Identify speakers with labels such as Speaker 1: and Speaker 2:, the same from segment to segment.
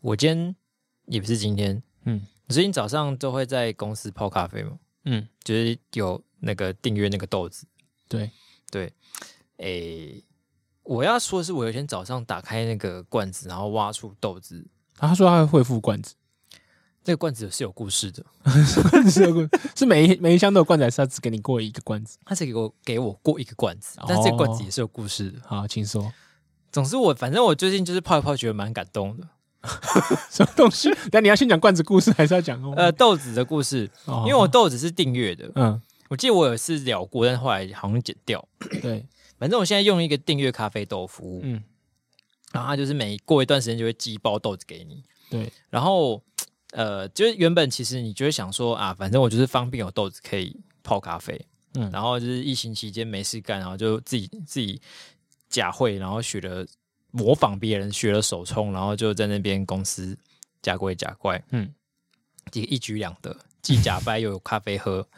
Speaker 1: 我今天也不是今天，
Speaker 2: 嗯
Speaker 1: 你最近早上都会在公司泡咖啡吗？
Speaker 2: 嗯，
Speaker 1: 就是有那个订阅那个豆子，
Speaker 2: 对，
Speaker 1: 对，诶、我要说的是，我有一天早上打开那个罐子，然后挖出豆子，
Speaker 2: 啊他说他会恢复罐子，
Speaker 1: 那个罐子是有故事的，
Speaker 2: 是有罐是每一每一箱都有罐子，还是他只给你过一个罐子？
Speaker 1: 他是给我给我过一个罐
Speaker 2: 哦
Speaker 1: 子，但这个罐子也是有故事的。
Speaker 2: 好，请说
Speaker 1: 总之我，反正我最近就是泡一泡，觉得蛮感动的。
Speaker 2: 什么东西？那你要先讲罐子故事，还是要讲哦？
Speaker 1: 呃，豆子的故事，
Speaker 2: 哦
Speaker 1: 因为我豆子是订阅的，
Speaker 2: 嗯，
Speaker 1: 我记得我有一次聊过，但后来好像剪掉。
Speaker 2: 对，
Speaker 1: 反正我现在用一个订阅咖啡豆服务，
Speaker 2: 嗯，
Speaker 1: 然后它就是每过一段时间就会寄一包豆子给你，
Speaker 2: 对，
Speaker 1: 然后呃，就是原本其实你就会想说啊，反正我就是方便有豆子可以泡咖啡，
Speaker 2: 嗯
Speaker 1: 然后就是疫情期间没事干，然后就自己自己假会，然后学了模仿别人学了手冲，然后就在那边公司假怪假怪，
Speaker 2: 嗯，
Speaker 1: 一一举两得，既假掰又有咖啡 喝。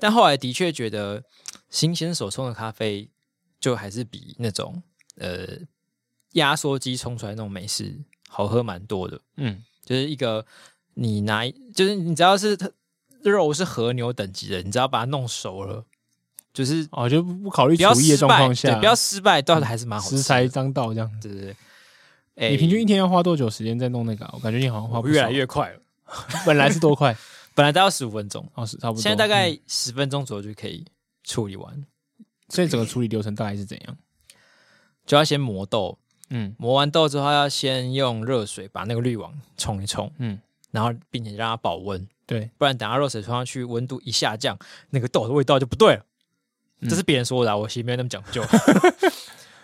Speaker 1: 但后来的确觉得新鲜手冲的咖啡就还是比那种呃压缩机冲出来那种美式好喝蛮多的。
Speaker 2: 嗯
Speaker 1: 就是一个你拿一，就是你只要是它肉是和牛等级的，你只要把它弄熟了，就是
Speaker 2: 哦，就不不考虑
Speaker 1: 不要
Speaker 2: 厨艺的
Speaker 1: 失
Speaker 2: 状
Speaker 1: 败，
Speaker 2: 况
Speaker 1: 对，
Speaker 2: 下，
Speaker 1: 不要失败，倒是还是蛮好吃的
Speaker 2: 食材当道这样。
Speaker 1: 对对对。哎
Speaker 2: 你平均一天要花多久时间在弄那个啊？我感觉你好像花
Speaker 1: 我
Speaker 2: 不
Speaker 1: 越
Speaker 2: 少
Speaker 1: 来越快了，
Speaker 2: 本来是多快，
Speaker 1: 本来都要十五分钟，
Speaker 2: 哦，是差不多。
Speaker 1: 现在大
Speaker 2: 嗯，
Speaker 1: 概十分钟左右就可以处理完，
Speaker 2: 所以整个处理流程大概是怎样？
Speaker 1: 就要先磨豆，
Speaker 2: 嗯
Speaker 1: 磨完豆之后要先用热水把那个滤网冲一冲，
Speaker 2: 嗯，
Speaker 1: 然后并且让它保温，
Speaker 2: 对，
Speaker 1: 不然等下热水冲上去，温度一下降，那个豆的味道就不对了。
Speaker 2: 嗯
Speaker 1: 这是别人说的、啊，我其实没有那么讲 究。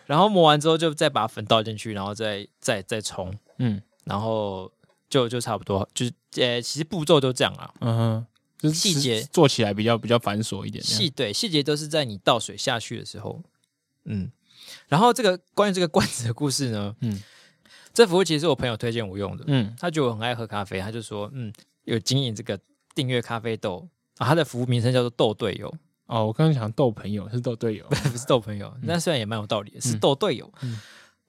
Speaker 1: 然后磨完之后，就再把粉倒进去，然后再再再冲，
Speaker 2: 嗯
Speaker 1: 然后就就差不多，就是呃，其实步骤都这样啊。
Speaker 2: 嗯哼，就是
Speaker 1: 细
Speaker 2: 实
Speaker 1: 节
Speaker 2: 做起来比较比较繁琐一点。这
Speaker 1: 细
Speaker 2: 样
Speaker 1: 对细节都是在你倒水下去的时候，嗯。然后这个关于这个罐子的故事呢，
Speaker 2: 嗯
Speaker 1: 这服务其实是我朋友推荐我用的，
Speaker 2: 嗯
Speaker 1: 他觉得我很爱喝咖啡，他就说，嗯，有经营这个订阅咖啡豆，啊，他的服务名称叫做豆队友，
Speaker 2: 哦，我刚刚想斗朋友是斗队友，
Speaker 1: 不是斗朋友，那虽然也蛮有道理的，是
Speaker 2: 嗯
Speaker 1: 斗队友。
Speaker 2: 嗯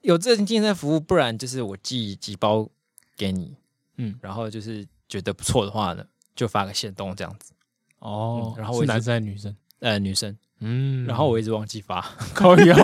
Speaker 1: 有这健身服务，不然就是我寄几包给你，
Speaker 2: 嗯
Speaker 1: 然后就是觉得不错的话呢，就发个现动这样子。
Speaker 2: 哦，
Speaker 1: 嗯然后我
Speaker 2: 是
Speaker 1: 一直
Speaker 2: 男生还是女生？
Speaker 1: 呃，女生，
Speaker 2: 嗯，
Speaker 1: 然后我一直忘记发，
Speaker 2: 靠腰，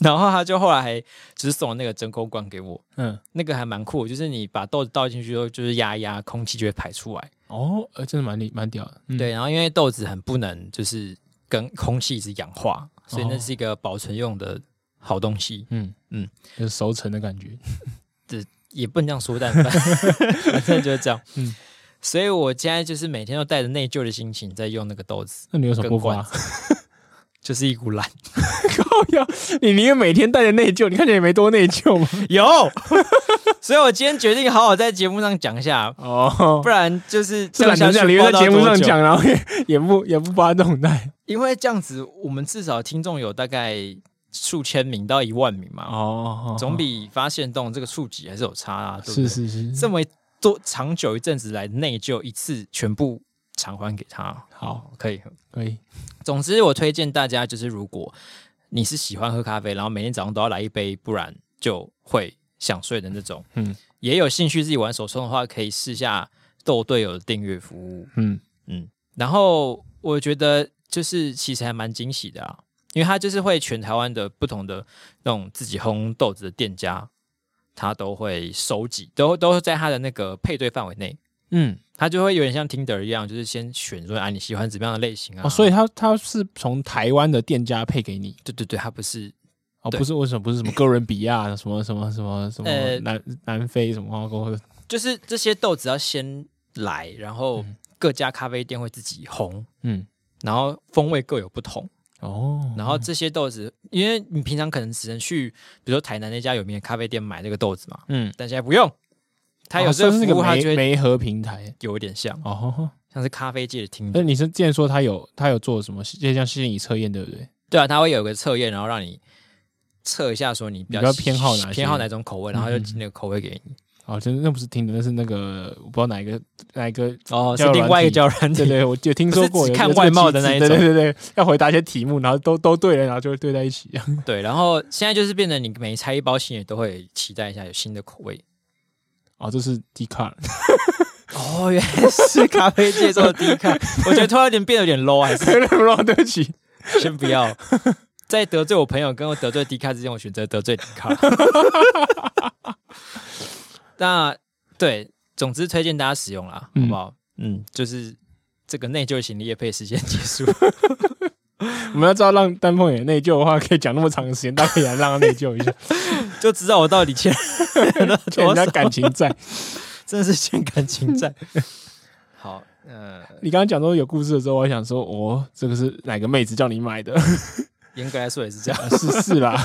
Speaker 1: 然后他就后来还只送了那个真空罐给我，
Speaker 2: 嗯，
Speaker 1: 那个还蛮酷，就是你把豆子倒进去之后，就是压一压，空气就会排出来。
Speaker 2: 哦，呃，真的蛮厉蛮屌的，嗯
Speaker 1: 对，，然后因为豆子很不能就是跟空气一直氧化，所以那
Speaker 2: 哦
Speaker 1: 是一个保存用的好东西。
Speaker 2: 嗯
Speaker 1: 嗯
Speaker 2: 嗯，就是熟成的感觉，
Speaker 1: 也不能这样说， 但反正就是这样。
Speaker 2: 嗯
Speaker 1: 所以我现在就是每天都带着内疚的心情在用那个豆子，
Speaker 2: 那你有什么
Speaker 1: 跟
Speaker 2: 不法
Speaker 1: 罐？就是一股 懒。
Speaker 2: 靠腰，你宁愿每天带着内疚，你看起来也没多内 疚嘛。
Speaker 1: 有，所以我今天决定好好在节目上讲一下，
Speaker 2: 哦
Speaker 1: 不，然就是
Speaker 2: 是懒
Speaker 1: 这样下
Speaker 2: 得讲，
Speaker 1: 去不
Speaker 2: 你会
Speaker 1: 知道
Speaker 2: 在节目上
Speaker 1: 多久，
Speaker 2: 讲，然后也 也不也不发动态。
Speaker 1: 因为这样子我们至少听众有大概数千名到一万名嘛，
Speaker 2: 哦
Speaker 1: 总比发现动这个触及还是有差啊，对不对？
Speaker 2: 是是是，
Speaker 1: 这么多长久一阵子来内疚一次，全部偿还给他。
Speaker 2: 好，
Speaker 1: 可以。嗯
Speaker 2: 可以，
Speaker 1: 总之，我推荐大家就是，如果你是喜欢喝咖啡，然后每天早上都要来一杯，不然就会想睡的那种，嗯
Speaker 2: 嗯，
Speaker 1: 也有兴趣自己玩手冲的话，可以试下斗队友的订阅服务，
Speaker 2: 嗯
Speaker 1: 嗯。然后我觉得就是其实还蛮惊喜的啊，因为它就是会全台湾的不同的那种自己烘豆子的店家，他都会收集，都都在他的那个配对范围内。
Speaker 2: 嗯，
Speaker 1: 他就会有点像 Tinder 一样，就是先选说啊你喜欢怎么样的类型啊，
Speaker 2: 哦，所以他他是从台湾的店家配给你，
Speaker 1: 对对对，它不是
Speaker 2: 哦，
Speaker 1: 对
Speaker 2: 不是为什么不是什么哥伦比亚什么什么什么什
Speaker 1: 呃
Speaker 2: 么南南非什么或者
Speaker 1: 就是这些豆子要先来，然后各家咖啡店会自己烘，
Speaker 2: 嗯
Speaker 1: 然后风味各有不同。
Speaker 2: 哦，
Speaker 1: 然后这些豆子，因为你平常可能只能去，比如说台南那家有名的咖啡店买这个豆子嘛，
Speaker 2: 嗯，
Speaker 1: 但现在不用，它有
Speaker 2: 哦
Speaker 1: 这
Speaker 2: 算是
Speaker 1: 服
Speaker 2: 那
Speaker 1: 务，
Speaker 2: 个
Speaker 1: 它就
Speaker 2: 媒
Speaker 1: 会
Speaker 2: 媒合平台
Speaker 1: 有一点像，
Speaker 2: 哦。
Speaker 1: 像是咖啡界的听
Speaker 2: 那。你是之前说他有他有做什么，就像心理测验对不对？
Speaker 1: 对啊，它会有个测验，然后让你测一下说你比较
Speaker 2: 你比较偏好哪些嗯
Speaker 1: 偏好哪种口味，然后就寄那个口味给你。
Speaker 2: 哦，真的那不是听的，那是那个我不知道哪一个哪 一个
Speaker 1: 哦，是
Speaker 2: 交友
Speaker 1: 另外一个交
Speaker 2: 软
Speaker 1: 友软
Speaker 2: 对
Speaker 1: 体，
Speaker 2: 对，我就听说过
Speaker 1: 不是只
Speaker 2: 有
Speaker 1: 看
Speaker 2: 有这
Speaker 1: 外
Speaker 2: 个
Speaker 1: 貌
Speaker 2: 机
Speaker 1: 的
Speaker 2: 制
Speaker 1: 那一
Speaker 2: 对
Speaker 1: 种
Speaker 2: 对对对，要回答一些题目，然后都都对了，然后就会对在一起。啊
Speaker 1: 对。然后现在就是变成你每拆一包新的都会期待一下有新的口味。
Speaker 2: 哦，这是 D 卡，
Speaker 1: 哦，原来是咖啡界中的低 卡，我觉得突然有点变得有点 low，还是
Speaker 2: 对不对？对不起，
Speaker 1: 先不要。在得罪我朋友跟我得罪迪卡之间，我选择得罪迪卡。 那对，总之推荐大家使用啦，好不好？嗯，就是这个内疚型的业配时间结束。
Speaker 2: 我们要知道让丹凤也内疚的话，可以讲那么长的时间，大家可以来让他内疚一下，
Speaker 1: 就知道我到底欠了
Speaker 2: 欠人
Speaker 1: 多
Speaker 2: 家
Speaker 1: 少，
Speaker 2: 感情债。
Speaker 1: 真的是欠感情 债。好，呃，
Speaker 2: 你刚刚讲说有故事的时候，我还想说，哦，这个是哪个妹子叫你买 的？
Speaker 1: 严格来说也是这样。
Speaker 2: 是是啦，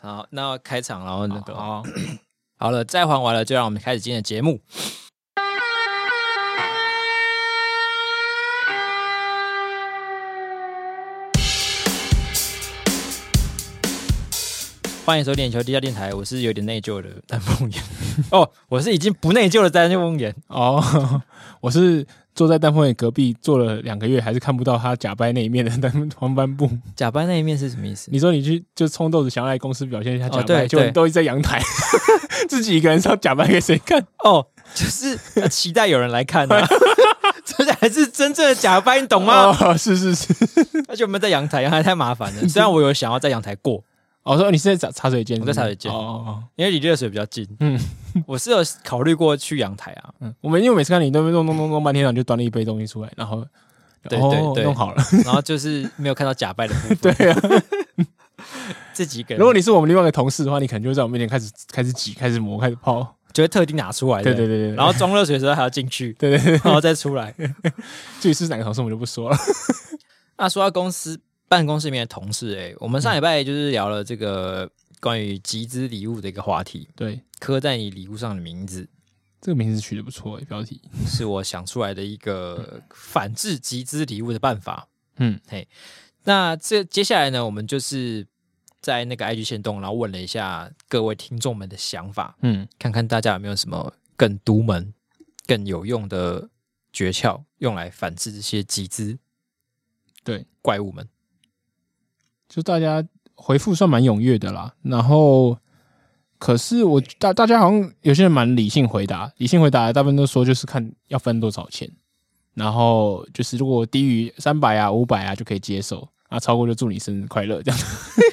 Speaker 1: 好，那开场，然后那个
Speaker 2: 哦，
Speaker 1: 好了，债还完了，就让我们开始今天的节目。欢迎收听眼球地下电台，我是有点内疚的丹凤眼。哦，我是已经不内疚的丹凤眼。
Speaker 2: 哦，我是坐在丹凤眼隔壁坐了两个月，还是看不到他假掰那一面的丹黄斑布。
Speaker 1: 假扮那一面是什么意思？
Speaker 2: 你说你去就冲豆子想要来公司表现一下假
Speaker 1: 哦对
Speaker 2: 扮，就
Speaker 1: 对
Speaker 2: 你都一直在阳台，自己一个人要假扮给谁看？
Speaker 1: 哦，就是要期待有人来看 啊。这才是真正的假扮，你懂吗？
Speaker 2: 哦，是是是。
Speaker 1: 而且我们在阳台，阳台太麻烦 了。虽然我有想要在阳台过，
Speaker 2: 我说你是在茶茶水间是不是，
Speaker 1: 我在茶水间
Speaker 2: 哦哦，哦
Speaker 1: 因为离热水比较近。嗯
Speaker 2: 嗯，
Speaker 1: 我是有考虑过去阳台啊，
Speaker 2: 嗯，我们因为每次看你都弄弄弄弄弄半天，然后就端了一杯东西出来，然后
Speaker 1: 对
Speaker 2: 哦
Speaker 1: 对对
Speaker 2: 弄好了。
Speaker 1: 然后就是没有看到假掰的部分。
Speaker 2: 对啊，
Speaker 1: 自己给，
Speaker 2: 如果你是我们另外一个同事的话，你可能就会在我面前开始开始挤、开始磨、开始泡。
Speaker 1: 就会特地拿出来的，
Speaker 2: 对对对对，
Speaker 1: 然后装热水的时候还要进去，
Speaker 2: 对对对，
Speaker 1: 然后再出来。
Speaker 2: 至于是哪个同事，我们就不说了。
Speaker 1: 那说到公司办公室里面的同事、欸，哎，我们上礼拜就是聊了这个关于集资礼物的一个话题，
Speaker 2: 对，
Speaker 1: 刻在你礼物上的名字，
Speaker 2: 这个名字取得不错、欸，标题。
Speaker 1: 是我想出来的一个反制集资礼物的办法。
Speaker 2: 嗯，
Speaker 1: 那这接下来呢，我们就是在那个 IG 线动，然后问了一下各位听众们的想法，
Speaker 2: 嗯，
Speaker 1: 看看大家有没有什么更独门、更有用的诀窍，用来反制这些集资
Speaker 2: 对，
Speaker 1: 怪物们。
Speaker 2: 就大家回复算蛮踊跃的啦。然后，可是我大大家好像有些人蛮理性回答，理性回答大部分都说就是看要分多少钱，然后就是如果低于三百啊、五百啊就可以接受，啊超过就祝你生日快乐这样。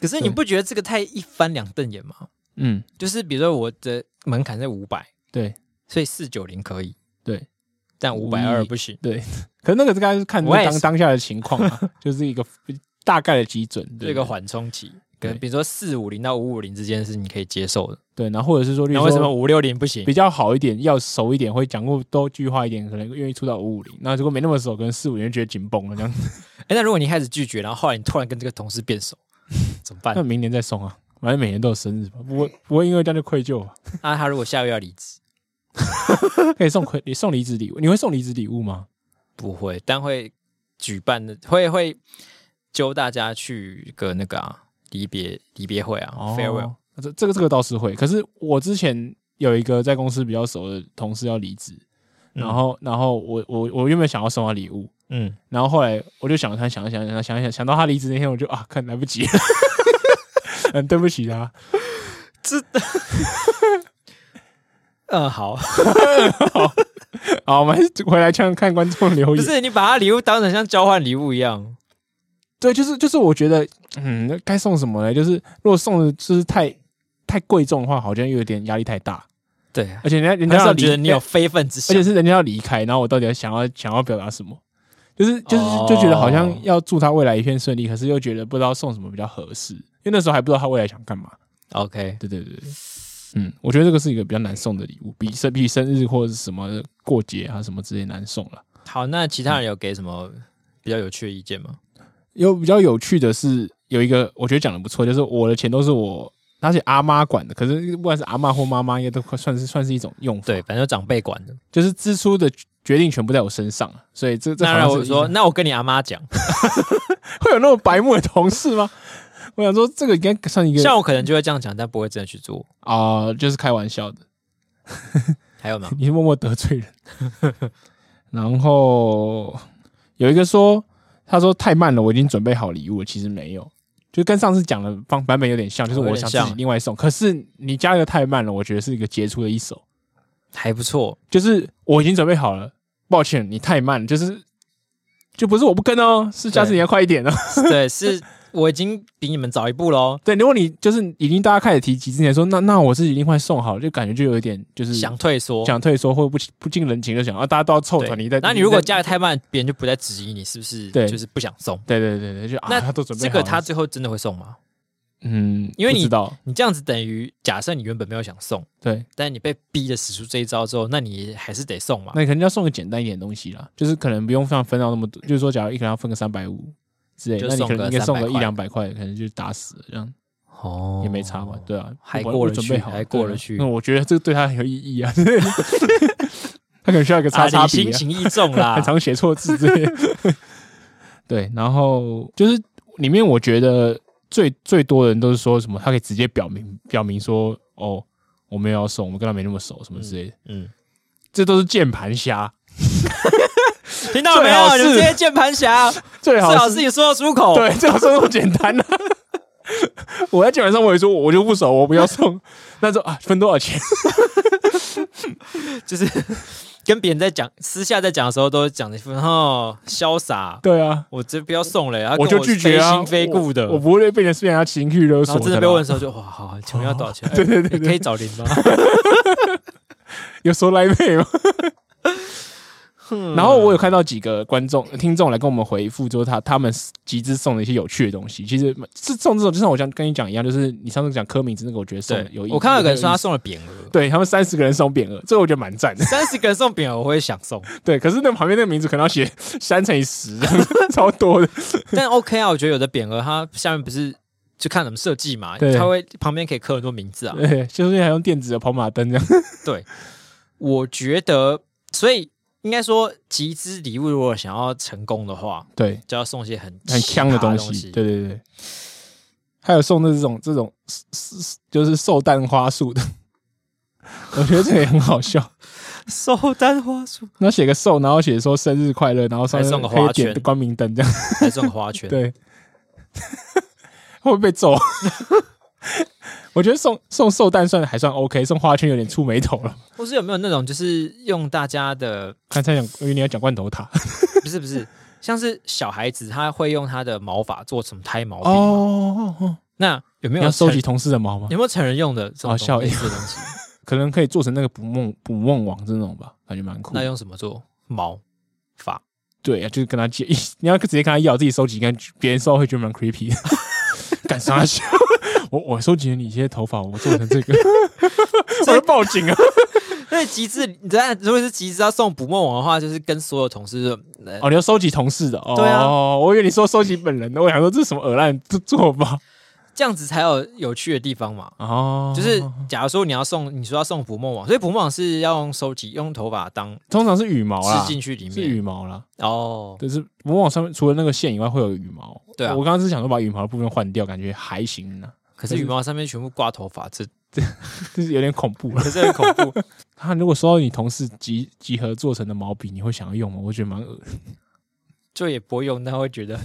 Speaker 1: 可是你
Speaker 2: 对
Speaker 1: 不觉得这个太一翻两瞪眼吗？
Speaker 2: 嗯，
Speaker 1: 就是比如说我的门槛在五百，
Speaker 2: 对
Speaker 1: 所以四九零可以，
Speaker 2: 对
Speaker 1: 但五百二不行。
Speaker 2: 对。可是那个大概是看
Speaker 1: 我也
Speaker 2: 当
Speaker 1: 是
Speaker 2: 当下的情况啊，就是一个大概的基准，对
Speaker 1: 这个缓冲期，可能
Speaker 2: 对
Speaker 1: 比如说四五零到五五零之间是你可以接受的。
Speaker 2: 对，然后或者是说，例
Speaker 1: 那
Speaker 2: 如
Speaker 1: 为什
Speaker 2: 说
Speaker 1: 么五六零不行
Speaker 2: 比？较好一点，要熟一点，会讲过多句话一点，可能愿意出到五五零。那如果没那么熟，可能四五零就觉得紧绷了这样。
Speaker 1: 哎，那如果你一开始拒绝，然后后来你突然跟这个同事变 熟，怎么办
Speaker 2: 那？明年再送啊，反正每年都有生日嘛，不会不会因为这样就愧疚吧？
Speaker 1: 那他如果下个月要离职，
Speaker 2: 可以送亏，你送离职礼物，你会送离职礼物吗？
Speaker 1: 不会，但会举办的，会会揪大家去一个那个啊离别离别会啊、f
Speaker 2: 哦
Speaker 1: a r e w e l l
Speaker 2: 这这个这个倒是会。可是我之前有一个在公司比较熟的同事要离职，然后然后我我我原本想要送他礼物，
Speaker 1: 嗯，
Speaker 2: 然后后来我就想他想想想想想想到他离职那天，我就啊，看来不及了， 嗯，对不起他。
Speaker 1: 嗯，好，
Speaker 2: 好，我们还是回来看看观众留
Speaker 1: 不
Speaker 2: 言。
Speaker 1: 是你把他礼物当成像交换礼物一样，
Speaker 2: 对，就是就是，我觉得，嗯，该送什么呢？就是如果送的就是太太贵重的话，好像又有点压力太大，
Speaker 1: 对啊，
Speaker 2: 而且人家人
Speaker 1: 他
Speaker 2: 家要
Speaker 1: 让
Speaker 2: 离
Speaker 1: 觉得你有，非分之
Speaker 2: 而
Speaker 1: 想
Speaker 2: 且，是人家要离开，然后我到底要想要想要表达什么？就是就是
Speaker 1: 哦
Speaker 2: 就觉得好像要祝他未来一片顺利，可是又觉得不知道送什么比较合适，因为那时候还不知道他未来想干嘛。
Speaker 1: OK，
Speaker 2: 对对对对，嗯，我觉得这个是一个比较难送的礼物，比生比生日或者是什么过节啊什么之类难送了。
Speaker 1: 好，那其他人有给什么比较有趣的意见吗？
Speaker 2: 有比较有趣的是，有一个我觉得讲的不错，就是我的钱都是我，而且阿妈管的。可是不管是阿妈或妈妈，应该都算是算是一种用法，
Speaker 1: 对，反正有长辈管的。
Speaker 2: 就是支出的决定权不在我身上，所以这这
Speaker 1: 那
Speaker 2: 好像
Speaker 1: 然
Speaker 2: 是
Speaker 1: 我说，那我跟你阿妈讲，
Speaker 2: 会有那种白目的同事吗？ 我想说，这个应该算一个
Speaker 1: 像我可能就会这样讲，但不会真的去做。
Speaker 2: 啊、就是开玩笑的，
Speaker 1: 还 有吗？
Speaker 2: 你是默默得罪人。 然后有一个说，他说太慢了，我已经准备好礼物了，其实没有。就跟上次讲的方版本有点像，就是
Speaker 1: 有
Speaker 2: 我
Speaker 1: 点
Speaker 2: 想自己
Speaker 1: 像
Speaker 2: 另外送，可是你加的太慢了，我觉得是一个杰出的一手。
Speaker 1: 还不错，
Speaker 2: 就是我已经准备好了，抱歉，你太慢，就是就不是我不跟哦，是下次
Speaker 1: 对
Speaker 2: 你要快一点哦。
Speaker 1: 对，是我已经比你们早一步喽，
Speaker 2: 对，如果你就是已经大家开始提及之前说，那那我自己另外送好了，就感觉就有一点就是
Speaker 1: 想退缩。
Speaker 2: 嗯想退缩或不不近人情，就想啊，大家都要凑团，
Speaker 1: 对
Speaker 2: 你在
Speaker 1: 那你如果
Speaker 2: 在
Speaker 1: 加的太慢，别人就不再质疑你是不是
Speaker 2: 对
Speaker 1: 就是不想送。
Speaker 2: 对对对对，就啊，
Speaker 1: 那
Speaker 2: 他都准备
Speaker 1: 这
Speaker 2: 好了
Speaker 1: 个他最后真的会送吗？
Speaker 2: 嗯，
Speaker 1: 因为
Speaker 2: 不
Speaker 1: 你
Speaker 2: 知道
Speaker 1: 你这样子等于假设你原本没有想送，
Speaker 2: 对，
Speaker 1: 但你被逼的使出这一招之后，那你还是得送嘛。
Speaker 2: 那你可能要送个简单一点的东西啦，就是可能不用分分到那么多，就是说，假如一个人要分个三百五之类，
Speaker 1: 就
Speaker 2: 那你可
Speaker 1: 送
Speaker 2: 能
Speaker 1: 个
Speaker 2: 应该送个
Speaker 1: 300
Speaker 2: 一两百块，可能就打死了这样。
Speaker 1: 哦
Speaker 2: 也没差嘛，对啊，
Speaker 1: 还
Speaker 2: 我
Speaker 1: 过
Speaker 2: 我
Speaker 1: 得
Speaker 2: 准
Speaker 1: 去
Speaker 2: 备好，
Speaker 1: 还过
Speaker 2: 对啊
Speaker 1: 得去
Speaker 2: 那我觉得这个对他很有意义啊， 他可能需 要一个
Speaker 1: 啊，
Speaker 2: 叉叉
Speaker 1: 你
Speaker 2: 笔
Speaker 1: 心
Speaker 2: 啊，
Speaker 1: 情意重啦
Speaker 2: 很。常写错字之类的。 对，然后就是里面我觉得最最多人都是说什么，他可以直接表明表明说，哦，我没有要送，我们跟他没那么熟，什么之类的，
Speaker 1: 嗯，
Speaker 2: 这都是键盘侠，
Speaker 1: 听到没有？
Speaker 2: 最好
Speaker 1: 你
Speaker 2: 是
Speaker 1: 们这些键盘侠，
Speaker 2: 最
Speaker 1: 最
Speaker 2: 好
Speaker 1: 好
Speaker 2: 是哦
Speaker 1: 自己说得出口。
Speaker 2: 对，最好是那么简单 啊。我在键盘上我也说，我就不熟，我不要送。那时候啊，分多少钱？
Speaker 1: 就是跟别人在讲私下在讲的时候，都讲一副哦潇洒，
Speaker 2: 对啊，
Speaker 1: 我这不要送了，然后
Speaker 2: 我
Speaker 1: 跟
Speaker 2: 就拒绝啊，
Speaker 1: 非心非故的。
Speaker 2: 我我不会被人被人家情绪勒
Speaker 1: 然
Speaker 2: 索
Speaker 1: 后
Speaker 2: 的啦。
Speaker 1: 真的被问的时候就哇，好，请问要多少 钱？对对对，你可以找零吗？
Speaker 2: 有时候来配 吗？然后我有看到几个观众、听众来跟我们回复，就是他他们集资送的一些有趣的东西。其实是送这种，就像我像跟你讲一样，就是你上次讲柯敏之那个，我觉得送的
Speaker 1: 对
Speaker 2: 有意，义。
Speaker 1: 我看到有个人说他
Speaker 2: 有意思，
Speaker 1: 送了匾额，
Speaker 2: 对他们三十个人送匾额，这个我觉得蛮赞的。
Speaker 1: 三十个人送匾额，我会想 送，
Speaker 2: 对，可是那旁边那个名字可能要写 三乘以 十，这样子超多的。
Speaker 1: 但 OK 啊，我觉得有的匾额它下面不是就看怎么设计嘛，
Speaker 2: 对
Speaker 1: 它会旁边可以刻很多名字啊。
Speaker 2: 对，就是还用电子的跑马灯这样。
Speaker 1: 我觉得，所以应该说集资礼物如果想要成功的话，
Speaker 2: 对，
Speaker 1: 就要送一些很
Speaker 2: 很强的
Speaker 1: 奇葩
Speaker 2: 东
Speaker 1: 的
Speaker 2: 西，
Speaker 1: 西。
Speaker 2: 对对对。还有送的这种这种就是寿诞花束的，我觉得这个也很好笑。
Speaker 1: 手单花 束，
Speaker 2: 然后写个寿，然后写说生日快乐，然后上面
Speaker 1: 还送个
Speaker 2: 可以
Speaker 1: 花
Speaker 2: 点
Speaker 1: 圈
Speaker 2: 光明灯这样，
Speaker 1: 还送花圈，
Speaker 2: 对。会不会被揍？ 我觉得送送寿诞算还算 OK，送花圈有点触眉头了。
Speaker 1: 或是有没有那种就是用大家的
Speaker 2: 刚才讲，因为你要讲罐头塔
Speaker 1: 不是不是，像是小孩子他会用他的毛发做什么胎毛
Speaker 2: 哦
Speaker 1: 笔嘛？
Speaker 2: 哦，哦
Speaker 1: 那有没
Speaker 2: 你
Speaker 1: 有
Speaker 2: 要收
Speaker 1: 成
Speaker 2: 集同事的毛吗？
Speaker 1: 有没有成人用的这
Speaker 2: 哦
Speaker 1: 种
Speaker 2: 效
Speaker 1: 东
Speaker 2: 应
Speaker 1: 类似的东西？
Speaker 2: 可能可以做成那个捕梦捕梦网这种吧，感觉蛮酷的。
Speaker 1: 那用什么做毛发？
Speaker 2: 对啊，就是跟他借， 你要直接跟他要，自己收集跟别人收会觉得蛮 creepy 的。干啥笑？我我收集了你一些头发，我做成这个， 我会报警 啊！
Speaker 1: 所以极致，你知道，如果是极致要送捕梦网的话，就是跟所有同事说，呃
Speaker 2: 哦，你要收集同事的哦。
Speaker 1: 对啊
Speaker 2: 我以为你说收集本人的，我想说这是什么恶烂做做法
Speaker 1: 这样子才有有趣的地方嘛。
Speaker 2: 哦。
Speaker 1: 就是假如说你要送，你说要送捕梦网，所以捕梦网是要用收集用头发当
Speaker 2: 通常是羽毛啦
Speaker 1: 吃，进去里
Speaker 2: 是
Speaker 1: 面
Speaker 2: 羽毛啦，
Speaker 1: 哦，
Speaker 2: 就是我往上面除了那个线以外会有羽毛。
Speaker 1: 对啊
Speaker 2: 我刚刚是想说把羽毛的部分换掉，感觉还行呢、
Speaker 1: 可是羽毛上面全部挂头发，这
Speaker 2: 就是有点恐怖了。
Speaker 1: 可是很恐怖。
Speaker 2: 他如果收到你同事集集合做成的毛笔，你会想要用吗？我觉得蛮恶
Speaker 1: 就也不会用，但会觉得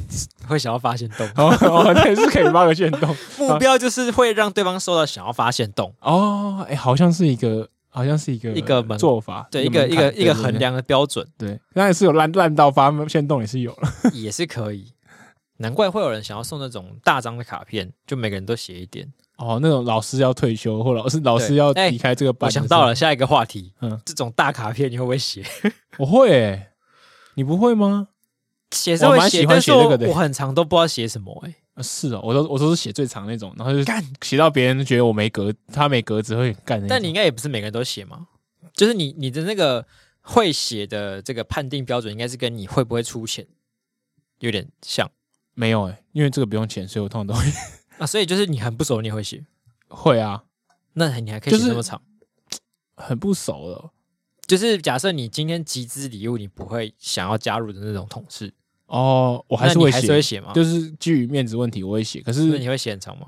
Speaker 1: 会想要发现 洞。
Speaker 2: 哦哦，那也是可以发个炫动
Speaker 1: 目标就是会让对方受到想要发现洞，
Speaker 2: 哦。哎、好像是一个，好像是一个
Speaker 1: 一个门
Speaker 2: 做法，
Speaker 1: 对一个一个
Speaker 2: 门槛
Speaker 1: 一个衡。
Speaker 2: 对对
Speaker 1: 量的标准
Speaker 2: 对，对那也是有烂烂到发炫动也是有了。
Speaker 1: 也是可以。难怪会有人想要送那种大张的卡片，就每个人都写一点。
Speaker 2: 哦，那种老师要退休或老师老师要离开这个
Speaker 1: 哎
Speaker 2: 班、
Speaker 1: 我想到了，下一个话题，
Speaker 2: 嗯
Speaker 1: 这种大卡片你会不会写？
Speaker 2: 我会、欸，你不会吗？
Speaker 1: 写是
Speaker 2: 我
Speaker 1: 会
Speaker 2: 蛮喜
Speaker 1: 写，
Speaker 2: 欢
Speaker 1: 但
Speaker 2: 写
Speaker 1: 是
Speaker 2: 这
Speaker 1: 我
Speaker 2: 个的
Speaker 1: 我很常都不知道写什么哎、
Speaker 2: 啊是哦，我都我都是写最长那种，然后就写到别人觉得我没格，他没格子会干那种。
Speaker 1: 但你应该也不是每个人都写嘛，就是你你的那个会写的这个判定标准，应该是跟你会不会出钱有点像
Speaker 2: 没有哎、因为这个不用钱，所以我通常都会
Speaker 1: 啊。所以就是你很不熟，你也会写，
Speaker 2: 会啊，
Speaker 1: 那你还可以
Speaker 2: 就
Speaker 1: 写
Speaker 2: 是
Speaker 1: 那么长。
Speaker 2: 很不熟了。
Speaker 1: 就是假设你今天集资礼物，你不会想要加入的那种同事，
Speaker 2: 哦，
Speaker 1: 我
Speaker 2: 我还是
Speaker 1: 你
Speaker 2: 会
Speaker 1: 还
Speaker 2: 写，
Speaker 1: 是会写吗？
Speaker 2: 就是基于面子问题，我会写，可
Speaker 1: 就是
Speaker 2: 是
Speaker 1: 你会写很长吗？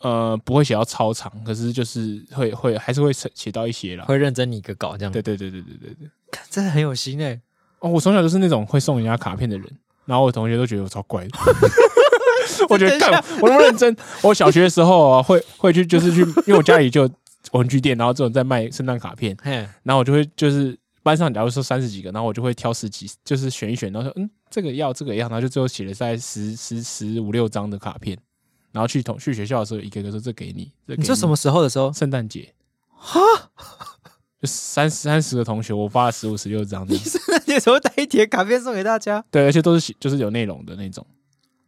Speaker 2: 呃不会写到超长，可是就是会会还是会写写到一些啦。
Speaker 1: 会认真拟个稿这样？
Speaker 2: 对，对对对对对对。
Speaker 1: 看真的很有心哎、
Speaker 2: 哦，我从小就是那种会送人家卡片的人，然后我同学都觉得我超怪的。我觉得
Speaker 1: 等
Speaker 2: 干
Speaker 1: 一下，
Speaker 2: 我那么认真。我小学的时候啊，会会去，就是去，因为我家里就有文具店，然后这种在卖圣诞卡片，
Speaker 1: 嘿，
Speaker 2: 然后我就会就是班上假如说三十几个，然后我就会挑十几，就是选一选，然后说嗯这个要这个要，然后就最后写了大概十十十五六张的卡片，然后去同去学校的时候，一个一个说这给你，这给
Speaker 1: 你说什么时候的时候？
Speaker 2: 圣诞节哈，就三三十个同学，我发了十五十六张这
Speaker 1: 你
Speaker 2: 样，
Speaker 1: 圣诞节时候带一叠卡片送给大家？
Speaker 2: 对，而且都是写就是有内容的那种，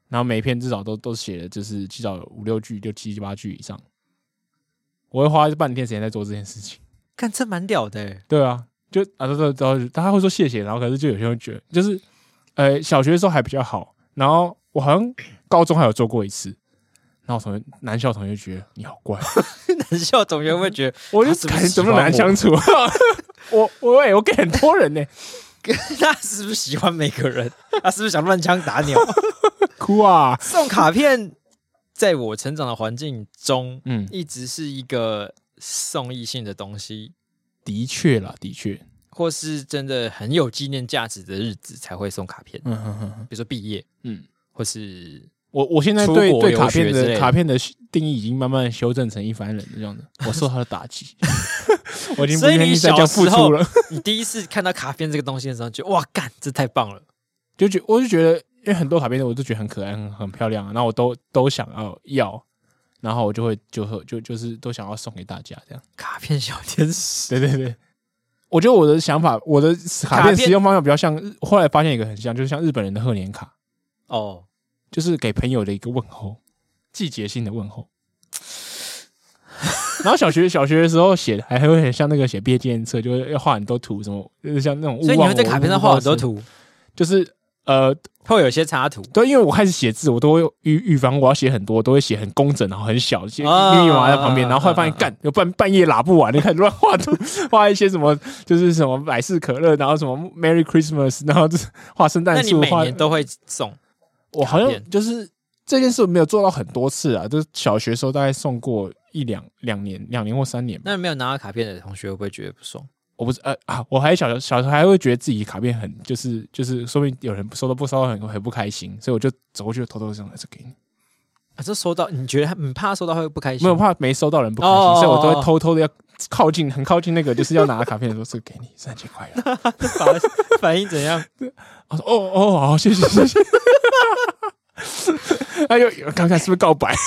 Speaker 2: 然后每一篇至少都都写了，就是至少有五六句、六七八句以上。我会花半天时间在做这件事情。
Speaker 1: 看这蛮屌的 欸，
Speaker 2: 对啊，就啊，对对对，大家会说谢谢，然后可是就有些人会觉得，就是呃，小学的时候还比较好，然后我好像高中还有做过一次，然后我同学男校同学觉得你好 怪，
Speaker 1: 男校同学会不会觉得
Speaker 2: 我就
Speaker 1: 他是不是
Speaker 2: 感觉
Speaker 1: 喜
Speaker 2: 怎
Speaker 1: 欢
Speaker 2: 么难相处， 我我哎喂，我给很多人呢、
Speaker 1: 他是不是喜欢每个人？他是不是想乱枪打鸟？
Speaker 2: 哭啊，
Speaker 1: 送卡片，在我成长的环境中，
Speaker 2: 嗯，
Speaker 1: 一直是一个送异性的东西，
Speaker 2: 的确啦，的确，
Speaker 1: 或是真的很有纪念价值的日子才会送卡片，比
Speaker 2: 嗯哼哼哼，
Speaker 1: 如说毕业，
Speaker 2: 嗯，
Speaker 1: 或是
Speaker 2: 我我现在
Speaker 1: 出
Speaker 2: 对
Speaker 1: 国
Speaker 2: 对
Speaker 1: 留
Speaker 2: 卡
Speaker 1: 学
Speaker 2: 片
Speaker 1: 之类
Speaker 2: 的
Speaker 1: 的
Speaker 2: 卡片的定义已经慢慢修正成一般人的 样子，我受他的打击， 我已经不
Speaker 1: 所以
Speaker 2: 愿意
Speaker 1: 你
Speaker 2: 再
Speaker 1: 小
Speaker 2: 叫付
Speaker 1: 时候
Speaker 2: 出了。
Speaker 1: 你第一次看到卡片这个东西的时候，就哇干，这太棒了！
Speaker 2: 就觉我就觉得，因为很多卡片我都觉得很可爱、很很漂亮、啊，然后我都都想要要，然后我就会就会就就是都想要送给大家这样。
Speaker 1: 卡片小天使，
Speaker 2: 对对对，我觉得我的想法，我的卡
Speaker 1: 卡
Speaker 2: 片
Speaker 1: 片
Speaker 2: 使用方法比较像日，后来发现一个很像，就是像日本人的贺年卡，
Speaker 1: 哦，
Speaker 2: 就是给朋友的一个问候，季节性的问候。然后小学小学的时候写的还会很像那个写毕业纪念册，就是要画很多图，什么就是像那种。
Speaker 1: 所以你会在卡片上画很多，图，
Speaker 2: 就是呃
Speaker 1: 会有一些插图，
Speaker 2: 对，因为我开始写字，我都会预预防我要写很多，都会写很工整，然后很小，写密
Speaker 1: 啊
Speaker 2: 密麻麻在旁边，
Speaker 1: 啊
Speaker 2: 然后后来发现
Speaker 1: 啊啊
Speaker 2: 干，就半半夜拉不完，就开始乱画图，画一些什么就是什么百事可乐，然后什么 Merry Christmas，然后就是画圣
Speaker 1: 那
Speaker 2: 诞
Speaker 1: 你
Speaker 2: 树，
Speaker 1: 每
Speaker 2: 画
Speaker 1: 年都会送，
Speaker 2: 我好
Speaker 1: 卡片
Speaker 2: 像就是这件事没有做到很多次啊，就是小学时候大概送过一两两年、两年或三年吧。
Speaker 1: 那没有拿到卡片的同学会不会觉得不爽？
Speaker 2: 我不是呃啊，我还小时候小时候还会觉得自己卡片很就是就是，说不定有人收到不收到很很不开心，所以我就走过去偷偷送这给你。
Speaker 1: 啊，这收到你觉得他很怕收到会不开心？
Speaker 2: 没有怕没收到人不开心，
Speaker 1: 哦哦哦哦
Speaker 2: 所以我都会偷偷的要靠近，很靠近那个，就是要拿卡片 的时候，这个给你，圣诞节快乐。
Speaker 1: 反 反应怎样？
Speaker 2: 我说 哦哦好，谢谢谢谢。 哎呦，看看是不是告白？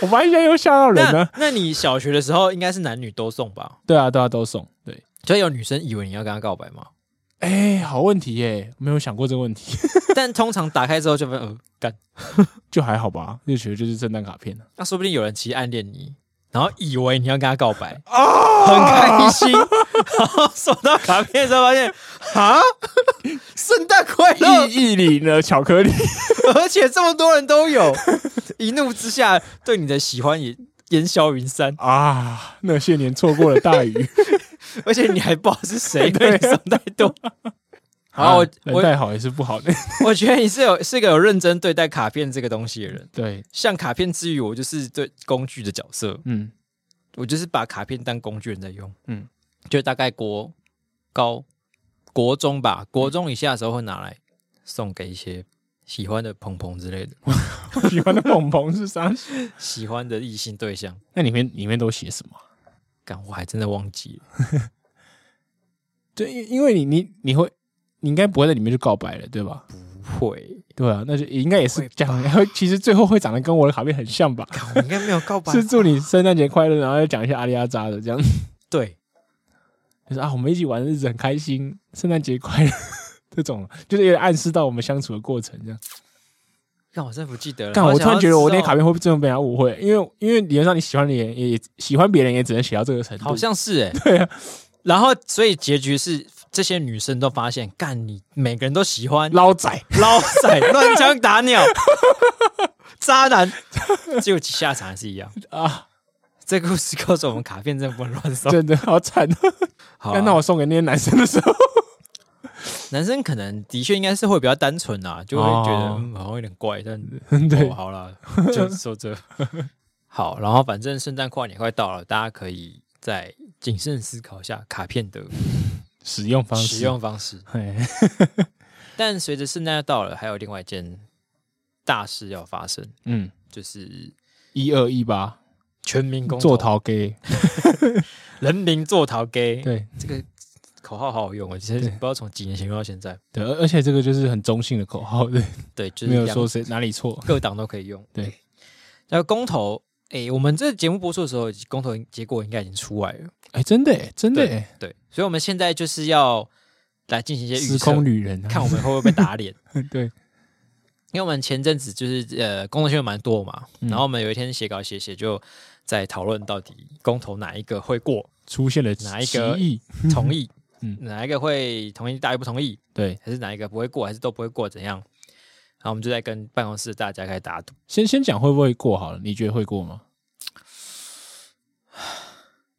Speaker 2: 我发现又吓到人了啊
Speaker 1: 那。那你小学的时候应该是男女都送吧？
Speaker 2: 对啊，对啊，都送。对，
Speaker 1: 所以有女生以为你要跟她告白 吗？
Speaker 2: 哎，好问题耶，没有想过这个问题，
Speaker 1: 但通常打开之后就会呃干，
Speaker 2: 就还好吧，就觉得就是圣诞卡片啊 了。
Speaker 1: 那说不定有人其实暗恋你，然后以为你要跟他告 白，很开心，然后收到卡片之后发现 啊，圣诞快乐，
Speaker 2: 意义里呢，巧克 力
Speaker 1: 而且这么多人都有，一怒之下对你的喜欢也烟消云散，
Speaker 2: 啊，那些年错过了 大雨，啊
Speaker 1: 而且你还不知道是谁对你 送太多。好，我
Speaker 2: 人
Speaker 1: 我
Speaker 2: 太好也是不好的。
Speaker 1: 我觉得你是有是个有认真对待卡片这个东西的人。
Speaker 2: 对，
Speaker 1: 像卡片之余，我就是对工具的角色，
Speaker 2: 嗯，
Speaker 1: 我就是把卡片当工具人在用。
Speaker 2: 嗯
Speaker 1: 嗯，就大概国高、国中吧，国中以下的时候会拿来送给一些喜欢的鹏鹏之类的、
Speaker 2: 喜欢的鹏鹏是啥？
Speaker 1: 喜欢的异性对象。
Speaker 2: 那里面里面都写什么？啊
Speaker 1: 干，我还真的忘记了。
Speaker 2: 对，因因为你你你会，你应该不会在里面就告白了，对吧？
Speaker 1: 会，
Speaker 2: 对啊，那就应该也是
Speaker 1: 会
Speaker 2: 这样。然后其实最后会长得跟我的卡片很像吧？
Speaker 1: 干我应该没有告白。
Speaker 2: 是祝你圣诞节快乐，然后又讲一下阿里阿扎的这样，
Speaker 1: 对，
Speaker 2: 就是啊，我们一起玩的日子很开心，圣诞节快乐。这种就是有点暗示到我们相处的过程，这样。
Speaker 1: 但我真的不记得了。
Speaker 2: 但
Speaker 1: 好
Speaker 2: 我
Speaker 1: 想
Speaker 2: 突然
Speaker 1: 要
Speaker 2: 觉得我那
Speaker 1: 知
Speaker 2: 些
Speaker 1: 道
Speaker 2: 卡片会不会真的被人家误会？因为因为理论上你喜欢的人也也喜欢别人也只能写到这个程度，
Speaker 1: 好像是哎、对啊。然后，所以结局是这些女生都发现，干你每个人都喜欢，
Speaker 2: 捞仔。
Speaker 1: 捞仔、乱枪打鸟、渣男，只有几下场还是一样
Speaker 2: 啊
Speaker 1: 啊。这故事告诉我们，卡片真的不能乱送。
Speaker 2: 真的好惨。
Speaker 1: 好啊、
Speaker 2: 那我送给那些男生的时 候，
Speaker 1: 男生可能的确应该是会比较单纯啊，就会觉得、
Speaker 2: 哦
Speaker 1: 嗯、好像有点怪，但
Speaker 2: 对
Speaker 1: 哦、好了，就说这 好。然后反正圣诞跨年快到了，大家可以再谨慎思考一下卡片的
Speaker 2: 使用方式，
Speaker 1: 使用方式。
Speaker 2: 嘿
Speaker 1: 但随着圣诞要到了，还有另外一件大事要发生，
Speaker 2: 嗯，
Speaker 1: 就是
Speaker 2: 一二一八
Speaker 1: 全民公
Speaker 2: 做
Speaker 1: 投、
Speaker 2: 逃给，
Speaker 1: 人民做逃 gay，
Speaker 2: 对
Speaker 1: 这个口号好好用哦，其实不
Speaker 2: 对
Speaker 1: 知道从几年前用到现在，
Speaker 2: 对，而而且这个就是很中性的口号，对，
Speaker 1: 对，就是
Speaker 2: 没有
Speaker 1: 两
Speaker 2: 说谁哪里错，
Speaker 1: 各党都可以用。
Speaker 2: 对，
Speaker 1: 然后公投，诶，我们这节目播出的时候，公投结果应该已经出来了，
Speaker 2: 哎，真的耶，真的耶，
Speaker 1: 对，所以我们现在就是要来进行一些预
Speaker 2: 时
Speaker 1: 测
Speaker 2: 空，旅人啊，
Speaker 1: 看我们会不会被打脸。
Speaker 2: 对，
Speaker 1: 因为我们前阵子就是呃，公投新闻蛮多嘛，
Speaker 2: 嗯
Speaker 1: 然后我们有一天写稿写写就在讨论到底公投哪一个会 过，
Speaker 2: 出现了
Speaker 1: 哪一个
Speaker 2: 歧义，
Speaker 1: 同意，
Speaker 2: 嗯
Speaker 1: 哪一个会同意大于不同意，
Speaker 2: 对，
Speaker 1: 还是哪一个不会过，还是都不会过，怎样？然后我们就在跟办公室的大家开始打赌，
Speaker 2: 先先讲会不会过好了，你觉得会过吗？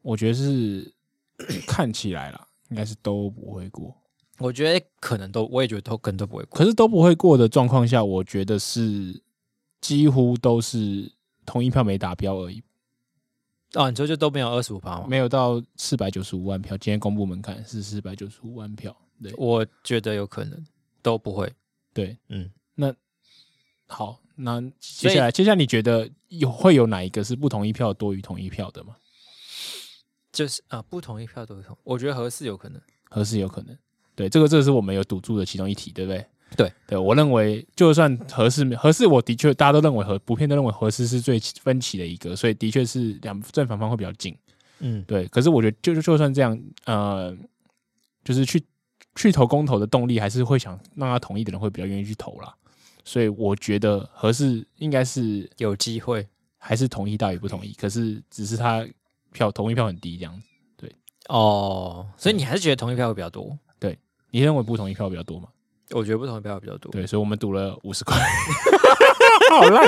Speaker 2: 我觉得是看起来啦，应该是都不会过。
Speaker 1: 我觉得可能都，我也觉得都可能都不会过。
Speaker 2: 可是都不会过的状况下，我觉得是几乎都是同一票没达标而已，
Speaker 1: 哦，你说就都没有二十五趴吗？
Speaker 2: 没有到四百九十五万票。今天公布门槛是四百九十五万票，对
Speaker 1: 我觉得有可能都不会。
Speaker 2: 对，
Speaker 1: 嗯，
Speaker 2: 好。那接
Speaker 1: 所以
Speaker 2: 下来，接下来你觉得有会有哪一个是不同意票多于同意票的吗？
Speaker 1: 就是啊、不同意票都不同，我觉得合适有可能。
Speaker 2: 合适有可能。对，这个这个是我们有赌注的其中一题，对不对？
Speaker 1: 对，
Speaker 2: 对我认为就算合适合适，我的确大家都认为合普遍都认为合适是最分歧的一个，所以的确是两正反方会比较近。
Speaker 1: 嗯，
Speaker 2: 对，可是我觉得就就就算这样，呃，就是去去投公投的动力还是会想让他同意的人会比较愿意去投啦。所以我觉得合适应该是
Speaker 1: 有机会
Speaker 2: 还是同意大于不同意，可是只是他票同意票很低这样子。
Speaker 1: 哦。所以你还是觉得同意票会比较多？
Speaker 2: 你认为不同意票比较多吗？
Speaker 1: 我觉得不同意票会比较多。
Speaker 2: 对，所以我们赌了五十块， 好烂，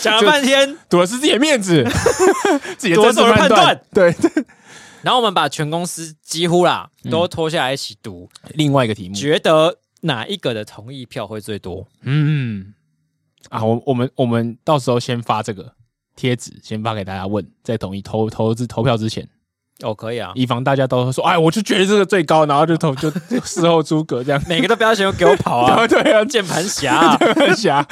Speaker 1: 讲了半天，
Speaker 2: 赌的是自己的面 子，自己的
Speaker 1: 赌的
Speaker 2: 政
Speaker 1: 是我的
Speaker 2: 治
Speaker 1: 判
Speaker 2: 判断。对，
Speaker 1: 然后我们把全公司几乎啦
Speaker 2: 嗯
Speaker 1: 都拖下来一起读，
Speaker 2: 另外一个题目，
Speaker 1: 觉得哪一个的同意票会最多？
Speaker 2: 嗯，啊，我我们我们到时候先发这个贴纸，先发给大家问，在同意投投之投票之前，
Speaker 1: 哦，可以啊，
Speaker 2: 以防大家都说，哎，我就觉得这个最高，然后就投就事后诸葛这样。
Speaker 1: 每个都不要选，给我跑啊！
Speaker 2: 啊，对啊，
Speaker 1: 键盘侠啊、
Speaker 2: 侠，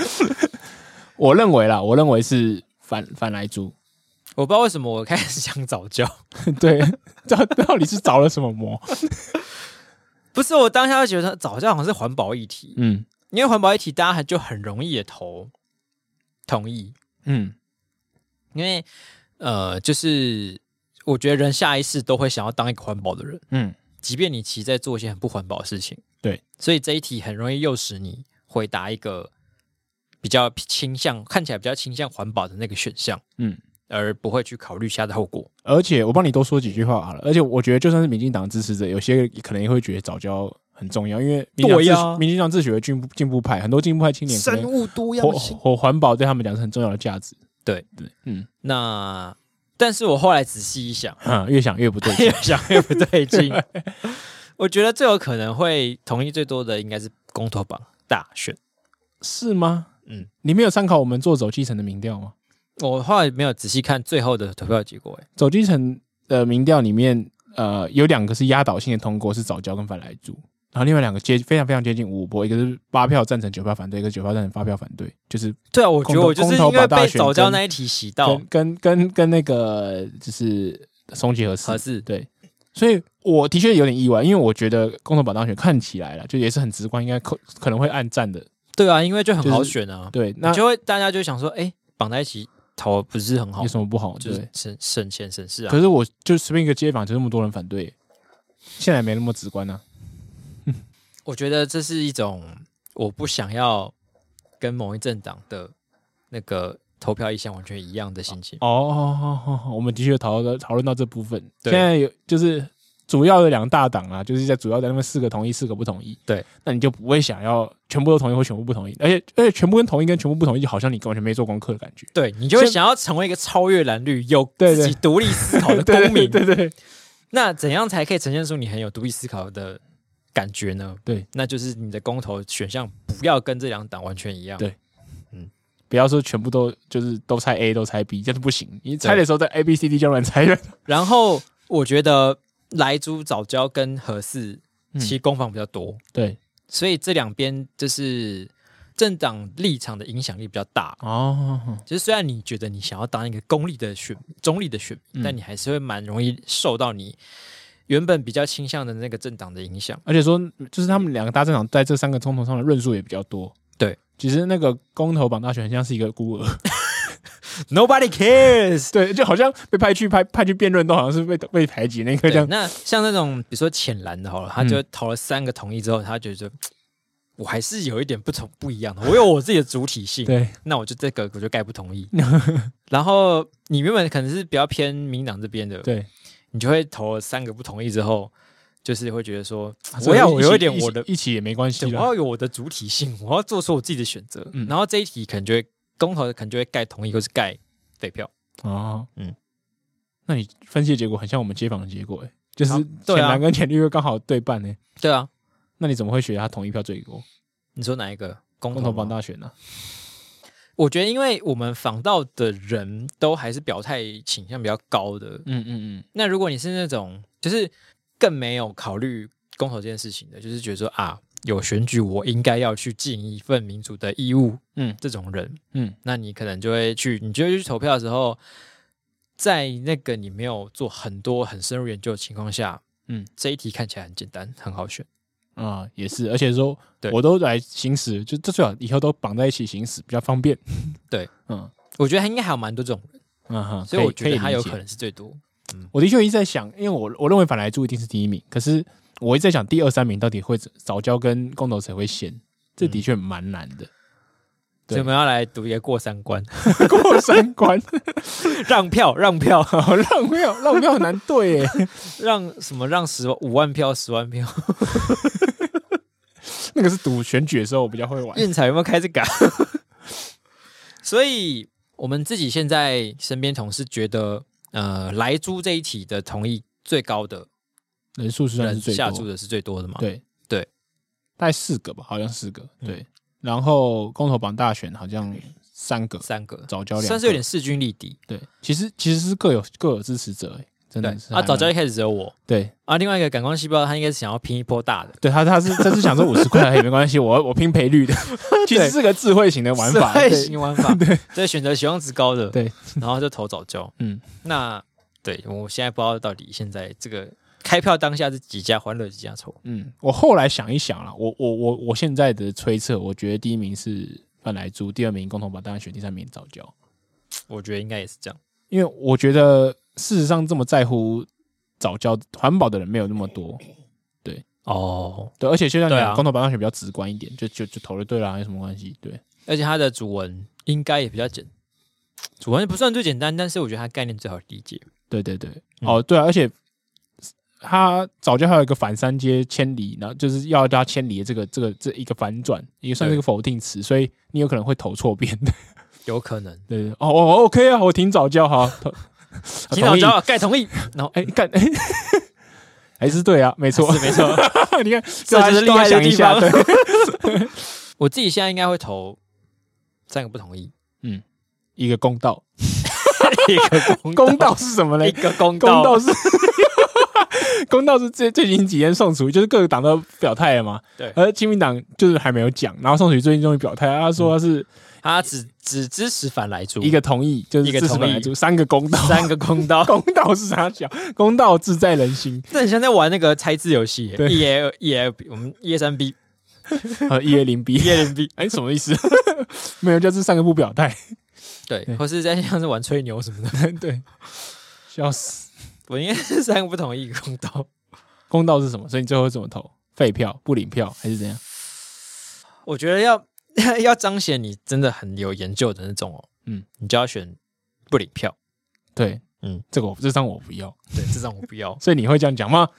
Speaker 2: 我认为啦，我认为是反反来猪，
Speaker 1: 我不知道为什么我开始想早教。
Speaker 2: 对， 到到底是着了什么魔？
Speaker 1: 不是，我当下就觉得早教好像是环保议题，
Speaker 2: 嗯
Speaker 1: 因为环保议题大家就很容易的投同意，
Speaker 2: 嗯，
Speaker 1: 因为呃，就是我觉得人下意识都会想要当一个环保的人，
Speaker 2: 嗯，
Speaker 1: 即便你其实在做一些很不环保的事情，
Speaker 2: 对，
Speaker 1: 所以这一题很容易诱使你回答一个比较倾向看起来比较倾向环保的那个选项，
Speaker 2: 嗯，
Speaker 1: 而不会去考虑下的后果。
Speaker 2: 而且我帮你多说几句话好了。而且我觉得，就算是民进党支持者，有些可能也会觉得早教很重要，因为民进党
Speaker 1: 对
Speaker 2: 自、
Speaker 1: 呀
Speaker 2: 民进党自诩为进步进步派，很多进步派青年可能
Speaker 1: 物多
Speaker 2: 活活环保对他们讲是很重要的价值。
Speaker 1: 对
Speaker 2: 对，嗯，
Speaker 1: 那，但是我后来仔细一想，
Speaker 2: 哈越想越不对劲
Speaker 1: 越 想越不对劲。 我觉得最有可能会同意最多的应该是公投榜大选。
Speaker 2: 是吗？
Speaker 1: 嗯
Speaker 2: 嗯，你没有参考我们做走基层的民调吗？
Speaker 1: 我后来没有仔细看最后的投票结果、欸，
Speaker 2: 走基层的民调里面，呃，有两个是压倒性的通过，是早教跟反来猪。然后另外两个接非常非常接近五五波，一个是八票赞成九票反对，一个是九票赞成八票反对，就是
Speaker 1: 对啊，我觉得
Speaker 2: 公投
Speaker 1: 我就是
Speaker 2: 公投
Speaker 1: 因为
Speaker 2: 榜大
Speaker 1: 被
Speaker 2: 选
Speaker 1: 早教
Speaker 2: 跟
Speaker 1: 那一题洗到
Speaker 2: 跟跟跟跟那个就是松吉和
Speaker 1: 合
Speaker 2: 四
Speaker 1: 适，
Speaker 2: 对，所以我的确有点意外，因为我觉得共同榜当选看起来了，就也是很直观，应该可可能会暗战的。
Speaker 1: 对啊，因为就很好
Speaker 2: 就是
Speaker 1: 选啊，
Speaker 2: 对，
Speaker 1: 你
Speaker 2: 那
Speaker 1: 就会大家就想说，哎、绑在一起投不是很好
Speaker 2: 有，什么不好？
Speaker 1: 就
Speaker 2: 嗯对，
Speaker 1: 是省省钱省事啊
Speaker 2: 可。是我就随便一个街坊就那么多人反对，现在没那么直观啊。
Speaker 1: 我觉得这是一种我不想要跟某一政党的那个投票意向完全一样的心情。
Speaker 2: 哦哦哦哦，我们的确讨论讨论到这部分，
Speaker 1: 对
Speaker 2: 现在有就是主要的两大党啊，就是在主要在那边四个同意，四个不同意。
Speaker 1: 对，
Speaker 2: 那你就不会想要全部都同意或全部不同意，而且而且全部跟同意跟全部不同意，好像你完全没做功课的感觉。
Speaker 1: 对你就会
Speaker 2: 先
Speaker 1: 想要成为一个超越蓝绿、有
Speaker 2: 对
Speaker 1: 自己独立思考的公民。
Speaker 2: 对对对
Speaker 1: 那怎样才可以呈现出你很有独立思考的感觉呢？
Speaker 2: 对，
Speaker 1: 那就是你的公投选项不要跟这两党完全一样。
Speaker 2: 对不要说全部都就是都猜 A 都猜 B，这样是不行。你猜的时候在 A B C D 就乱猜了。
Speaker 1: 然后我觉得莱猪早教
Speaker 2: 嗯
Speaker 1: 跟合适其实攻防比较多，
Speaker 2: 对，
Speaker 1: 所以这两边就是政党立场的影响力比较大。
Speaker 2: 哦，
Speaker 1: 其实虽然你觉得你想要当一个公立的选中立的选民，
Speaker 2: 嗯
Speaker 1: 但你还是会蛮容易受到你原本比较倾向的那个政党的影响。
Speaker 2: 而且说就是他们两个大政党在这三个总统上的论述也比较多。
Speaker 1: 对，
Speaker 2: 其实那个公投榜大选很像是一个孤儿，
Speaker 1: Nobody cares
Speaker 2: 对，就好像被派去派派去辩论，都好像是被被排挤那个
Speaker 1: 对。
Speaker 2: 这样。嗯
Speaker 1: 那像那种比如说浅蓝的，好了，他就投了三个同意之后，他觉得我还是有一点不同不一样的，我有我自己的主体性。
Speaker 2: 对，
Speaker 1: 那我就这个我就概不同 意。然后你原本可能是比较偏民党这边的，
Speaker 2: 对，
Speaker 1: 你就会投了三个不同意之后，就是会觉得说，
Speaker 2: 啊所
Speaker 1: 我
Speaker 2: 以
Speaker 1: 要
Speaker 2: 起
Speaker 1: 有一点
Speaker 2: 起
Speaker 1: 我的，
Speaker 2: 一起也没关系
Speaker 1: 对我
Speaker 2: 了。
Speaker 1: 要有我的主体性，我要做出我自己的选择。
Speaker 2: 嗯
Speaker 1: 然后这一题可能就会公投，可能就会盖同意或是盖废票。
Speaker 2: 哦，
Speaker 1: 嗯
Speaker 2: 嗯，那你分析的结果很像我们街访的结果、欸，就是
Speaker 1: 好
Speaker 2: 浅
Speaker 1: 对啊
Speaker 2: 蓝跟浅绿又刚好对半呢、欸
Speaker 1: 对啊，
Speaker 2: 那你怎么会觉得他同一票最多？
Speaker 1: 你说哪一个公
Speaker 2: 公
Speaker 1: 投
Speaker 2: 投
Speaker 1: 吗
Speaker 2: 榜大选啊呢、
Speaker 1: 我觉得，因为我们访到的人都还是表态倾向比较高的，
Speaker 2: 嗯嗯嗯，
Speaker 1: 那如果你是那种就是更没有考虑公投这件事情的，就是觉得说啊，有选举我应该要去尽一份民主的义务，
Speaker 2: 嗯
Speaker 1: 这种人，
Speaker 2: 嗯，
Speaker 1: 那你可能就会去，你就会去投票的时候，在那个你没有做很多很深入研究的情况下，
Speaker 2: 嗯，
Speaker 1: 这一题看起来很简单，很好选，
Speaker 2: 啊、也是，而且说
Speaker 1: 对
Speaker 2: 我都来行驶，就这最好以后都绑在一起行驶，比较方便。
Speaker 1: 对，
Speaker 2: 嗯
Speaker 1: 我觉得应该还有蛮多这种人，
Speaker 2: 嗯哼，
Speaker 1: 所以我
Speaker 2: 可
Speaker 1: 觉得
Speaker 2: 可
Speaker 1: 他
Speaker 2: 理
Speaker 1: 有
Speaker 2: 解
Speaker 1: 可能是最多。
Speaker 2: 我的确一直在想，因为我我认为反来猪一定是第一名，可是我一直在想第二三名到底会早教跟公投谁会先，这
Speaker 1: 嗯
Speaker 2: 的确蛮难的。 对
Speaker 1: 所以我们要来读一个过三关，
Speaker 2: 过三关，哦
Speaker 1: 让票，让票，
Speaker 2: 好浪票，浪票很难对耶，
Speaker 1: 让什么让十五万票、十万票。
Speaker 2: 那个是赌选举的时候我比较会玩。
Speaker 1: 运彩有没有开这个啊？ 所以我们自己现在身边同事觉得，呃，莱猪这一题的同意最高的
Speaker 2: 人数是算
Speaker 1: 人
Speaker 2: 是最
Speaker 1: 下注
Speaker 2: 多，
Speaker 1: 的是最多的嘛？，
Speaker 2: 对
Speaker 1: 对，嗯
Speaker 2: 大概四个吧，好像四个，对。然后公投榜大选好像三个，
Speaker 1: 三个
Speaker 2: 早教两个
Speaker 1: 算是有点势均力敌。
Speaker 2: 对。其实其实是各有各有支持者，哎，真
Speaker 1: 对
Speaker 2: 的是还
Speaker 1: 啊，
Speaker 2: 蛮
Speaker 1: 早教一开始只有我
Speaker 2: 对
Speaker 1: 啊，另外一个感光细胞他应该是想要拼一波大的，
Speaker 2: 对他，他是他是想说五十块也 哎没关系，我我拼赔 率的，其实是个智慧型的 玩法。
Speaker 1: 对
Speaker 2: 对，
Speaker 1: 新玩法，对，这选择期望值高的，
Speaker 2: 对，
Speaker 1: 然后就投早教。
Speaker 2: 嗯，
Speaker 1: 那对我现在不知道到底现在这个开票当下是几家欢乐几家愁，
Speaker 2: 嗯，我后来想一想啦，我我我我现在的推测，我觉得第一名是范莱猪，第二名共同把大家选，第三名早教，
Speaker 1: 我觉得应该也是这样。
Speaker 2: 因为我觉得事实上这么在乎早教环保的人没有那么多。
Speaker 1: 哦，
Speaker 2: 对，而且就像你
Speaker 1: 对啊
Speaker 2: 讲，公投把大选比较直观一点，就就就投了对啦，有什么关系？对，
Speaker 1: 而且它的主文应该也比较简，主文不算最简单，但是我觉得它概念最好理解。
Speaker 2: 对对对，
Speaker 1: 嗯
Speaker 2: 哦对啊，而且他早就还有一个反三阶千里，然后就是要他千里的这个这个这一个反转，也算是一个否定词，所以你有可能会投错边。
Speaker 1: 有可能，
Speaker 2: 对对，哦哦，OK 啊，我挺早教哈， 投
Speaker 1: 提早
Speaker 2: 同意
Speaker 1: 交盖同意，然后
Speaker 2: 哎干 哎，还是对啊，没错，
Speaker 1: 是没错，
Speaker 2: 你看，
Speaker 1: 这就是厉害的地方
Speaker 2: 对，啊
Speaker 1: 我自己现在应该会投三个不同 意，
Speaker 2: 一个公道，
Speaker 1: 一个公
Speaker 2: 公道是什么
Speaker 1: 一
Speaker 2: 嘞？
Speaker 1: 个公
Speaker 2: 公
Speaker 1: 道
Speaker 2: 道，是 公道是最最近几天宋楚瑜就是各个党都表态了嘛，
Speaker 1: 对
Speaker 2: 而亲民党就是还没有讲，然后宋楚瑜最近终于表态，他说他是
Speaker 1: 他只只支持反来猪，
Speaker 2: 一个同意，就是
Speaker 1: 一个
Speaker 2: 支持
Speaker 1: 同
Speaker 2: 本
Speaker 1: 意
Speaker 2: 来就三个公道，
Speaker 1: 三个公道，
Speaker 2: 公道是啥讲？公道自在人心，
Speaker 1: 这很像在玩那个猜字游戏
Speaker 2: 对
Speaker 1: ，E L E L B，我们 E 三 B
Speaker 2: 呃，一 A 零 B，
Speaker 1: E 零 B，
Speaker 2: 哎，什么意思？没有，就是三个不表态，
Speaker 1: 对，
Speaker 2: 对
Speaker 1: 或是在像是玩吹牛什么的，
Speaker 2: 对，笑死。
Speaker 1: 我应该是三个不同意一个公道，
Speaker 2: 公道是什么？所以你最后怎么投？废票、不领票还是怎样？
Speaker 1: 我觉得要 要彰显你真的很有研究的那种哦，嗯
Speaker 2: 嗯，
Speaker 1: 你就要选不领票，
Speaker 2: 对，
Speaker 1: 嗯
Speaker 2: 嗯，这个我这张我不要，
Speaker 1: 对，这种我不要，
Speaker 2: 所以你会这样讲吗？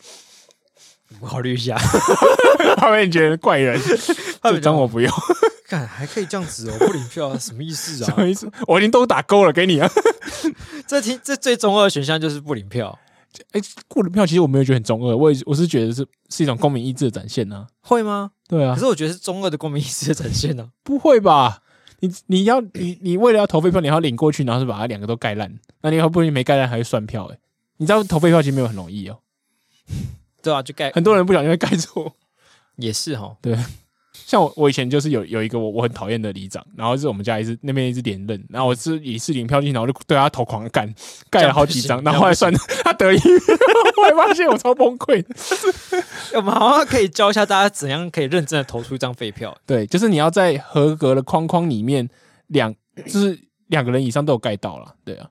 Speaker 1: 我考虑一下。
Speaker 2: 他们觉得怪人，这张我不要。
Speaker 1: 看还可以这样子哦，不领票 啊，什么意思
Speaker 2: 什
Speaker 1: 啊？
Speaker 2: 么意思？我已经都打勾了，给你啊！
Speaker 1: 这题这最中二的选项就是不领票，
Speaker 2: 哎、过了票其实我没有觉得很中二，我也我是觉得是是一种公民意志的展现呐、啊。
Speaker 1: 会吗？
Speaker 2: 对
Speaker 1: 可
Speaker 2: 啊，
Speaker 1: 是我觉得是中二的公民意识的展现啊呢、
Speaker 2: 不会吧？你你要你你为了要投废票，你还要领过去，然后是把它两个都盖烂，那你好不容易没盖烂还会算票、欸，你知道投废票其实没有很容易哦、
Speaker 1: 对啊，就盖
Speaker 2: 很多人不小心会盖错。
Speaker 1: 也是哈。 哦
Speaker 2: 对，像我，我以前就是有有一个我我很讨厌的里长，然后是我们家一直那边一直连任，然后我是以四零票进，然后就对他头狂干，盖了好几张，
Speaker 1: 这样不行
Speaker 2: 然后后来算他得一票， 我也发现我超崩溃的。
Speaker 1: 我们好像可以教一下大家怎样可以认真的投出一张废票。
Speaker 2: 对，就是你要在合格的框框里面，两就是两个人以上都有盖到了，对啊，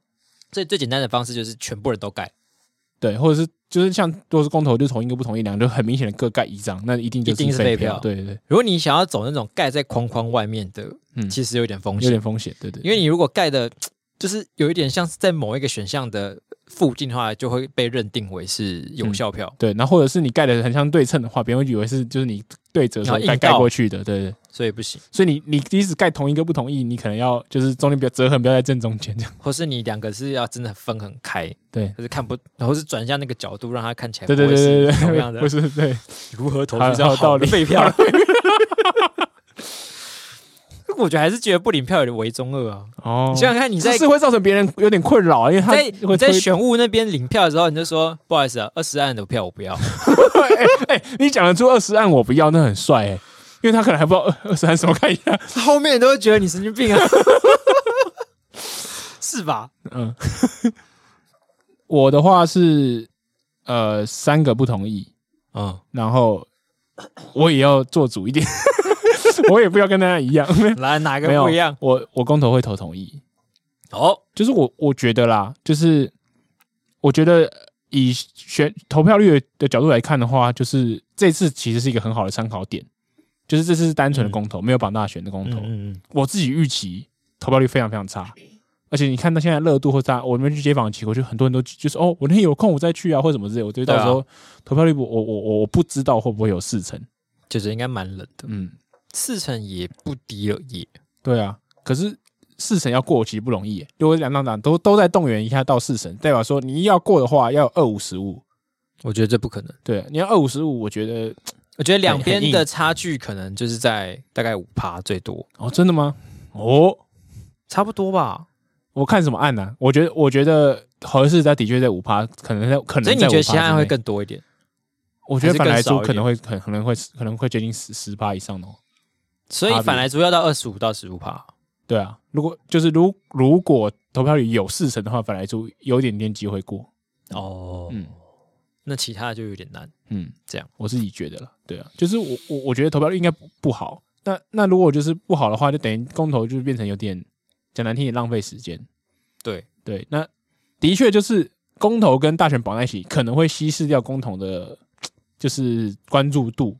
Speaker 1: 最最简单的方式就是全部人都盖，
Speaker 2: 对，或者是就是像如果是公投就同意跟不同意两个，就很明显的各盖一张，那一定就
Speaker 1: 一定是
Speaker 2: 废
Speaker 1: 废票
Speaker 2: 对对对，
Speaker 1: 如果你想要走那种盖在框框外面的，
Speaker 2: 嗯
Speaker 1: 其实有点风
Speaker 2: 有
Speaker 1: 险，
Speaker 2: 点风险，对对
Speaker 1: 因为你如果盖的，就是有一点像是在某一个选项的附近的话，就会被认定为是有
Speaker 2: 嗯
Speaker 1: 效票，
Speaker 2: 对，然后或者是你盖的很像对称的话，别人会以为是就是你对折的时候
Speaker 1: 然后
Speaker 2: 盖
Speaker 1: 硬
Speaker 2: 盖
Speaker 1: 到
Speaker 2: 过去的，对对对。
Speaker 1: 所以不行。
Speaker 2: 所以你你即使盖同一个不同意，你可能要就是中间不要折痕，不要在正中间这样。
Speaker 1: 或是你两个是要真的分很开，
Speaker 2: 对
Speaker 1: 就是看不，然后是转向那个角度，让它看起来
Speaker 2: 对对
Speaker 1: 哎不会是
Speaker 2: 对对对
Speaker 1: 同样
Speaker 2: 对，
Speaker 1: 的
Speaker 2: 不是对，
Speaker 1: 如何投
Speaker 2: 好
Speaker 1: 出这样
Speaker 2: 好道
Speaker 1: 好的
Speaker 2: 理
Speaker 1: 废 票。 我觉得还是觉得不领票有点为中二啊！
Speaker 2: 哦，
Speaker 1: 你想想看，你
Speaker 2: 你
Speaker 1: 在
Speaker 2: 是会造成别人有点困扰啊，因为他
Speaker 1: 在
Speaker 2: 会
Speaker 1: 你在
Speaker 2: 推
Speaker 1: 选务那边领票的时候，你就说不好意思啊，二十案的票我不要。
Speaker 2: 哎、你讲得出二十案我不要，那很帅哎、因为他可能还不知道二 二十案什么概念。啊
Speaker 1: 后面人都会觉得你神经病啊， 是吧？
Speaker 2: 嗯，我的话是呃三个不同意，
Speaker 1: 嗯，
Speaker 2: 然后我也要做主一点， 我也不要跟大家一样，没有
Speaker 1: 来哪
Speaker 2: 没
Speaker 1: 个
Speaker 2: 有
Speaker 1: 不一样？
Speaker 2: 我我公投会投同意，
Speaker 1: 哦，
Speaker 2: 就是我我觉得啦，就是我觉得以选投票率的角度来看的话，就是这次其实是一个很好的参考点，就是这次是单纯的公投，没有绑大选的公投。
Speaker 1: 嗯嗯，
Speaker 2: 我自己预期投票率非常非常差，而且你看到现在热度或者我们去街访结果，就很多人都就是哦，我那天有空我再去啊，或者什么之类，我觉得
Speaker 1: 对啊
Speaker 2: 到时候投票率我我我我不知道会不会有四成，
Speaker 1: 就是应该蛮冷的，
Speaker 2: 嗯，
Speaker 1: 四成也不低了也。
Speaker 2: 对啊，可是四成要过其实不容易耶，如果两党党都都在动员一下到四成，代表说你要过的话要有二五十五，
Speaker 1: 我觉得这不可能。
Speaker 2: 对，你要二五十五，我觉得
Speaker 1: 我觉得两
Speaker 2: 很很
Speaker 1: 边
Speaker 2: 硬
Speaker 1: 的差距可能就是在大概五趴最多，
Speaker 2: 哦，真的吗？哦，
Speaker 1: 差不多吧。
Speaker 2: 我看什么案呢、啊我觉得我觉得合适在的确在五趴，可能在可能
Speaker 1: 所
Speaker 2: 在
Speaker 1: 以你觉得其他
Speaker 2: 5%之
Speaker 1: 案
Speaker 2: 内
Speaker 1: 会更多一点？
Speaker 2: 我觉得反来说
Speaker 1: 还是
Speaker 2: 可
Speaker 1: 更
Speaker 2: 能
Speaker 1: 少
Speaker 2: 会可可能会可能会接近十十趴以上哦。
Speaker 1: 所以反来说要到二十五到十五趴。
Speaker 2: 对啊，如果就是如如果投票率有四成的话，反来说有一点点机会过。
Speaker 1: 哦，
Speaker 2: 嗯
Speaker 1: 那其他的就有点难。
Speaker 2: 嗯，
Speaker 1: 这样
Speaker 2: 我自己觉得了。对啊，就是我我我觉得投票率应该不不好。那那如果就是不好的话，就等于公投就变成有点讲难听点浪费时间。
Speaker 1: 对，
Speaker 2: 对，那的确就是公投跟大选绑在一起，可能会稀释掉公投的，就是关注度。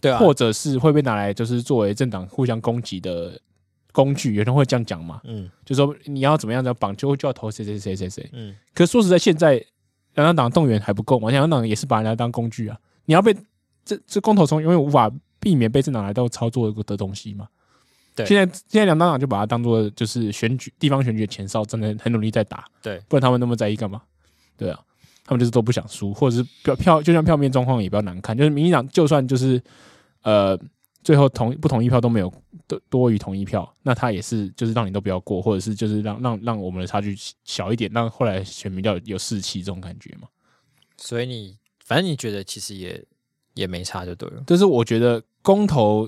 Speaker 1: 对啊，
Speaker 2: 或者是会被拿来就是作为政党互相攻击的工具，有人会这样讲嘛？
Speaker 1: 嗯
Speaker 2: 就说你要怎么样的绑，就就要投谁谁谁谁谁。
Speaker 1: 嗯，
Speaker 2: 可是说实在，现在两党党动员还不够嘛？两党也是把人家当工具啊！你要被这这公投中永远无法避免被政党来到操作的东西嘛？
Speaker 1: 对
Speaker 2: 现在现在两党党就把它当做就是选举地方选举的前哨，真的很努力在打，
Speaker 1: 对，
Speaker 2: 不然他们那么在意干嘛？对啊，他们就是都不想输，或者是票票，就算票面状况也比较难看，就是民进党就算就是呃最后同不同意票都没有多多于同意票，那他也是就是让你都不要过，或者是就是让让让我们的差距小一点，让后来选民要有有士气这种感觉嘛。
Speaker 1: 所以你反正你觉得其实也也没差就对了。
Speaker 2: 但是我觉得公投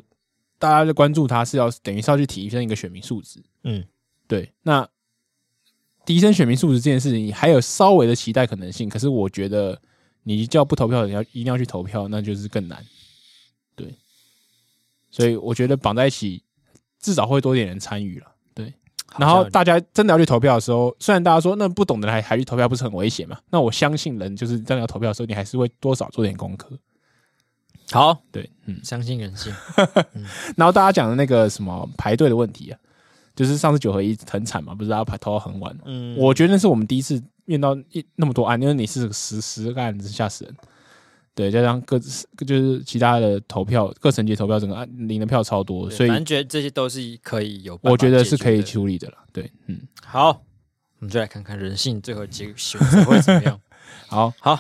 Speaker 2: 大家就关注它是要等于是要去提升一个选民素质，
Speaker 1: 嗯，
Speaker 2: 对，那提升选民素质这件事情还有稍微的期待可能性，可是我觉得你叫不投票的人要一定要去投票，那就是更难。对，所以我觉得绑在一起至少会多点人参与了。对，然
Speaker 1: 好
Speaker 2: 后
Speaker 1: 像
Speaker 2: 大家真的要去投票的时候，虽然大家说那不懂的人还还去投票不是很危险嘛，那我相信人就是真的要投票的时候，你还是会多少做点功课。
Speaker 1: 好，
Speaker 2: 对，嗯。
Speaker 1: 相信人性。
Speaker 2: 然后大家讲的那个什么排队的问题啊，就是上次九合一很惨嘛，不是大家排投到很晚嘛
Speaker 1: 嗯，
Speaker 2: 我觉得那是我们第一次面到一那么多案，因为你是个十十个案子吓死人，对，加上各就是其他的投票各层级投票，整个案领的票超多，
Speaker 1: 对
Speaker 2: 所以
Speaker 1: 反正觉得这些都是可以有，
Speaker 2: 我觉得是可以
Speaker 1: 去。
Speaker 2: 处理的了。对，嗯，
Speaker 1: 好，我们就来看看人性最后结选择会怎么样。
Speaker 2: 好，
Speaker 1: 好，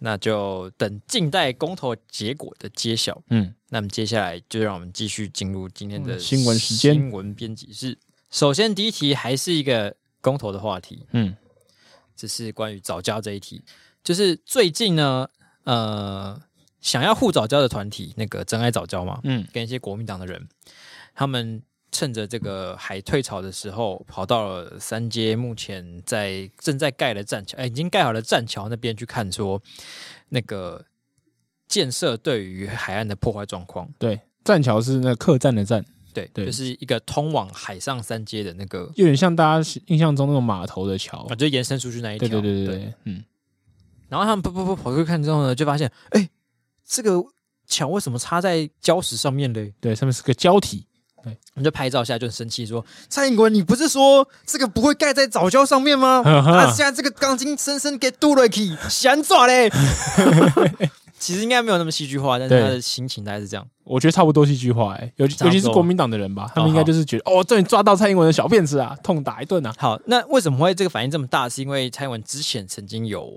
Speaker 1: 那就等近代公投结果的揭晓。
Speaker 2: 嗯，
Speaker 1: 那么接下来就让我们继续进入今天的
Speaker 2: 嗯新闻时间
Speaker 1: 新闻编辑室。首先，第一题还是一个公投的话题，
Speaker 2: 嗯，
Speaker 1: 这是关于早教这一题。就是最近呢，呃，想要护早教的团体，那个真爱早教嘛，
Speaker 2: 嗯，
Speaker 1: 跟一些国民党的人，他们趁着这个海退潮的时候，跑到了三街目前在正在盖的栈桥，哎、已经盖好了栈桥那边去看说那个建设对于海岸的破坏状况。
Speaker 2: 对，栈桥是那个客栈的栈，
Speaker 1: 对，
Speaker 2: 对
Speaker 1: 就是一个通往海上三街的那个，
Speaker 2: 有点像大家印象中那种码头的桥
Speaker 1: 啊，。就延伸出去那一条。
Speaker 2: 哦对对对对对，嗯，
Speaker 1: 然后他们跑跑跑跑过去看之后呢，就发现，哎、这个桥为什么插在礁石上面嘞？
Speaker 2: 对，上面是个胶体，
Speaker 1: 我们就拍照下，就很生气说：“蔡英文，你不是说这个不会盖在早教上面 吗？啊，现在这个钢筋深深给镀了去，想爪嘞！” 其实应该没有那么戏剧化，但是
Speaker 2: 对
Speaker 1: 他的心情大概是这样。
Speaker 2: 我觉得差不多戏剧化、欸，尤其
Speaker 1: 差不
Speaker 2: 尤
Speaker 1: 多
Speaker 2: 其是国民党的人吧，他们应该
Speaker 1: 好
Speaker 2: 就是觉得哦，终于抓到蔡英文的小辫子啊，痛打一顿啊。
Speaker 1: 好，那为什么会这个反应这么大？是因为蔡英文之前曾经有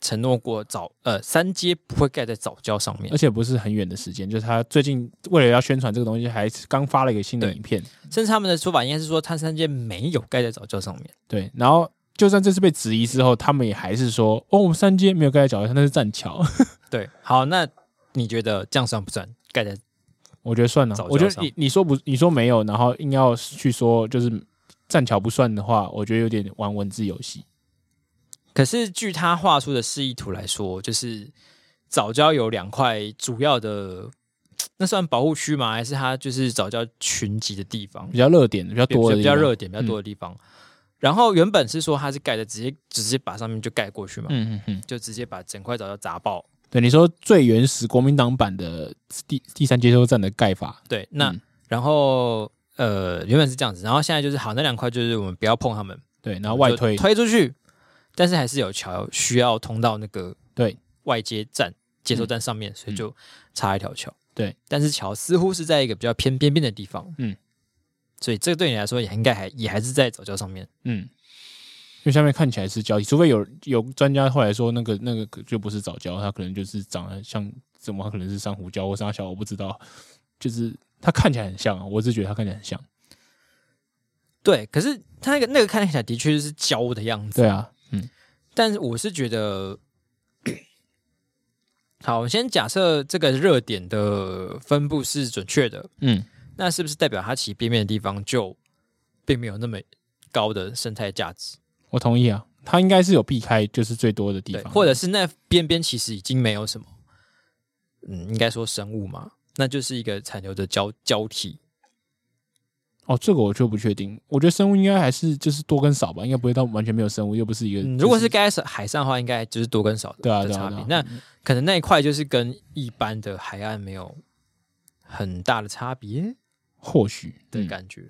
Speaker 1: 承诺过早呃三阶不会盖在早教上面
Speaker 2: 而，且不是很远的时间，就是他最近为了要宣传这个东西，还刚发了一个新的
Speaker 1: 对
Speaker 2: 影片。
Speaker 1: 甚至他们的说法应该是说他三阶没有盖在早教上面。
Speaker 2: 对，然后就算这次被质疑之后，他们也还是说，哦，我们三阶没有盖在脚下，那是栈桥。
Speaker 1: 对，好，那你觉得这样算不算盖在？
Speaker 2: 我觉得算了啊
Speaker 1: 早，
Speaker 2: 我
Speaker 1: 教
Speaker 2: 觉
Speaker 1: 上
Speaker 2: 得你你说不，你说没有，然后硬要去说就是栈桥不算的话，我觉得有点玩文字游戏。
Speaker 1: 可是据他画出的示意图来说，就是早教有两块主要的，那算保护区吗？还是它就是早教群集的地方，
Speaker 2: 比较热点，比较多的
Speaker 1: 比较
Speaker 2: 地方嗯
Speaker 1: 热，点、比较多的地方？然后原本是说它是盖的，直接直接把上面就盖过去嘛，
Speaker 2: 嗯嗯嗯，
Speaker 1: 就直接把整块早教砸爆。
Speaker 2: 对，你说最原始国民党版的第第三接收站的盖法，
Speaker 1: 对，那、
Speaker 2: 嗯
Speaker 1: 然后呃原本是这样子，然后现在就是好那两块就是我们不要碰它们，
Speaker 2: 对，然后外
Speaker 1: 就
Speaker 2: 推，
Speaker 1: 推出去，但是还是有桥需要通到那个
Speaker 2: 对
Speaker 1: 外接站接收站上面，所以就插一条桥。
Speaker 2: 嗯对，
Speaker 1: 但是桥似乎是在一个比较偏边边的地方，
Speaker 2: 嗯，
Speaker 1: 所以这个对你来说也应该还也还是在早教上面。
Speaker 2: 嗯，因为下面看起来是胶体，除非有有专家后来说那个那个就不是藻礁，它可能就是长得像怎么，它可能是珊瑚礁或沙小，我不知道，就是它看起来很像啊，我只是觉得它看起来很像。
Speaker 1: 对，可是它那个那个看起来的确是胶的样子，
Speaker 2: 对啊，嗯，
Speaker 1: 但是我是觉得。 好，我们先假设这个热点的分布是准确的，
Speaker 2: 嗯，
Speaker 1: 那是不是代表它其实边边的地方就并没有那么高的生态价值？
Speaker 2: 我同意啊，它应该是有避开就是最多的地
Speaker 1: 对，
Speaker 2: 方，
Speaker 1: 或者是那边边其实已经没有什么，嗯，应该说生物嘛，那就是一个残留的胶胶体。
Speaker 2: 哦，这个我就不确定，我觉得生物应该还是就是多跟少吧，应该不会到完全没有生物，又不是一个，
Speaker 1: 嗯，如果
Speaker 2: 就是
Speaker 1: 盖在海上的话，应该就是多跟少的
Speaker 2: 对啊
Speaker 1: 的
Speaker 2: 对啊
Speaker 1: 差
Speaker 2: 对
Speaker 1: 别
Speaker 2: 啊。
Speaker 1: 那可能那一块就是跟一般的海岸没有很大的差别
Speaker 2: 或许
Speaker 1: 的
Speaker 2: 嗯
Speaker 1: 感觉。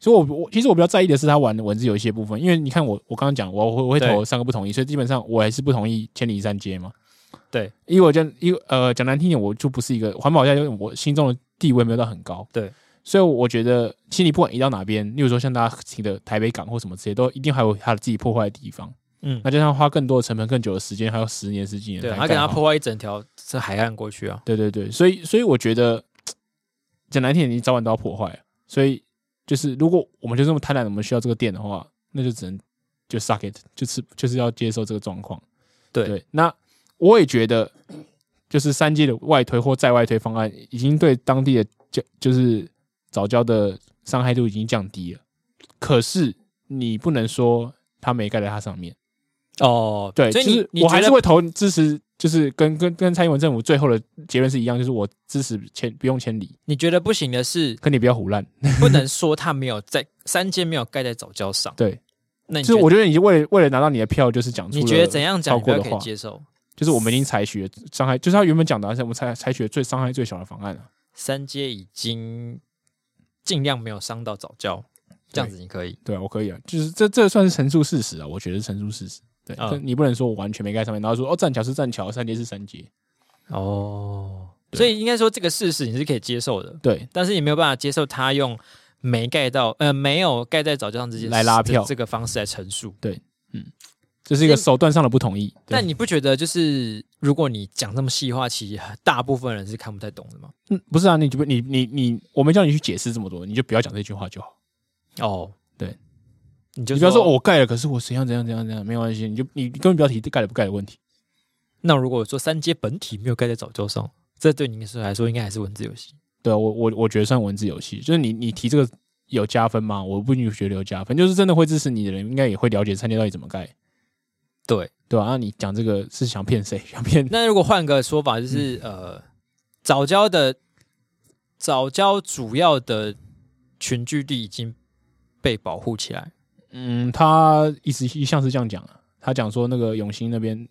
Speaker 2: 所以我，我其实我比较在意的是他玩文字游戏的部分，因为你看我我刚刚讲我我会
Speaker 1: 对
Speaker 2: 投三个不同意，所以基本上我还是不同意千里三街嘛。
Speaker 1: 对，
Speaker 2: 因为我讲因为呃讲难听点，我就不是一个环保家，就是我心中的地位没有到很高。
Speaker 1: 对，
Speaker 2: 所以我觉得其实你不管移到哪边，例如说像大家提的台北港或什么之类，都一定还有它自己破坏的地方。
Speaker 1: 嗯
Speaker 2: 那就像花更多的成本、更久的时间，还有十年、十几年才
Speaker 1: 对，
Speaker 2: 盖好，
Speaker 1: 他给他破坏一整条是海岸过去啊。
Speaker 2: 对对对，所以所以我觉得讲难听，你早晚都要破坏。啊所以就是如果我们就这么贪婪，我们需要这个店的话，那就只能就 suck it，就是就是要接受这个状况。
Speaker 1: 对
Speaker 2: 那我也觉得，就是三阶的外推或再外推方案，已经对当地的就就是早教的伤害度已经降低了。可是你不能说它没盖在它上面。
Speaker 1: 哦，
Speaker 2: 对，
Speaker 1: 所以
Speaker 2: 就
Speaker 1: 你
Speaker 2: 是
Speaker 1: 你
Speaker 2: 我
Speaker 1: 觉
Speaker 2: 还
Speaker 1: 得
Speaker 2: 是会投支持，就是跟跟跟蔡英文政府最后的结论是一样，就是我支持千不用千里，
Speaker 1: 你觉得不行的 是，
Speaker 2: 可你不要胡乱。
Speaker 1: 不能说他没有在三阶没有盖在早教上。
Speaker 2: 对，
Speaker 1: 那你
Speaker 2: 就是
Speaker 1: 觉得
Speaker 2: 我觉得你为了为了拿到你的票，就是讲出
Speaker 1: 你觉得怎
Speaker 2: 样？
Speaker 1: 样讲
Speaker 2: 超
Speaker 1: 你
Speaker 2: 过
Speaker 1: 都
Speaker 2: 的
Speaker 1: 可以
Speaker 2: 话
Speaker 1: 接受？
Speaker 2: 就是我们已经采取了伤害，就是他原本讲的，而且我们采采取了最伤害最小的方案了、啊
Speaker 1: 三阶已经尽量没有伤到早教，这样子你可以。
Speaker 2: 对啊，我可以啊，就是这这算是陈述事实啊，我觉得是陈述事实。对，
Speaker 1: 嗯
Speaker 2: 这你不能说我完全没盖上面，然后说哦，栈桥是栈桥，三阶是三阶。
Speaker 1: 哦，所以应该说这个事实你是可以接受的，
Speaker 2: 对，
Speaker 1: 但是你没有办法接受他用没盖到呃没有盖在早教上之间
Speaker 2: 来拉票
Speaker 1: 这这个方式来陈述。
Speaker 2: 这是一个
Speaker 1: 但
Speaker 2: 手段上的不同意。对
Speaker 1: 但你不觉得就是如果你讲这么细的话，其实大部分人是看不太懂的吗？
Speaker 2: 嗯，不是啊，你就不你你你，我没叫你去解释这么多，你就不要讲这句话就好。
Speaker 1: 哦，
Speaker 2: 对，
Speaker 1: 你就
Speaker 2: 你不要说、哦我盖了，可是我怎样怎样怎样怎样，没关系，你就你根本不要提盖了不盖的问题。
Speaker 1: 那如果说三阶本体没有盖在早教上，这对您来说应该还是文字游戏。
Speaker 2: 对啊，我我我觉得算文字游戏，就是你你提这个有加分吗？我不觉得有加分，就是真的会支持你的人，应该也会了解参加到底怎么盖，
Speaker 1: 对，
Speaker 2: 对吧、那你讲这个是想骗谁？ 想骗
Speaker 1: 那如果换个说法，就是、呃，早教的早教主要的群聚地已经被保护起来，
Speaker 2: 嗯，他一直一向是这样讲啊。他讲说那个永兴那边，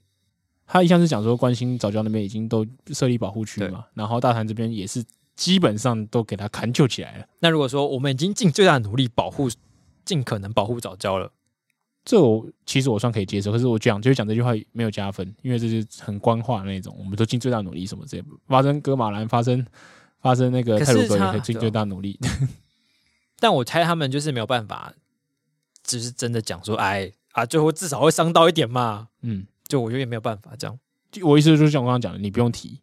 Speaker 2: 他一向是讲说关心早教那边已经都设立保护区嘛，然后大潭这边也是基本上都给他砍救起来了。
Speaker 1: 那如果说我们已经尽最大的努力保护，尽可能保护早教了，
Speaker 2: 这我其实我算可以接受，可是我讲就是讲这句话没有加分，因为这是很官话那种，我们都尽最大努力什么之类的。发生哥马兰，发生发生那个
Speaker 1: 可是
Speaker 2: 泰鲁格
Speaker 1: 他
Speaker 2: 也尽最大努力。
Speaker 1: 但我猜他们就是没有办法，只是真的讲说，哎啊，最后至少会伤到一点嘛，
Speaker 2: 嗯，
Speaker 1: 就我觉得也没有办法这样。
Speaker 2: 就我意思就是像我刚刚讲的，你不用提，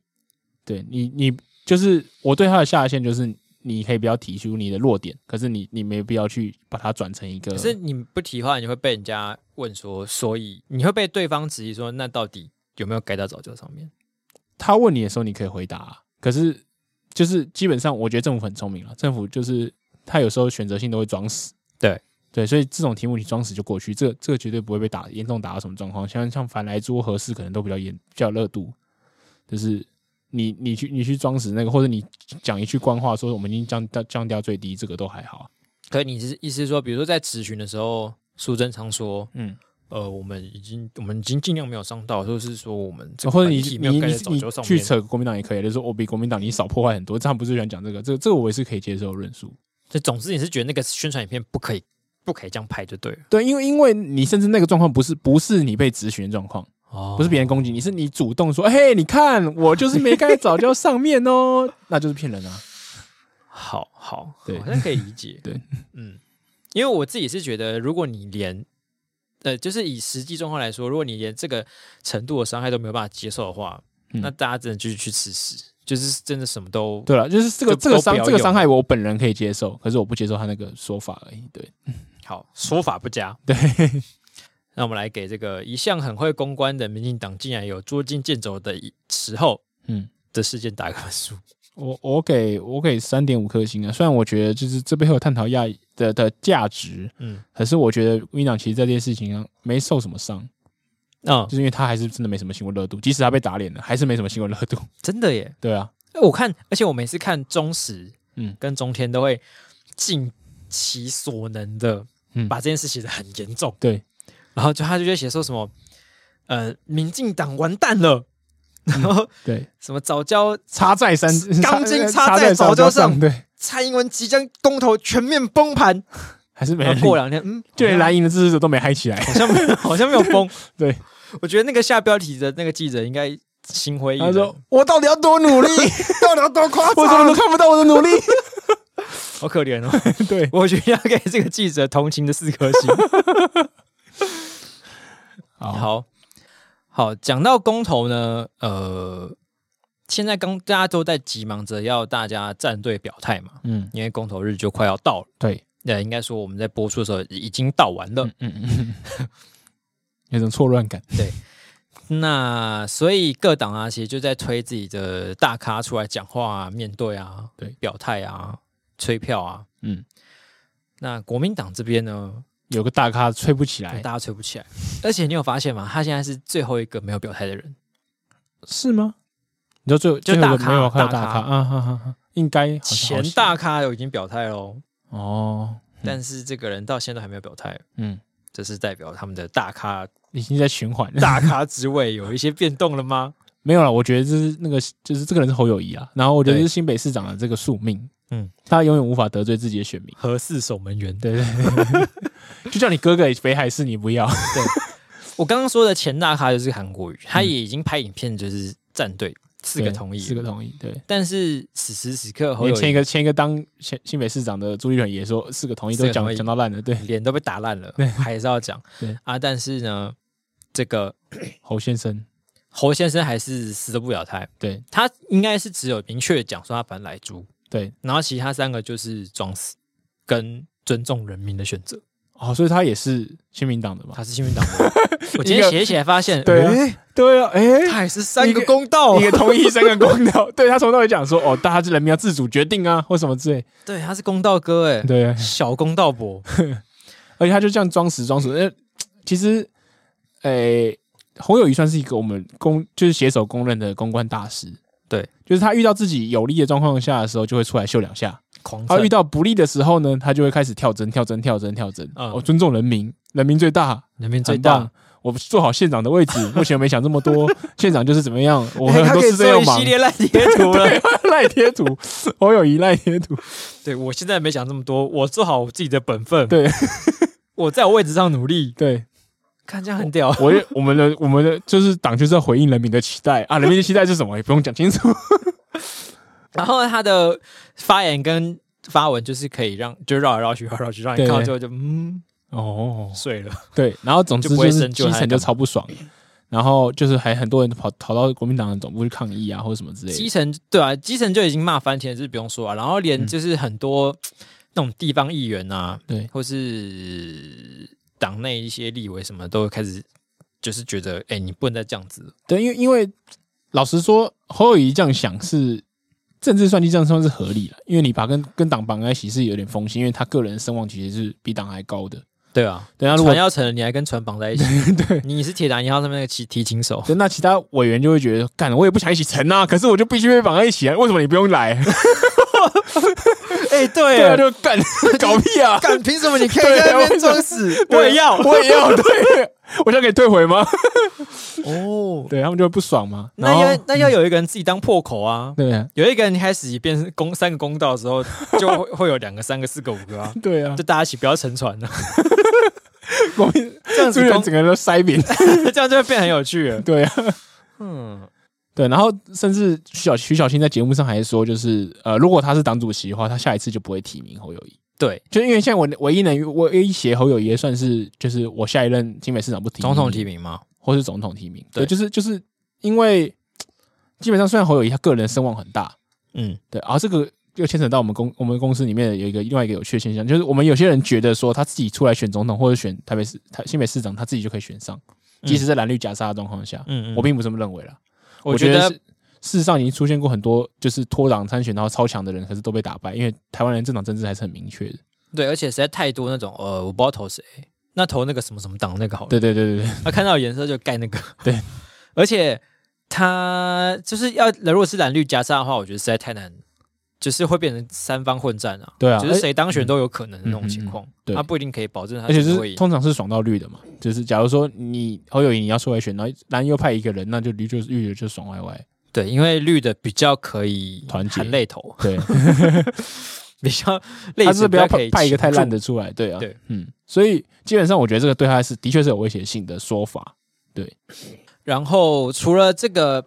Speaker 2: 对你你就是我对他的下限就是你可以不要提出你的弱点，可是你你没必要去把它转成一个
Speaker 1: 可是你不提的话，你会被人家问说，所以你会被对方质疑说，那到底有没有盖到早教上面？
Speaker 2: 他问你的时候，你可以回答啊、可是就是基本上，我觉得政府很聪明了，政府就是他有时候选择性都会装死。
Speaker 1: 对
Speaker 2: 对，所以这种题目你装死就过去，这这个绝对不会被打严重打到什么状况。像像反来猪合适可能都比较严比较有热度，就是你你去你去装死那个，或者你讲一句官话说我们已经降降降掉最低，这个都还好啊。
Speaker 1: 可你是意思是说，比如说在质询的时候，苏贞常说，
Speaker 2: 嗯，
Speaker 1: 呃，我们已经我们已经尽量没有伤到，就是说我们这个
Speaker 2: 呃哦或者你
Speaker 1: 本体没有
Speaker 2: 你你
Speaker 1: 盖在早
Speaker 2: 你
Speaker 1: 教上
Speaker 2: 去
Speaker 1: 面，
Speaker 2: 扯国民党也可以，就是说我哦比国民党你少破坏很多，这他们不是喜欢讲这个，这个这个我也是可以接受的论述。
Speaker 1: 所以总之你是觉得那个宣传影片不可以不可以这样拍就对了，
Speaker 2: 对，因为因为你甚至那个状况不是不是你被质询的状况，
Speaker 1: 哦
Speaker 2: 不是别人攻击你，是你主动说，嘿，你看我就是没盖早教上面哦， 那就是骗人啊。
Speaker 1: 好好，
Speaker 2: 对。
Speaker 1: 好像可以理解
Speaker 2: 对，
Speaker 1: 嗯，因为我自己是觉得，如果你连呃，就是以实际状况来说，如果你连这个程度的伤害都没有办法接受的话，
Speaker 2: 嗯
Speaker 1: 那大家真的就是去吃屎，就是真的什么都
Speaker 2: 对了，就是这个
Speaker 1: 就
Speaker 2: 这个
Speaker 1: 都不
Speaker 2: 伤
Speaker 1: 要
Speaker 2: 这个
Speaker 1: 用
Speaker 2: 伤害我本人可以接受，可是我不接受他那个说法而已。对，
Speaker 1: 好，说法不佳。
Speaker 2: 对，
Speaker 1: 那我们来给这个一向很会公关的民进党，竟然有捉襟见肘的一时候，
Speaker 2: 嗯，
Speaker 1: 的事件打个分数。
Speaker 2: 我我给我给三点五颗星啊，虽然我觉得就是这背后有探讨亚裔的的价值，
Speaker 1: 嗯，
Speaker 2: 可是我觉得国民党其实在这件事情上没受什么伤，
Speaker 1: 嗯
Speaker 2: 就，是因为他还是真的没什么新闻热度，即使他被打脸了，还是没什么新闻热度。
Speaker 1: 真的耶！
Speaker 2: 对啊，
Speaker 1: 哎我看，而且我每次看中时，
Speaker 2: 嗯
Speaker 1: 嗯，跟中天都会尽其所能的，
Speaker 2: 嗯
Speaker 1: 把这件事写得很严重，
Speaker 2: 对，
Speaker 1: 然后就他就会写说什么，呃，民进党完蛋了，然后
Speaker 2: 对，
Speaker 1: 什么早教
Speaker 2: 插在山
Speaker 1: 钢筋插
Speaker 2: 插
Speaker 1: 在早
Speaker 2: 教
Speaker 1: 教上
Speaker 2: 对，
Speaker 1: 蔡英文即将公投全面崩盘，
Speaker 2: 还是没
Speaker 1: 然
Speaker 2: 人
Speaker 1: 后过
Speaker 2: 理，
Speaker 1: 两天，嗯，
Speaker 2: 就连蓝营的支持者都没嗨起来。
Speaker 1: 好像没有好像没有崩，
Speaker 2: 对，
Speaker 1: 我觉得那个下标题的那个记者应该心灰意
Speaker 2: 他
Speaker 1: 冷，
Speaker 2: 说：“我到底要多努 力？
Speaker 1: 到底要多夸
Speaker 2: 我怎么都看不到我的努力
Speaker 1: 好可怜哦。？”
Speaker 2: 对，
Speaker 1: 我觉得要给这个记者同情的四颗星。
Speaker 2: 好，
Speaker 1: 好好，讲到公投呢，呃，现在刚大家都在急忙着要大家站队表态嘛，
Speaker 2: 嗯，
Speaker 1: 因为公投日就快要到了。
Speaker 2: 对，
Speaker 1: 那应该说我们在播出的时候已经到完了。
Speaker 2: 嗯嗯，有种错乱感。
Speaker 1: 那所以各党啊，其实就在推自己的大咖出来讲话啊、面对啊、
Speaker 2: 对
Speaker 1: 表态啊、吹票啊。
Speaker 2: 嗯，
Speaker 1: 那国民党这边呢，
Speaker 2: 有个大咖吹不起
Speaker 1: 大
Speaker 2: 来，
Speaker 1: 家吹不起来。而且你有发现吗？他现在是最后一个没有表态的人。
Speaker 2: 是吗？你说最后
Speaker 1: 就
Speaker 2: 最后一个
Speaker 1: 大咖
Speaker 2: 没有看到大
Speaker 1: 大
Speaker 2: 咖
Speaker 1: 咖
Speaker 2: 啊，哈哈哈，应该好像好
Speaker 1: 前
Speaker 2: 像
Speaker 1: 大咖有已经表态喽，
Speaker 2: 哦，
Speaker 1: 但是这个人到现在都还没有表态，
Speaker 2: 嗯，
Speaker 1: 这是代表他们的大咖
Speaker 2: 已经在循环了。
Speaker 1: 大咖职位有一些变动了吗？
Speaker 2: 没有了，我觉得这是那个就是这个人是侯友谊啊，然后我觉得
Speaker 1: 对
Speaker 2: 是新北市长的这个宿命，
Speaker 1: 嗯，
Speaker 2: 他永远无法得罪自己的选民。
Speaker 1: 何四守门员
Speaker 2: 对对对，就叫你哥哥北海市你不要，
Speaker 1: 我刚刚说的前大咖就是韩国瑜，他也已经拍影片，就是站队四个同意，
Speaker 2: 嗯对四个同意，对。
Speaker 1: 但是此时此刻侯
Speaker 2: 连
Speaker 1: 友
Speaker 2: 前一
Speaker 1: 谊
Speaker 2: 个前一个当前新北市长的朱立伦也说四个同意都
Speaker 1: 四个同
Speaker 2: 讲
Speaker 1: 意嗯
Speaker 2: 讲到烂了，对，
Speaker 1: 脸都被打烂了，还是要讲
Speaker 2: 对
Speaker 1: 啊。但是呢，这个
Speaker 2: 侯先生，
Speaker 1: 侯先生还是死都不表态，
Speaker 2: 对
Speaker 1: 他应该是只有明确地讲说他反来猪，
Speaker 2: 对，
Speaker 1: 然后其他三个就是装死跟尊重人民的选择。
Speaker 2: 哦，所以他也是亲民党的嘛？
Speaker 1: 他是新民党的。 我今天写一写发现，
Speaker 2: 对啊
Speaker 1: 诶
Speaker 2: 对啊，哎、
Speaker 1: 他也是三个公道啊
Speaker 2: 一，个同意三个公道， 对他从头到尾讲说，哦，大家是人民要自主决定啊，或什么之类，
Speaker 1: 对，他是公道哥，哎，
Speaker 2: 对，啊
Speaker 1: 小公道伯，
Speaker 2: 而且他就这样装死装死，呃，其实，诶、侯友谊算是一个我们公就是携手公认的公关大师，
Speaker 1: 对，
Speaker 2: 就是他遇到自己有利的状况下的时候，就会出来秀两下，
Speaker 1: 狂
Speaker 2: 他
Speaker 1: 政
Speaker 2: 遇到不利的时候呢，他就会开始跳针跳针跳针跳针，
Speaker 1: 嗯
Speaker 2: 我、尊重人民，人民最大，
Speaker 1: 人民最
Speaker 2: 很
Speaker 1: 大
Speaker 2: 棒。。我做好县长的位置，目前没想这 么多。县长就是怎么样，我
Speaker 1: 诶
Speaker 2: 很
Speaker 1: 哎他
Speaker 2: 多
Speaker 1: 可以
Speaker 2: 事
Speaker 1: 做
Speaker 2: 这样
Speaker 1: 一
Speaker 2: 忙啊
Speaker 1: 系。列烂贴图 了。
Speaker 2: 赖贴图，侯友谊赖贴图，
Speaker 1: 对我现在没想这么多，我做好我自己的本分。
Speaker 2: 对，
Speaker 1: 我在我位置上努力，
Speaker 2: 对
Speaker 1: 看这样很屌。
Speaker 2: 我我们的我们的就是党就是要回应人民的期待啊，人民的期待是什么也不用讲 清楚，
Speaker 1: 然后他的发言跟发文就是可以让就绕来绕去，绕来绕去，让你
Speaker 2: 对
Speaker 1: 看到最后就嗯
Speaker 2: 哦，
Speaker 1: 睡了。
Speaker 2: 对，然后总之
Speaker 1: 就不会
Speaker 2: 就是
Speaker 1: 深究
Speaker 2: 基
Speaker 1: 他在
Speaker 2: 层
Speaker 1: 干嘛
Speaker 2: 就超不爽，然后就是还很多人跑跑到国民党的总部去抗议啊，或者什么之类
Speaker 1: 基
Speaker 2: 的，
Speaker 1: 层对啊，基层就已经骂翻天，这是不用说啊。然后连就是很多、那种地方议员啊，
Speaker 2: 对
Speaker 1: 或是党内一些立委什么，都开始就是觉得，哎、你不能再这样子了。
Speaker 2: 对，因为因为老实说，侯友谊这样想是政治算计，这样算是合理了，因为你把跟跟党绑在一起是有点风险，因为他个人声望其实是比党还高的。
Speaker 1: 对啊，
Speaker 2: 等下如果
Speaker 1: 船要沉了，你还跟船绑在一起？ 对，你是铁达尼号上面那个提提琴手，
Speaker 2: 对，那其他委员就会觉得，干，我也不想一起成啊，可是我就必须被绑在一起啊，为什么你不用来？
Speaker 1: 哎、对
Speaker 2: 对啊，就 干，搞屁啊！
Speaker 1: 敢凭什么你可以
Speaker 2: 对
Speaker 1: 在那
Speaker 2: 我
Speaker 1: 边装死？啊
Speaker 2: 对
Speaker 1: 哦 我也要
Speaker 2: 我也要，对， 我想给你退回吗？
Speaker 1: 哦。
Speaker 2: 对他们就会不爽嘛。然
Speaker 1: 那要
Speaker 2: 后，
Speaker 1: 那要有一个人自己当破口啊！
Speaker 2: 对啊，
Speaker 1: 有一个人开始变成公三个公道的时候，就会会有两个、三个、四个、五个啊！
Speaker 2: 对啊
Speaker 1: 就，大家一起不要沉船了，
Speaker 2: 国民
Speaker 1: 这样
Speaker 2: 朱
Speaker 1: 子
Speaker 2: 元
Speaker 1: 公
Speaker 2: 整个人都塞扁。
Speaker 1: 这样就会变很有趣了。
Speaker 2: 对啊，
Speaker 1: 嗯，
Speaker 2: 对，然后甚至徐小徐小新在节目上还说，就是呃，如果他是党主席的话，他下一次就不会提名侯友谊。
Speaker 1: 对，
Speaker 2: 就是因为现在我唯一能威胁侯友谊，算是就是我下一任新北市长不提名
Speaker 1: 总统提名吗？
Speaker 2: 或是总统提名。对，
Speaker 1: 对
Speaker 2: 就是就是因为基本上虽然侯友谊他个人声望很大，
Speaker 1: 嗯，
Speaker 2: 对，而、这个又牵扯到我们公我们公司里面有一个另外一个有趣的现象，就是我们有些人觉得说他自己出来选总统或者选台北市台新北市长，他自己就可以选上，即使在蓝绿夹杀的状况下，
Speaker 1: 嗯嗯嗯
Speaker 2: 我并不这么认为啦。
Speaker 1: 我
Speaker 2: 觉
Speaker 1: 觉得
Speaker 2: 是事实上已经出现过很多就是脱党参选然后超强的人，可是都被打败，因为台湾人政党政治还是很明确的。
Speaker 1: 对，而且实在太多那种呃，我不知道投谁，那投那个什么什么党那个好了，
Speaker 2: 对对对对对，
Speaker 1: 啊他看到颜色就盖那个，
Speaker 2: 对，
Speaker 1: 而且他就是要如果是蓝绿加上的话，我觉得实在太难，就是会变成三方混战啊，
Speaker 2: 对啊嗯
Speaker 1: 就是谁当选都有可能的那种情况，
Speaker 2: 对
Speaker 1: 他不一定可以保证他
Speaker 2: 而
Speaker 1: 绝
Speaker 2: 且就
Speaker 1: 对会
Speaker 2: 是
Speaker 1: 赢，
Speaker 2: 通常是爽到绿的嘛，就是假如说你侯友谊你要出来选，然后蓝又派一个人，那就绿就绿的就爽歪歪。
Speaker 1: 对，因为绿的比较可以
Speaker 2: 团结
Speaker 1: 含泪投，
Speaker 2: 对，
Speaker 1: 比较类
Speaker 2: 他
Speaker 1: 似
Speaker 2: 是不
Speaker 1: 比
Speaker 2: 要
Speaker 1: 较可
Speaker 2: 派
Speaker 1: 以
Speaker 2: 派一个太烂
Speaker 1: 倾
Speaker 2: 的出来，对啊，
Speaker 1: 对，
Speaker 2: 嗯，所以基本上我觉得这个对他是的确是有威胁性的说法，
Speaker 1: 注。然后除了这个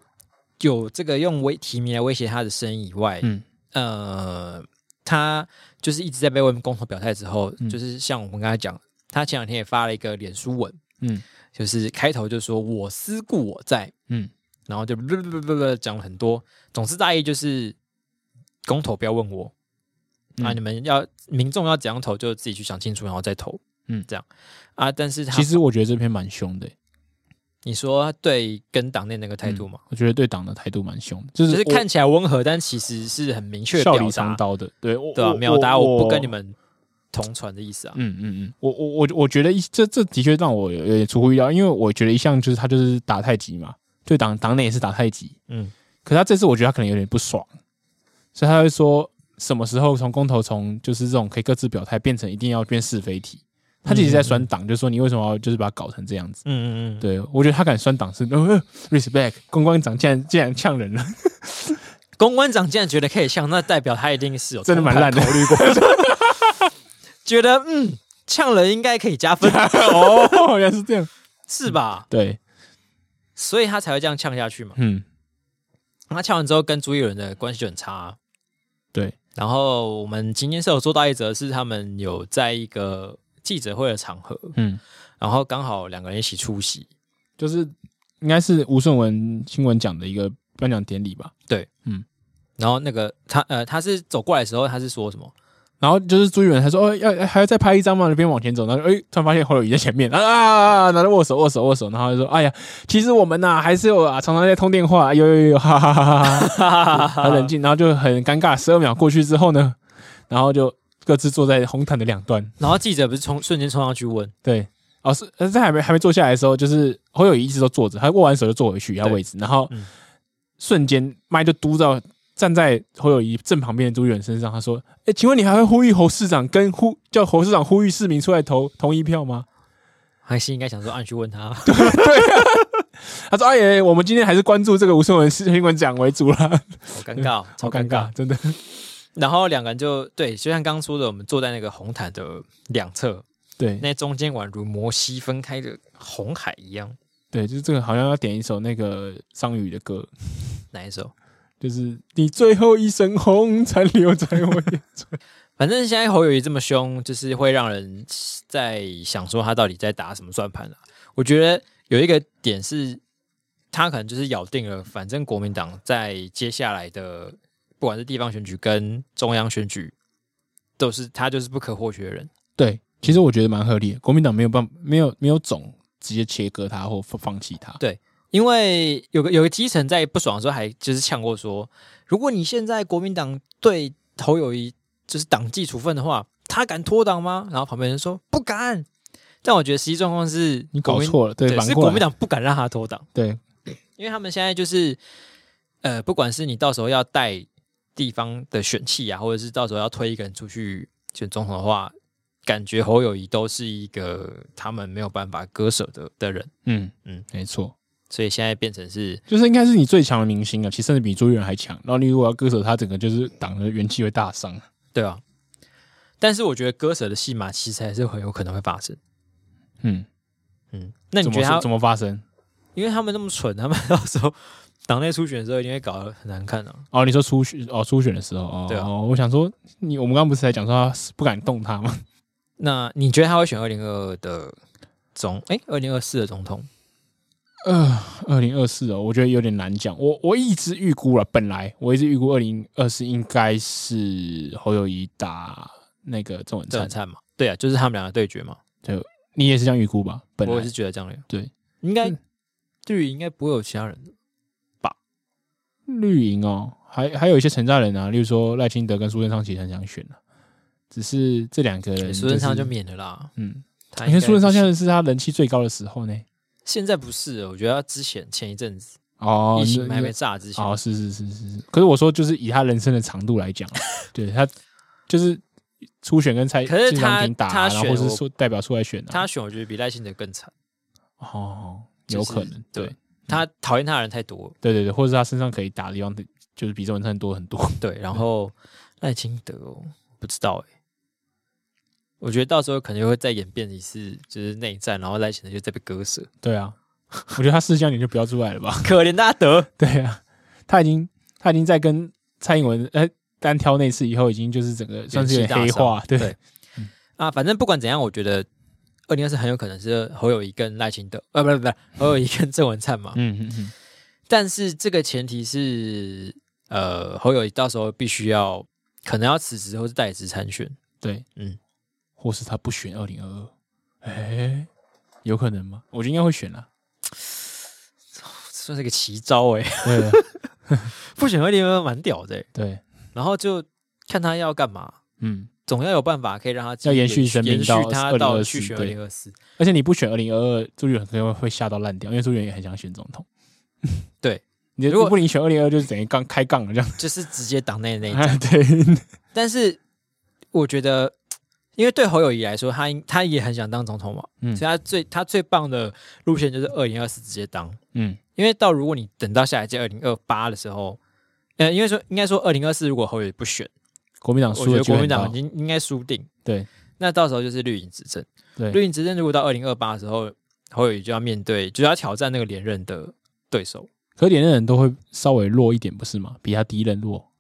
Speaker 1: 有这个用威提名来威胁他的声音以外，
Speaker 2: 嗯
Speaker 1: 呃，他就是一直在被外面公投表态之后，
Speaker 2: 嗯
Speaker 1: 就是像我们刚才讲，他前两天也发了一个脸书文，
Speaker 2: 嗯
Speaker 1: 就是开头就说“我思故我在
Speaker 2: 嗯，”，
Speaker 1: 然后就不不不不讲了很多，总之大意就是公投不要问我、啊，
Speaker 2: 嗯
Speaker 1: 你们要民众要怎样投就自己去想清楚，然后再投，
Speaker 2: 嗯
Speaker 1: 嗯，这样啊。但是他
Speaker 2: 其实我觉得这篇蛮凶的、
Speaker 1: 你说他对跟党内那个态度嘛，
Speaker 2: 我觉得对党的态度蛮凶的，嗯就是
Speaker 1: 就是
Speaker 2: 我
Speaker 1: 看起来温和，但其实是很明确的
Speaker 2: 笑
Speaker 1: 表
Speaker 2: 里藏
Speaker 1: 达，
Speaker 2: 刀的，对，我
Speaker 1: 对吧、啊
Speaker 2: 我
Speaker 1: 秒答
Speaker 2: 我
Speaker 1: 我不跟你，们同船的意思啊。
Speaker 2: 嗯嗯嗯，我我我我觉得一这这的确让我有有点出乎意料，因为我觉得一向就是他就是打太极嘛，对党党内也是打太极，
Speaker 1: 嗯，
Speaker 2: 可他这次我觉得他可能有点不爽，所以他会说什么时候从公投从就是这种可以各自表态变成一定要变是非题，他其实在
Speaker 1: 嗯
Speaker 2: 酸党，就说你为什么要就是把它搞成这样子？
Speaker 1: 嗯嗯嗯，
Speaker 2: 对我觉得他敢酸党是、呃、respect，公关长竟然竟然呛人了，
Speaker 1: 公关长竟然觉得可以像，那代表他一定是有
Speaker 2: 真的蛮烂的
Speaker 1: 考虑过，觉得嗯，呛人应该可以加 分，
Speaker 2: 哦，原来是这样，
Speaker 1: 是吧？
Speaker 2: 对，
Speaker 1: 所以他才会这样呛下去嘛。
Speaker 2: 嗯，
Speaker 1: 他呛完之后，跟朱一伦的关系就很差啊、
Speaker 2: 对，
Speaker 1: 然后我们今天是有做到一则，是他们有在一个记者会的场合，
Speaker 2: 嗯，
Speaker 1: 然后刚好两个人一起出席，
Speaker 2: 就是应该是吴顺文新闻奖的一个颁奖典礼吧，
Speaker 1: 然后那个他呃，他是走过来的时候，他是说什么？
Speaker 2: 然后就是朱一文，他说哦，要还要再拍一张吗？那边往前走，然后哎，突然发现侯友谊在前面，啊啊，然后握手握手握手，然后就说哎呀，其实我们呐、还是有啊，常常在通电话，有有有，哈哈哈哈哈。很冷静，然后就很尴尬。十二秒过去之后呢，然后就各自坐在红毯的两端。
Speaker 1: 然后记者不是冲瞬间冲上去问，
Speaker 2: 对，哦是，呃在还没还没坐下来的时候，就是侯友谊一直都坐着，他握完手就坐回去他位置，然后、
Speaker 1: 嗯
Speaker 2: 瞬间麦就嘟到站在侯友谊正旁边的朱远身上，他说：“哎、请问你还会呼吁侯市长跟呼叫侯市长呼吁市民出来投同一票吗
Speaker 1: 还是应该想说啊按去问他，？”
Speaker 2: 他说：“哎、呀，我们今天还是关注这个吴胜文事新闻奖为主啦，
Speaker 1: 好尴尬，哦
Speaker 2: 好
Speaker 1: 超
Speaker 2: 尴
Speaker 1: 尴
Speaker 2: 尬，。真的。
Speaker 1: 然后两个人就对，就像刚刚说的，我们坐在那个红毯的两侧，
Speaker 2: 对
Speaker 1: 那中间宛如摩西分开的红海一样。
Speaker 2: 对，就是这个好像要点一首那个张宇的歌，
Speaker 1: 哪一首？
Speaker 2: 就是你最后一声红残留在我眼中。
Speaker 1: 反正现在侯友谊这么凶，就是会让人在想说他到底在打什么算盘啊。我觉得有一个点是，他可能就是咬定了，反正国民党在接下来的不管是地方选举跟中央选举，都是他就是不可或缺的人。
Speaker 2: 对，其实我觉得蛮合理的。国民党没有办没有没有种直接切割他或放放弃他。
Speaker 1: 因为有个有个基层在不爽的时候，还就是呛过说，如果你现在国民党对侯友谊就是党纪处分的话，他敢脱党吗？然后旁边人说不敢。但我觉得实际状况是
Speaker 2: 你搞
Speaker 1: 国民
Speaker 2: 错了，对，
Speaker 1: 对，
Speaker 2: 反
Speaker 1: 是
Speaker 2: 过
Speaker 1: 国
Speaker 2: 来
Speaker 1: 民，党不敢让他脱党，
Speaker 2: 对
Speaker 1: 因为他们现在就是呃，不管是你到时候要带地方的选气啊，或者是到时候要推一个人出去选总统的话，感觉侯友谊都是一个他们没有办法割舍的的人，
Speaker 2: 嗯嗯
Speaker 1: 嗯，
Speaker 2: 没错，
Speaker 1: 所以现在变成是
Speaker 2: 就是应该是你最强的明星啊，其实甚至比朱元还强。然后你如果要割舍他，整个就是党的元气会大伤。
Speaker 1: 对啊，但是我觉得割舍的戏码其实还是很有可能会发生。
Speaker 2: 嗯，
Speaker 1: 嗯，那你
Speaker 2: 怎
Speaker 1: 觉
Speaker 2: 么
Speaker 1: 得
Speaker 2: 是
Speaker 1: 他
Speaker 2: 怎，么发生？
Speaker 1: 因为他们那么蠢，他们 到时候党内初选的时候一定会搞得很难看啊。
Speaker 2: 哦，你说初选哦，初选的时候哦，
Speaker 1: 对啊
Speaker 2: 哦，我想说你我们刚刚不是才讲说他是不敢动他吗？
Speaker 1: 那你觉得他会选二零二二的总？哎，二零二四的总统？
Speaker 2: 呃，二零二四哦，我觉得有点难讲。我我一直预估了，本来我一直预估二零二四应该是侯友谊打那个郑文
Speaker 1: 这
Speaker 2: 灿
Speaker 1: 很，惨嘛？对啊，就是他们两个对决嘛。
Speaker 2: 你也是这样预估吧？本
Speaker 1: 我也
Speaker 2: 来
Speaker 1: 是觉得这样的。
Speaker 2: 对，
Speaker 1: 应该
Speaker 2: 嗯
Speaker 1: 对于应该不会有其他人的。
Speaker 2: 绿营哦，还还有一些陈家人啊，例如说赖清德跟苏贞昌其实很想选啊，只是这两个人、
Speaker 1: 苏贞昌
Speaker 2: 就
Speaker 1: 就是免了啦。
Speaker 2: 嗯，
Speaker 1: 他
Speaker 2: 因为苏贞昌现
Speaker 1: 应该不
Speaker 2: 在是他人气最高的时候呢。
Speaker 1: 是现在不是了，我觉得他之前前一阵子
Speaker 2: 哦，
Speaker 1: 疫
Speaker 2: 你
Speaker 1: 情
Speaker 2: 你
Speaker 1: 还没炸之前，
Speaker 2: 哦，是是是是是，可是我说就是以他人生的长度来讲啊，对他就是初选跟蔡
Speaker 1: 可是
Speaker 2: 蔡常
Speaker 1: 他
Speaker 2: 平打啊，
Speaker 1: 他
Speaker 2: 然后
Speaker 1: 选
Speaker 2: 或是
Speaker 1: 我
Speaker 2: 说代表出来选啊，
Speaker 1: 他选我觉得比赖清德更惨。
Speaker 2: 哦，
Speaker 1: 就
Speaker 2: 有
Speaker 1: 是
Speaker 2: 可能，对
Speaker 1: 对他讨厌他的人太多了，
Speaker 2: 对对对，或者是他身上可以打的地方就是比郑文灿多 很多，
Speaker 1: 对，然后赖清德哦，不知道哎、我觉得到时候可能会再演变一次，就是内战，然后赖清德就再被割舍，
Speaker 2: 对啊，我觉得他四江你就不要出来了吧，
Speaker 1: 可怜大德。
Speaker 2: 对啊，他已经他已经在跟蔡英文呃单挑那次以后，已经就是整个算是有点黑化，对嗯
Speaker 1: 对啊，反正不管怎样，我觉得二零二四很有可能是侯友谊跟赖清德，呃，不是不是侯友谊跟郑文灿嘛。
Speaker 2: 嗯嗯嗯，
Speaker 1: 但是这个前提是，呃，侯友谊到时候必须要可能要辞职或是代职参选，
Speaker 2: 对，
Speaker 1: 嗯，
Speaker 2: 或是他不选二零二二，哎，有可能吗？我觉得应该会选啊啦。
Speaker 1: 算是个奇招哎、
Speaker 2: 对啊
Speaker 1: 不选二零二蛮屌的、欸，
Speaker 2: 对，
Speaker 1: 然后就看他要干嘛。
Speaker 2: 嗯，
Speaker 1: 总要有办法可以让他继续
Speaker 2: 要延续生命
Speaker 1: 延续
Speaker 2: 到
Speaker 1: 他到
Speaker 2: 2024
Speaker 1: 去选二
Speaker 2: 对
Speaker 1: 零二四。
Speaker 2: 而且你不选二零二二，朱元可能会吓到烂掉，因为朱元也很想选总统。
Speaker 1: 对，
Speaker 2: 你
Speaker 1: 如
Speaker 2: 如
Speaker 1: 果
Speaker 2: 果不你选二零二，就是等于杠开杠了这样。
Speaker 1: 就是直接党内内战。
Speaker 2: 哎 对，
Speaker 1: 但是我觉得，因为对侯友谊来说，他应他也很想当总统嘛，
Speaker 2: 嗯
Speaker 1: 所以他最他最棒的路线就是二零二四直接当。
Speaker 2: 嗯，
Speaker 1: 因为到如果你等到下一届二零二八的时候，呃，因为说应该说二零二四如果侯友谊不选，
Speaker 2: 国民党
Speaker 1: 我
Speaker 2: 输
Speaker 1: 觉
Speaker 2: 了
Speaker 1: 得
Speaker 2: 机
Speaker 1: 国
Speaker 2: 会
Speaker 1: 民
Speaker 2: 很高，
Speaker 1: 党已经应该输定。
Speaker 2: 对
Speaker 1: 那到时候就是绿营执政，
Speaker 2: 对
Speaker 1: 绿营执政如果到二零二八的时候，侯友谊就要面对，就要挑战那个连任的对手。
Speaker 2: 可连任人都会稍微弱一点，不是吗？比他第一任
Speaker 1: 嗯
Speaker 2: 弱。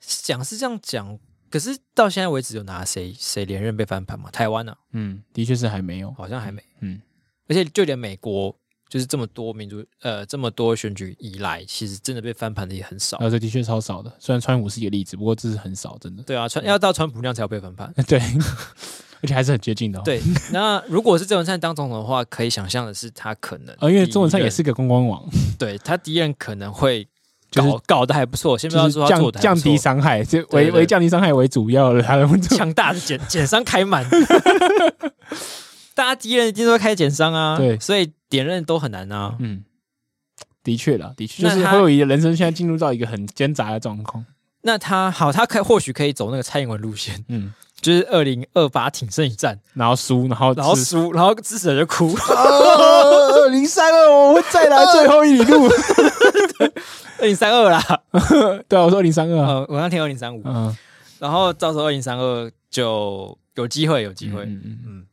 Speaker 1: 讲是这样讲，可是到现在为止有拿谁谁连任被翻盘吗？台湾呢、
Speaker 2: 嗯，的确是还没有。
Speaker 1: 好像还没。
Speaker 2: 嗯，
Speaker 1: 而且就连美国就是这么多民主呃这么多选举以来，其实真的被翻盘的也很少
Speaker 2: 然。后这的确超少的，虽然川普是一个例子，不过这是很少，真的。
Speaker 1: 对啊，川要到川普那样才有被翻盘。
Speaker 2: 对，而且还是很接近的、哦。，
Speaker 1: 对，那如果是郑文灿当总统的话，可以想象的是，他可能
Speaker 2: 呃，因为
Speaker 1: 敌
Speaker 2: 中文上也
Speaker 1: 人
Speaker 2: 是个公关网，
Speaker 1: 对他敌人可能会
Speaker 2: 就
Speaker 1: 搞、
Speaker 2: 是
Speaker 1: 搞得还不错，先不
Speaker 2: 就
Speaker 1: 要
Speaker 2: 是
Speaker 1: 说他
Speaker 2: 降
Speaker 1: 做的
Speaker 2: 降低伤害，就
Speaker 1: 对
Speaker 2: 为
Speaker 1: 对
Speaker 2: 为降低伤害为主要的他的问题。
Speaker 1: 强大的 减减伤开满， 大家敌人一定都会开减伤啊，
Speaker 2: 对
Speaker 1: 所以点任都很难啊。
Speaker 2: 嗯，的确啦，的确，就
Speaker 1: 那
Speaker 2: 是
Speaker 1: 他
Speaker 2: 侯友谊的人生现在进入到一个很奸杂的状况。
Speaker 1: 那他好，他可以或许可以走那个蔡英文路线，
Speaker 2: 嗯，
Speaker 1: 就是二零二八挺胜一战，
Speaker 2: 然后 输，然后
Speaker 1: 然后
Speaker 2: 是
Speaker 1: 输，然后支持者就 哭。
Speaker 2: 哦，零三二，我们再来最后一 里路。
Speaker 1: 二零三二啦，
Speaker 2: 对啊，我说零三二啊，
Speaker 1: 呃，我刚听二零三五，
Speaker 2: 嗯，
Speaker 1: 然后到时候二零三二就有机会，有机会。
Speaker 2: 嗯
Speaker 1: 嗯，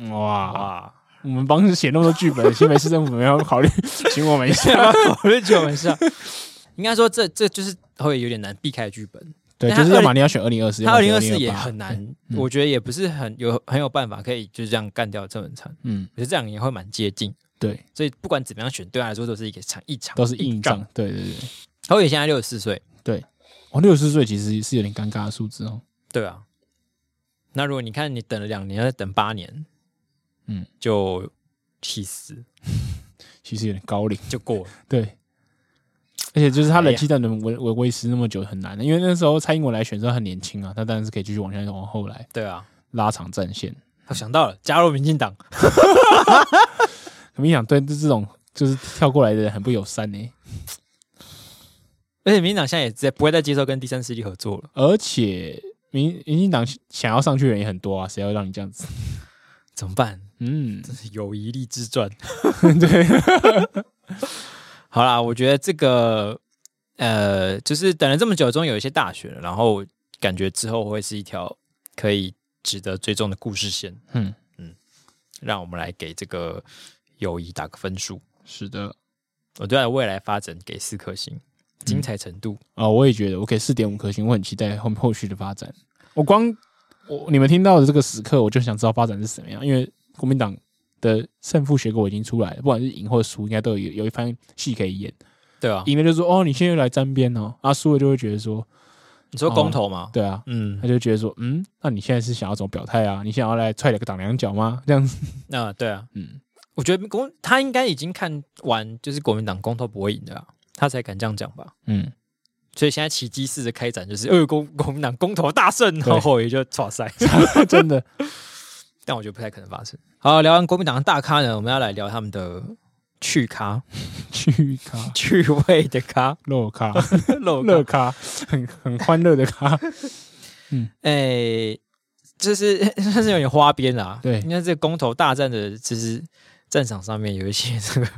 Speaker 2: 嗯哇，
Speaker 1: 哇，
Speaker 2: 我们帮写那么多剧本，新北市政府没有 考虑请我们一下。
Speaker 1: 我就觉得很像。 应该说这这就是会有点难避开的剧本。
Speaker 2: 对，
Speaker 1: 但
Speaker 2: 就
Speaker 1: 他
Speaker 2: 是要么你要选二零二四，
Speaker 1: 他二零二
Speaker 2: 二
Speaker 1: 四也很。难，
Speaker 2: 嗯
Speaker 1: 我觉得也不是很有很有办法可以就这样干掉郑文灿。
Speaker 2: 嗯，
Speaker 1: 我觉得这样也会蛮接近，
Speaker 2: 对，
Speaker 1: 所以不管怎么样选，对他来说都是一个场一场
Speaker 2: 都是硬仗。。对对对，
Speaker 1: 侯友宜现在六十四岁，
Speaker 2: 我六十岁其实是有点尴尬的数字哦。
Speaker 1: 对啊。那如果你看你等了两年，再等八年，
Speaker 2: 嗯，
Speaker 1: 就气死，
Speaker 2: 其实有点高龄，
Speaker 1: 就过了。
Speaker 2: 对。而且就是他
Speaker 1: 哎
Speaker 2: 冷
Speaker 1: 呀
Speaker 2: 气蛋能维维维持那么久很难的，因为那时候蔡英文来选的时候很年轻啊，他当然是可以继续往下往后来
Speaker 1: 对啊，
Speaker 2: 拉长战线。
Speaker 1: 我想到了，加入民进党，
Speaker 2: 可没想对这种就是跳过来的人很不友善呢、
Speaker 1: 而且民进党现在也在不会再接受跟第三势力合作了，
Speaker 2: 而且民民进党想要上去的人也很多啊，谁要让你这样子？
Speaker 1: 怎么办？
Speaker 2: 嗯，
Speaker 1: 友谊力之传。
Speaker 2: 对，
Speaker 1: 好啦，我觉得这个呃，就是等了这么久，终于有一些大选了，然后感觉之后会是一条可以值得追踪的故事线。
Speaker 2: 嗯
Speaker 1: 嗯，让我们来给这个友谊打个分数，
Speaker 2: 是的，
Speaker 1: 我对它的未来发展给四颗星，
Speaker 2: 嗯
Speaker 1: 精彩程度。
Speaker 2: 啊，我也觉得，我给四点五颗星，我很期待后后续的发展。我光我你们听到的这个时刻，我就想知道发展是什么样，因为国民党的胜负结果已经出来了，不管是赢或输，应该都有有一番戏可以演。
Speaker 1: 对啊，
Speaker 2: 赢了就说哦，你现在又来沾边哦，啊，输了就会觉得说，
Speaker 1: 你说公投吗？
Speaker 2: 对啊，
Speaker 1: 嗯，
Speaker 2: 他就觉得说，嗯，那你现在是想要怎么表态啊？你想要来踹两个挡两脚吗？这样子，
Speaker 1: 那、对啊，
Speaker 2: 嗯，
Speaker 1: 我觉得公他应该已经看完，就是国民党公投不会赢的啊，他才敢这样讲吧。
Speaker 2: 嗯，
Speaker 1: 所以现在奇迹式的开展就是，呃， 公国民党公投大胜，然后也就抓塞。
Speaker 2: 真 的，
Speaker 1: 但我觉得不太可能发生。好，聊完国民党的大咖呢，我们要来聊他们的去咖、
Speaker 2: 去咖、
Speaker 1: 趣味的 咖、
Speaker 2: 乐咖、
Speaker 1: 漏
Speaker 2: 乐
Speaker 1: 咖。
Speaker 2: 咖，很很欢乐的咖，
Speaker 1: 哎、就是 算是有点花边啦。
Speaker 2: 对
Speaker 1: 因为这个公投大战的，其实战场上面有一些这个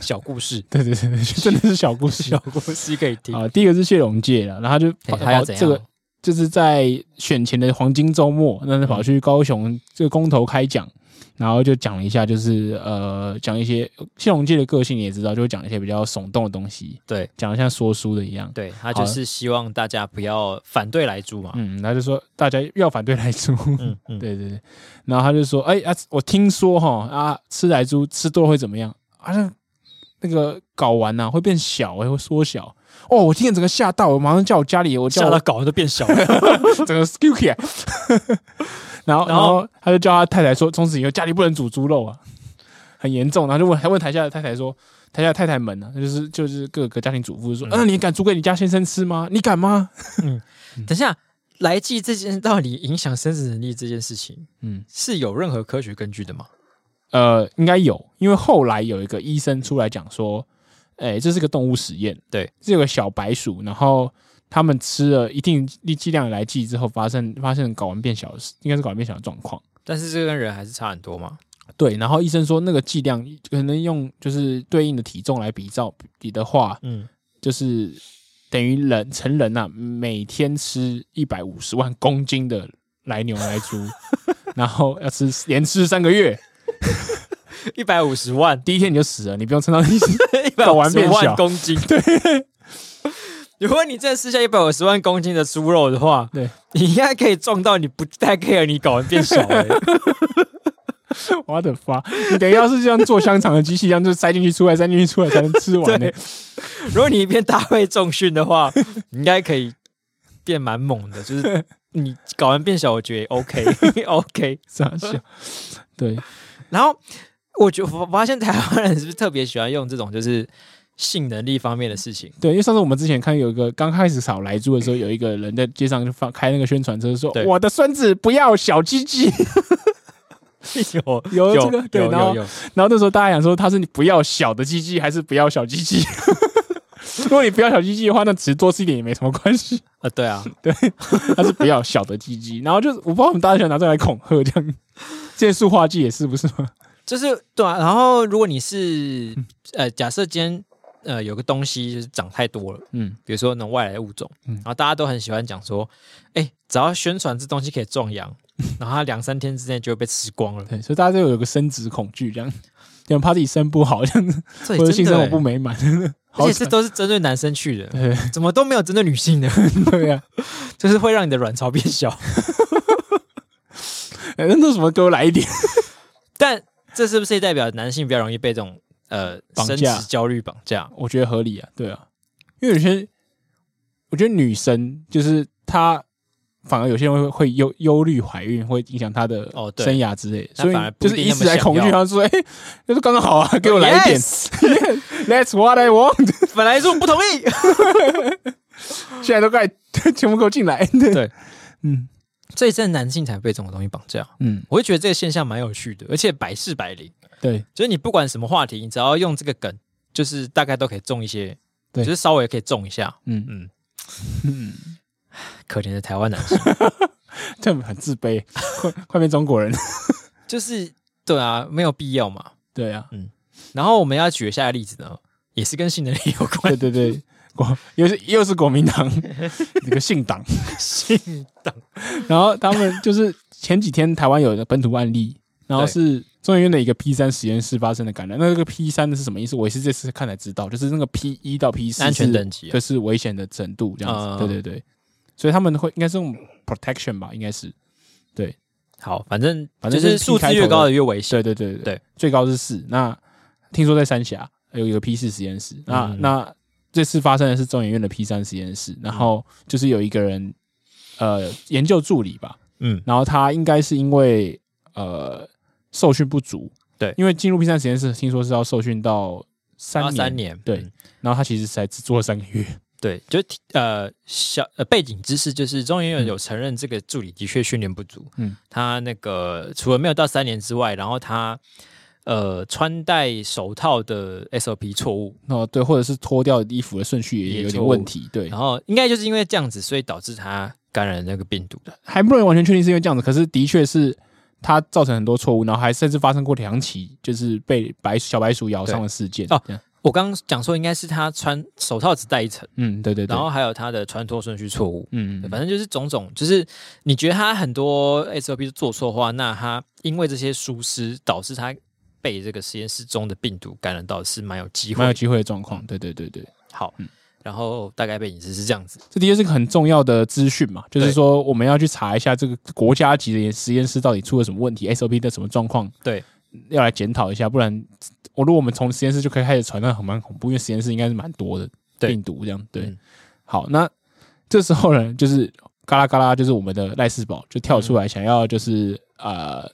Speaker 1: 小故事，
Speaker 2: 对对对对，真的是小 故事哦
Speaker 1: 小故事可以听。
Speaker 2: 啊。第一个是谢龙介了，然后他就
Speaker 1: 哎
Speaker 2: 跑
Speaker 1: 还要怎样？
Speaker 2: 这个就是在选前的黄金周末，那就跑去高雄这个公投开讲，然后就讲了一下，就是呃，讲一些谢龙介的个性你也知道，就会讲一些比较耸动的东西，
Speaker 1: 对
Speaker 2: 讲的像说书的一样。
Speaker 1: 对，他就是希望大家不要反对来猪嘛。
Speaker 2: 嗯，他就说大家要反对来猪，
Speaker 1: 嗯嗯，
Speaker 2: 对对对，然后他就说，哎、啊，我听说哈啊，吃来猪吃多了会怎么样？啊，那那个睾丸呐、会变小、哎，会缩小。哦，我听了整个吓到，我马上叫我家里，我叫
Speaker 1: 吓到
Speaker 2: 我
Speaker 1: 搞得都变小 了。
Speaker 2: 整个 s k u k y 然后
Speaker 1: 然
Speaker 2: 然
Speaker 1: 后
Speaker 2: 后他就叫他太太说，从此以后家里不能煮猪肉啊，很严重。然后就问还问台下的太太说，台下的太太们呢、啊，就是就是各个家庭主妇就说，
Speaker 1: 嗯
Speaker 2: 嗯、你敢煮给你家先生吃吗？你敢吗？ 嗯
Speaker 1: 等一下，来记这件到底影响生殖能力这件事情
Speaker 2: 嗯，
Speaker 1: 是有任何科学根据的吗？
Speaker 2: 呃，应该有，因为后来有一个医生出来讲说，哎、这是个动物实验，
Speaker 1: 对，
Speaker 2: 是有个小白鼠，然后他们吃了一定剂量的来剂之后，发生发现睾丸变小的事，应该是睾丸变小的状况。
Speaker 1: 但是这跟人还是差很多嘛。
Speaker 2: 对，然后医生说那个剂量可能用就是对应的体重来比照比的话，
Speaker 1: 嗯，
Speaker 2: 就是等于人成人呐、啊每天吃一百五十万公斤的来牛来猪， 然后要吃连吃三个月，
Speaker 1: 一百五十万，
Speaker 2: 第一天你就死了，你不用撑到 第四
Speaker 1: 一百五
Speaker 2: 完
Speaker 1: 十
Speaker 2: 变小
Speaker 1: 万公斤。对， 如果你真的吃下一百五十万公斤的猪肉的话，
Speaker 2: 对，
Speaker 1: 你应该可以撞到你不太 care 你睾丸变小、欸。
Speaker 2: 我的发，你等一下是像做香肠的机器一样，就是塞进去出来，塞进去出来才能吃完欸呢、
Speaker 1: 对如果你一边大会重训的话，你应该可以变蛮猛的，就是你睾丸变小，我觉得也 OK OK。
Speaker 2: 傻笑。对，
Speaker 1: 然后我觉我发现台湾人是不是特别喜欢用这种就是性能力方面的事情？
Speaker 2: 对，因为上次我们之前看有一个刚开始扫来猪的时候，有一个人在街上就放开那个宣传车说
Speaker 1: 对：“
Speaker 2: 我的孙子不要小鸡鸡。
Speaker 1: 有
Speaker 2: 有
Speaker 1: 有
Speaker 2: 这个对
Speaker 1: 有
Speaker 2: 然后
Speaker 1: 有有，”
Speaker 2: 然后那时候大家想说他是你不要小的鸡鸡还是不要小鸡 鸡？如果你不要小鸡鸡的话，那只是多吃一点也没什么关系。
Speaker 1: 呃，对啊，
Speaker 2: 他是不要小的鸡鸡，然后就是我不知道我们大家喜欢拿这来恐吓这样。这些塑化剂也是不是吗？
Speaker 1: 就是对啊。然后如果你是呃，假设今天呃有个东西就是长太多了，
Speaker 2: 嗯，
Speaker 1: 比如说那种外来物种，
Speaker 2: 嗯
Speaker 1: 然后大家都很喜欢讲说，哎，只要宣传这东西可以壮 阳，然后它两三天之内就会被吃光了。
Speaker 2: 对，所以大家就有一个生殖恐惧这样，有人怕自己生不好这样子，
Speaker 1: 这
Speaker 2: 或
Speaker 1: 也
Speaker 2: 者
Speaker 1: 真
Speaker 2: 性
Speaker 1: 的
Speaker 2: 生活
Speaker 1: 欸
Speaker 2: 不美满，
Speaker 1: 而
Speaker 2: 好
Speaker 1: 且这
Speaker 2: 惨。
Speaker 1: 都是针对男生去的，
Speaker 2: 对
Speaker 1: 怎么都没有针对女性的，
Speaker 2: 对呀、
Speaker 1: 就是会让你的卵巢变小。
Speaker 2: 啊，哎那那什么给我来一点？
Speaker 1: 但这是不是也代表男性比较容易被这种呃
Speaker 2: 绑
Speaker 1: 生
Speaker 2: 架
Speaker 1: 殖焦虑绑架？
Speaker 2: 我觉得合理啊，对啊，因为有些我觉得女生就是她，反而有些人会会忧忧虑怀孕，会影响她的
Speaker 1: 哦对
Speaker 2: 生涯之类的，
Speaker 1: 她
Speaker 2: 所以
Speaker 1: 反而不一
Speaker 2: 就是
Speaker 1: 定
Speaker 2: 以
Speaker 1: 那么
Speaker 2: 此来
Speaker 1: 想
Speaker 2: 恐惧，
Speaker 1: 要
Speaker 2: 她说：“哎、就是刚刚好啊，给我来一 点
Speaker 1: Yes！
Speaker 2: ，That's what I want。
Speaker 1: 本来说不同意，
Speaker 2: 现在都快 全部给我进来。”对，
Speaker 1: 对，
Speaker 2: 嗯
Speaker 1: 所以真的男性才被这种东西绑架。
Speaker 2: 嗯，
Speaker 1: 我会觉得这个现象蛮有趣的，而且百试百灵，
Speaker 2: 对
Speaker 1: 就是你不管什么话题，你只要用这个梗，就是大概都可以中一些，
Speaker 2: 对
Speaker 1: 就是稍微可以中一下。
Speaker 2: 嗯
Speaker 1: 嗯，
Speaker 2: 嗯，
Speaker 1: 可怜的台湾男性，
Speaker 2: 这样很自卑，快快变中国人。
Speaker 1: 就是对啊，没有必要嘛。
Speaker 2: 对啊，
Speaker 1: 然后我们要举的下一个例子呢，也是跟性能力有关
Speaker 2: 对对对，国又是又是国 民党那个姓党。
Speaker 1: 性 党，
Speaker 2: 然后他们就是前几天台湾有一个本土案例，然后是中研院的一个 P 三实验室发生的感染。那这个 P 三的是什么意思？我也是这次看才知道，就是那个 P 一到 P 四
Speaker 1: 安全等级啊
Speaker 2: 就是危险的程度这样子。
Speaker 1: 嗯
Speaker 2: 对对对，所以他们会应该是用 protection 吧，应该是
Speaker 1: 好，反正
Speaker 2: 反正
Speaker 1: 就是是
Speaker 2: P
Speaker 1: 数字
Speaker 2: 开头
Speaker 1: 越
Speaker 2: 的
Speaker 1: 高的越危险。
Speaker 2: 对对对对
Speaker 1: 对
Speaker 2: 最高是四。那听说在三峡有一个 P 四实验室，那、
Speaker 1: 嗯
Speaker 2: 那这次发生的是中研院的 P 三实验室，然后就是有一个人呃研究助理吧，
Speaker 1: 嗯，
Speaker 2: 然后他应该是因为呃受训不足，
Speaker 1: 对
Speaker 2: 因为进入 P 三实验室，听说是要受训到三
Speaker 1: 然
Speaker 2: 年，
Speaker 1: 后三年，
Speaker 2: 对
Speaker 1: 嗯
Speaker 2: 然后他其实才只做了三个月，
Speaker 1: 对，就提呃小呃背景知识就是中研
Speaker 2: 嗯
Speaker 1: 院有承认这个助理的确训练不足，
Speaker 2: 嗯
Speaker 1: 嗯，他那个除了没有到三年之外，然后他呃穿戴手套的 SOP 错误，
Speaker 2: 哦，对，或者是脱掉衣服的顺序也
Speaker 1: 也
Speaker 2: 有
Speaker 1: 错
Speaker 2: 点
Speaker 1: 误啊
Speaker 2: 问题，对，
Speaker 1: 然后应该就是因为这样子，所以导致他感染那个病毒的。
Speaker 2: 还不能完全确定是因为这样子，可是的确是他造成很多错误，然后还甚至发生过两起就是被白小白鼠咬伤的事件。
Speaker 1: 对哦
Speaker 2: 这样，
Speaker 1: 我刚刚讲说应该是他穿手套只戴一层，
Speaker 2: 嗯，对对对，
Speaker 1: 然后还有他的穿脱顺序错误，
Speaker 2: 嗯，
Speaker 1: 对
Speaker 2: 嗯
Speaker 1: 反正就是种种，就是你觉得他很多 SOP 做错话，那他因为这些疏失导致他被这个实验室中的病毒感染到，是蛮有机
Speaker 2: 蛮有嗯
Speaker 1: 会。
Speaker 2: 机会的状况。对对对对，
Speaker 1: 好，然后大概背景知识是这样子，
Speaker 2: 这的确是个很重要的资讯嘛，就是
Speaker 1: 对
Speaker 2: 说我们要去查一下这个国家级的研实验室到底出了什么问题，SOP 的什么状况，
Speaker 1: 对，
Speaker 2: 要来检讨一下，不然我如果我们从实验室就可以开始传，那很蛮恐怖，因为实验室应该是蛮多的
Speaker 1: 对
Speaker 2: 病毒这样。对，
Speaker 1: 嗯
Speaker 2: 好，那这时候呢，就是嘎啦嘎啦，就是我们的赖世宝就跳出来，想要就是、呃，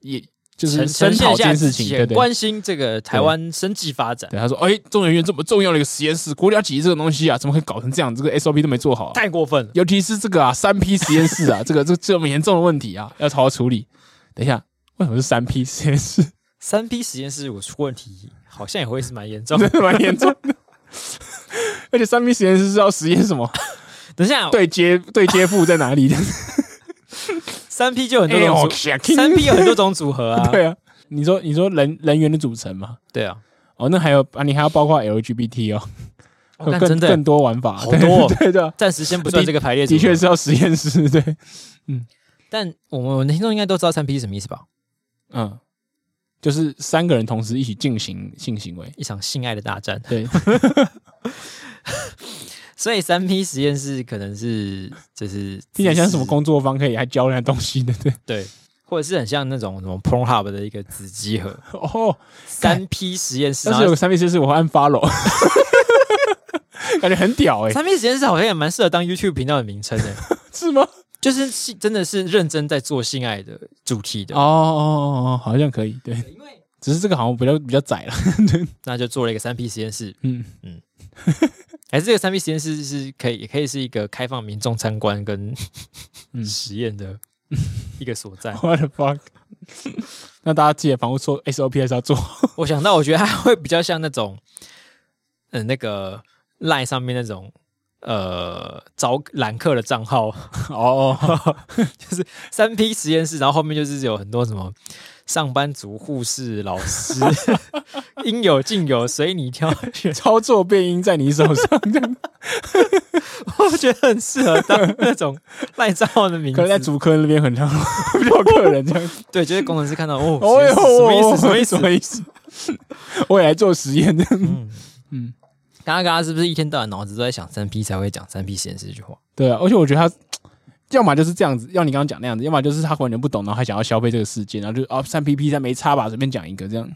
Speaker 2: 也就
Speaker 1: 嗯
Speaker 2: 是
Speaker 1: 呈
Speaker 2: 声
Speaker 1: 呈现
Speaker 2: 讨这
Speaker 1: 下
Speaker 2: 件
Speaker 1: 自
Speaker 2: 事情，
Speaker 1: 己
Speaker 2: 对
Speaker 1: 很
Speaker 2: 对
Speaker 1: 关心这个台湾生计发展，
Speaker 2: 对，他说：“哎、中研院这么重要的一个实验室，国家级这个东西啊，怎么可以搞成这样？这个 SOP 都没做好啊、
Speaker 1: 太过分了。
Speaker 2: 尤其是这个啊，三 P 实验室啊，这个这这么严重的问题啊，要好好处理。等一下，为什么是三 P 实验室？
Speaker 1: 三 P 实验室我出问题，好像也会是蛮严重
Speaker 2: 真
Speaker 1: 的。
Speaker 2: 的蛮严重的。而且三 P 实验室是要实验什么？
Speaker 1: 等一下，
Speaker 2: 对接对接副在哪里？
Speaker 1: 三 P 就有很
Speaker 2: 哎
Speaker 1: 多
Speaker 2: 呦
Speaker 1: 种组，三 P 有很多种组合啊。
Speaker 2: 对啊，你说你说人人员的组成嘛？
Speaker 1: 对啊，
Speaker 2: 哦，那还有啊，你还要包括 LGBT 哦，
Speaker 1: 哦
Speaker 2: 有
Speaker 1: 那
Speaker 2: 更
Speaker 1: 真的
Speaker 2: 更多玩法，
Speaker 1: 好多哦
Speaker 2: 对对的，
Speaker 1: 暂时先不算这个啊排列组
Speaker 2: 的
Speaker 1: 合，
Speaker 2: 确是要实验室，对，
Speaker 1: 但我们我们的听众应该都知道三 P 是什么意思吧？
Speaker 2: 嗯，就是三个人同时一起进行性行为，
Speaker 1: 一场性爱的大战。
Speaker 2: 对，
Speaker 1: 所以三 P 实验室可能是就是
Speaker 2: 听起来像是什么
Speaker 1: 公
Speaker 2: 工作坊可以还教人家东西的，对。
Speaker 1: 对，或者是很像那种什么 Pornhub 的一个子集 合，
Speaker 2: 哦，
Speaker 1: 三 P 实验室。
Speaker 2: 但
Speaker 1: 然
Speaker 2: 是有
Speaker 1: 后
Speaker 2: 个三 P 四是我会按 follow，感觉很屌哎、
Speaker 1: 三 P 实验室好像也蛮适合当 YouTube 频道的名称的，
Speaker 2: 是吗？
Speaker 1: 就是是真的是认真在做性爱的主题
Speaker 2: 哦
Speaker 1: 的，
Speaker 2: 哦哦，哦，好像可以，对，
Speaker 1: 因为
Speaker 2: 只是这个好像比较比较窄了，
Speaker 1: 那就做了一个三 P 实验室。
Speaker 2: 嗯，
Speaker 1: 还是这个三 P 实验室是可以，也可以是一个开放民众参观跟
Speaker 2: 嗯。
Speaker 1: 实验的一个所在
Speaker 2: What the fuck？那大家记得防护措 SOP 还是要做好。
Speaker 1: 我想到，我觉得它会比较像那种，嗯、那个 Line 上面那种呃招揽客的账号，
Speaker 2: 哦哦，
Speaker 1: 就是三 P 实验室，然后后面就是有很多什么上班族、护士、老师， 应有尽有，随你挑 选。
Speaker 2: 操作变音在你手上，这样
Speaker 1: 我觉得很适合当那种赖账号的名
Speaker 2: 可能在
Speaker 1: 字。
Speaker 2: 主科那边很常 比较客人这样。
Speaker 1: 对，就是工程师看到哦，
Speaker 2: 哦
Speaker 1: 什么意思？什么 意思？什
Speaker 2: 什
Speaker 1: 么意思？
Speaker 2: 么意思？哦我也来做实验这样。
Speaker 1: 嗯嗯，嘎嘎嘎是不是一天到晚脑子都在想三 P 才会讲三 P 实验室这句话？
Speaker 2: 对啊，而且我觉得他要么就是这样子，要你刚刚讲那样子，要么就是他完全不懂，然后还想要消费这个事件，然后就啊三 P P 三没差吧，随便讲一个这样。